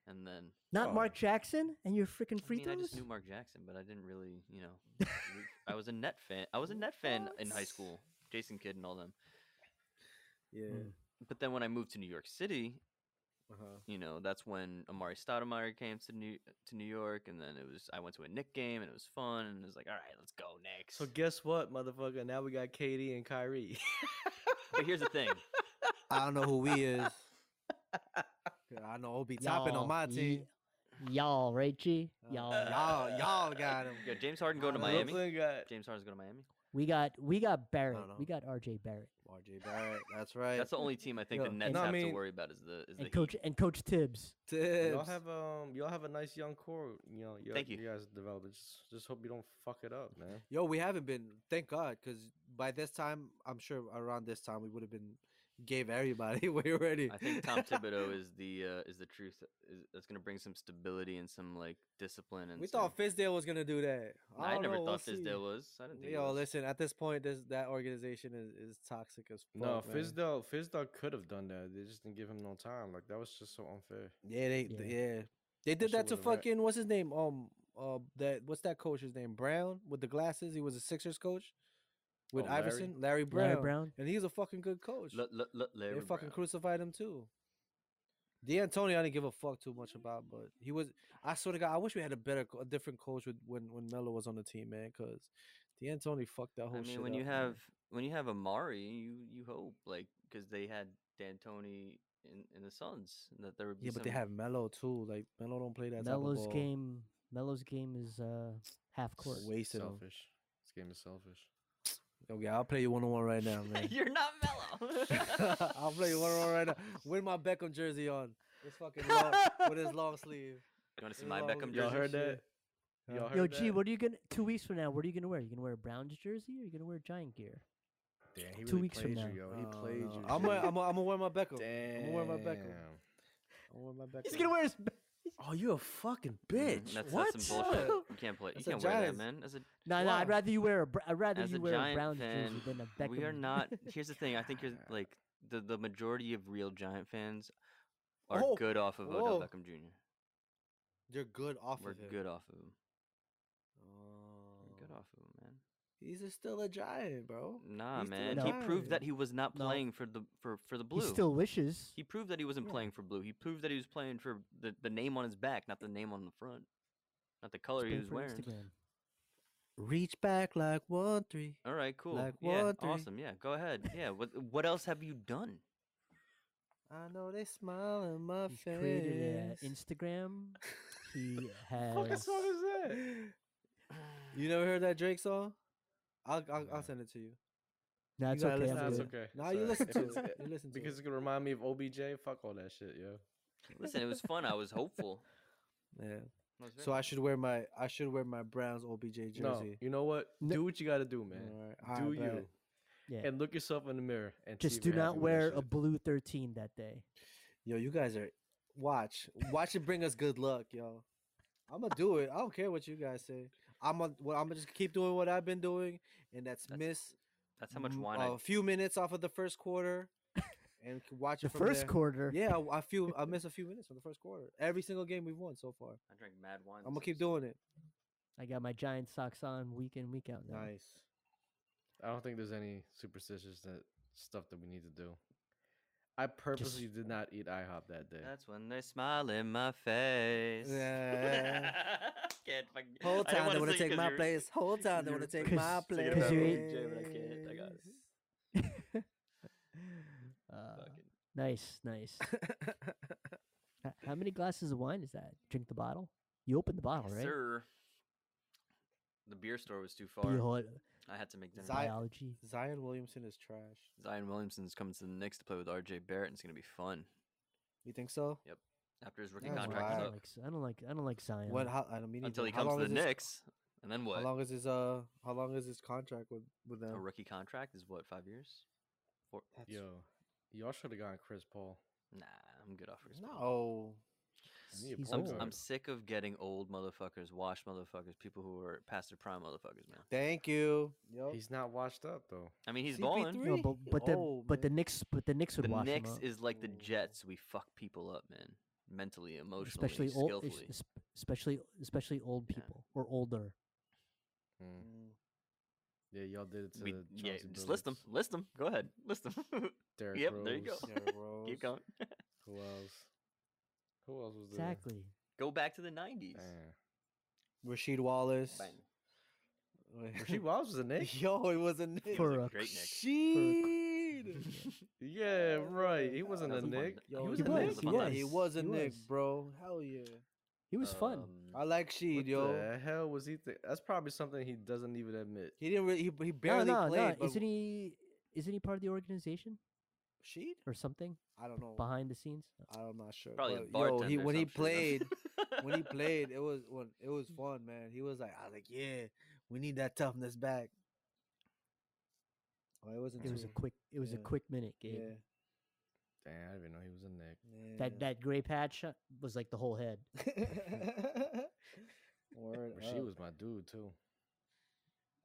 and then
not
Oh.
Mark Jackson and your freaking
I
free
mean, I just
throws?
knew Mark Jackson, but I didn't really, you know, root-
*laughs*
I was a net fan. I was a net fan in high
What?
school. Jason Kidd and all them.
Yeah.
Mm.
But then when I moved to New York City,
Uh-huh.
you know, that's when Amari Stoudemire came to New to New York, and then it was I went to a Nick game, and it was fun, and it was like, all right, let's go Knicks.
So guess what, motherfucker? Now we got Katie
*laughs*
and Kyrie.
but here's the
*laughs*
thing,
I don't know who we
*laughs*
is. 'Cause I know Obi Toppin on
Y'all,
my team.
y- y'all, right, G?
Uh,
Y'all. *laughs*
y'all, y'all got him.
yo, James Harden going to
Nah,
Miami.
Brooklyn got
James Harden's going to Miami.
We got we got Barrett.
know.
We got RJ Barrett
RJ Barrett. That's right.
That's the only team I think
Yo,
the Nets
no, I
have to
mean-
worry about is the is the
and coach
Heat.
and Coach Tibbs.
Y'all
Tibbs.
have um, y'all have a nice young core. You know, you
Thank you.
You guys developing. Just, just hope you don't fuck it up, man.
Yo, we haven't been. Thank God, because by this time, I'm sure around this time we would have been gave everybody *laughs* away already.
I think Tom Thibodeau is the uh, is the truth. Is, that's going to bring some stability and some like discipline.
*laughs*
And
we
some-
thought Fizdale was gonna do that.
Nah, I,
don't
never
know,
thought
we'll
this
see.
deal was. I didn't think. it
Yo,
was.
listen. At this point, this that organization is, is toxic as fuck.
No,
man.
Fizdale, Fizdale could have done that. They just didn't give him no time. Like that was just so unfair.
Yeah, they
Yeah.
yeah, they did
shit
that to
would've ra-
fucking what's his name? Um, uh, that what's that coach's name? Brown with the glasses. He was a Sixers coach with
Oh, Larry?
Iverson, Larry Brown.
Larry Brown.
and he's a fucking good coach.
L- L- L-
they
Larry
fucking
Brown.
crucified him too. D'Antoni, I didn't give a fuck too much about, but he was. I swear to God, I wish we had a better, co- a different coach with, when when Melo was on the team, man. Because D'Antoni fucked that whole.
I mean,
Oh, shit
when you
up, man.
have when you have Amari, you you hope like because they had D'Antoni in, in the Suns and that there would be
yeah, but they
some-
have Melo too. Like Melo don't play that. type
Melo's
of ball.
game. Melo's game is uh, half court.
*laughs*
wasted. him.
Selfish. This game is selfish.
Okay, I'll play you one on one right now,
*laughs*
man.
You're not *laughs*
*laughs*
mellow.
I'll play you one on one right now. With my Beckham jersey on, it's fucking long, with his long sleeve.
You want to see
It's
my
long
Beckham
sleeve
Y'all
jersey?
heard
shit.
that? Y'all heard
Yo, G,
that?
what are you gonna? Two weeks from now, what are you gonna wear? You gonna wear a Browns jersey or you gonna wear Giant gear?
Damn, he
two
really
weeks from
played
now.
You, yo. He
Oh,
played
no.
you.
I'm
*laughs* G.
gonna I'm gonna wear my Beckham.
Damn.
I'ma wear my Beckham. I'm gonna wear my Beckham.
He's gonna wear his.
Oh, you a fucking
Mhm,
bitch.
That's,
what?
that's some bullshit.
*laughs*
You can't play.
That's a
you can't wear that,
Giants-
man. As a
No, no.
Why?
I'd rather you wear a. Br- I'd rather
as
you
a
wear a
Giant
Browns
fan,
jersey than a Beckham.
we
*laughs*
are
*laughs*
not. Here's the thing. I think you're like the the majority of real Giant fans are
Oh,
good off of Odell
whoa.
Beckham junior
You're good off
We're
of him.
good off of him. We're good
Oh.
off of him, man.
He's a- still a giant, bro.
Nah,
He's still a
man. He proved that
giant.
he was not
No.
playing for the for for the
He
blue.
still wishes.
He proved that he wasn't
Yeah.
playing for blue. He proved that he was playing for the, the name on his back, not the name on the front, not the color he
paying
was
for
wearing.
Instagram.
Reach back like one three.
All right, cool.
Like,
yeah,
what the-
awesome. Yeah, go ahead. Yeah, what
*laughs*
what else have you done?
I know they smile in my
He's
face.
created an Instagram. He
What
has.
song is that?
you never heard that Drake song? I'll I'll,
No.
I'll send it to you.
That's
gotta
okay.
listen
Nah,
I'm
to
it's
it.
good.
okay.
Nah, you
Sorry.
listen
If
to
it's- *laughs*
it. You listen to
Because
because
it's gonna remind me of OBJ. Fuck all that shit, yo.
Listen, it was fun. I
*laughs*
was hopeful.
yeah.
I was very
So I should wear my I should wear my Browns OBJ jersey.
No, you know what?
No.
Do what you gotta do, man.
Alright,
do
Mm. alright,
you
bet.
Yeah.
and look yourself in the mirror and see
Just
if
do
you're happy
not
with that
wear a
shit.
blue 13 that day.
Yo, you guys are watch. Watch it bring us good luck, yo. I'ma do it. I don't care what you guys say. I'm a, well, I'm gonna just keep doing what I've been doing, and that's,
That's
miss
That's how much
m-
wine
a
I.
few minutes off of the first quarter, and c- watch
The
it from
first
there.
quarter.
Yeah, I, I feel I miss a few minutes from the first quarter. Every single game we've won so far.
I drank mad wine.
I'm gonna
this
keep
episode.
doing it.
I got my giant socks on week in, week out now.
Nice.
I don't think there's any superstitious that stuff that we need to do. I purposely did not eat IHOP
*laughs*
that day.
That's when they smile in my face.
Yeah.
*laughs* can't fucking- I
Whole
didn't
time they
wanna
want to
sing
take
'cause
my
you were- *laughs*
place. Whole time they
you
want to
were *laughs*
take
fucking
my
singing
place.
about
OBJ, but I can't. I got it.
Uh,
Fuck it.
nice,
*laughs*
nice. H- How many glasses of wine is that? Drink the bottle? You open the bottle, right?
Sir, the beer store was too far.
Behold,
I had to make dinner.
Zi-
biology.
Zion Williamson is trash.
Zion Williamson's coming to the Knicks to play with R.J. Barrett, and it's gonna be fun
You think so?
after his rookie
That's
contract
I
is
wild.
up.
don't, like, I don't like. I don't like Zion.
What? How, I don't mean
Until he
how
comes
long
to the
is his-
Knicks, and then
How
what?
long is his uh? How long is his contract with with
A
them?
rookie contract is what five years? Four?
That's-
Yo, y'all should have gotten Chris Paul.
Nah, I'm good off Chris Paul.
No.
I need a
He's
point
I'm,
guard.
I'm sick of getting old motherfuckers, washed motherfuckers, people who are past their prime motherfuckers, man.
Thank you. Yo.
He's not washed up though.
I mean, he's
CP3?
balling.
No, but but the
Oh,
but the
man.
Knicks but the Knicks would
The
wash him
Knicks
out.
is like the
Ooh.
Jets. We fuck people up, man. Mentally, emotionally,
especially old, es-
skillfully.
es- especially especially old
Yeah.
people or older.
Mm.
Mm.
Yeah, y'all did it to
We,
the
yeah,
Chauncey
just list them.
Billups,
List them. Go ahead. List them.
Derrick
Yep, there you
Rose.
go.
Derrick Rose.
*laughs* Keep going.
Who else? Who else was there?
Exactly.
Go back to the 90s.
Damn.
Rashid Wallace.
Bang.
Wait.
Rasheed Wallace was a
*laughs*
Nick.
Yo, it was a Nick.
For a
Great
*laughs*
Nick.
Sheed.
Yeah, right. He
Yeah.
wasn't a
That's a fun
Nick.
Nick. Yo,
he was
he
a
was,
Nick.
he
Yeah, he
was,
was a
he
Nick,
was.
bro. Hell yeah.
He was fun.
Um,
I like Sheed,
What
yo.
the hell was he? Th- That's probably something he doesn't even admit.
He didn't really. He, he barely
no, no,
played.
no.
but
Isn't he? Isn't he part of the organization
Sheed?
or something
I don't know.
behind the scenes?
I'm not sure.
Probably a
but yo, he
bartender or
when he
some shit. *laughs*
played, when he played, it was when it
*laughs*
was fun, man. He was like, I was like, yeah, we need that toughness back. Oh, it wasn't.
It was a
too-
quick. It was a
Yeah.
quick minute
yeah.
game.
Damn, I didn't even know he was a Nick.
That that gray patch uh, was like the whole head.
that. *laughs* Word
Rasheed
up.
was my dude too.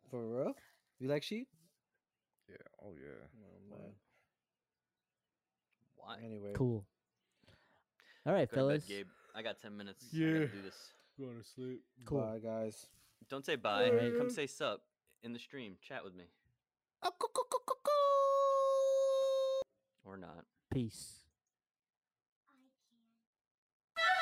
for real. You like Sheed?
Yeah. Oh yeah.
No,
Word.
why?
Anyway,
Cool. All right,
Go to bed,
fellas.
Gabe. I got 10 minutes. I
Yeah.
gotta do this.
Going to sleep.
Cool.
Bye, guys.
Don't say bye.
Alright.
Come say sup in the stream. Chat with me. Or not.
Peace.
I can't.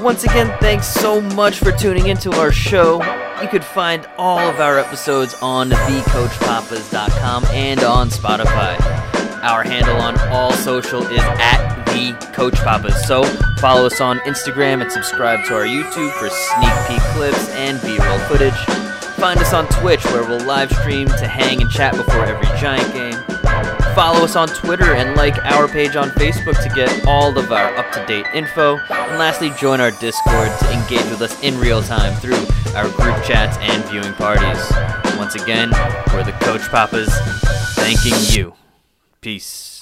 Once again, thanks so much for tuning into our show. You could find all of our episodes on thecoachpapas.com and on Spotify. Our handle on all social is at the Coach Papas. So follow us on Instagram and subscribe to our YouTube for sneak peek clips and B-roll footage. Find us on Twitch where we'll live stream to hang and chat before every Giant game. Follow us on Twitter and like our page on Facebook to get all of our up to date info. And lastly, join our Discord to engage with us in real time through our group chats and viewing parties. Once again, we're the Coach Papas thanking you. Peace.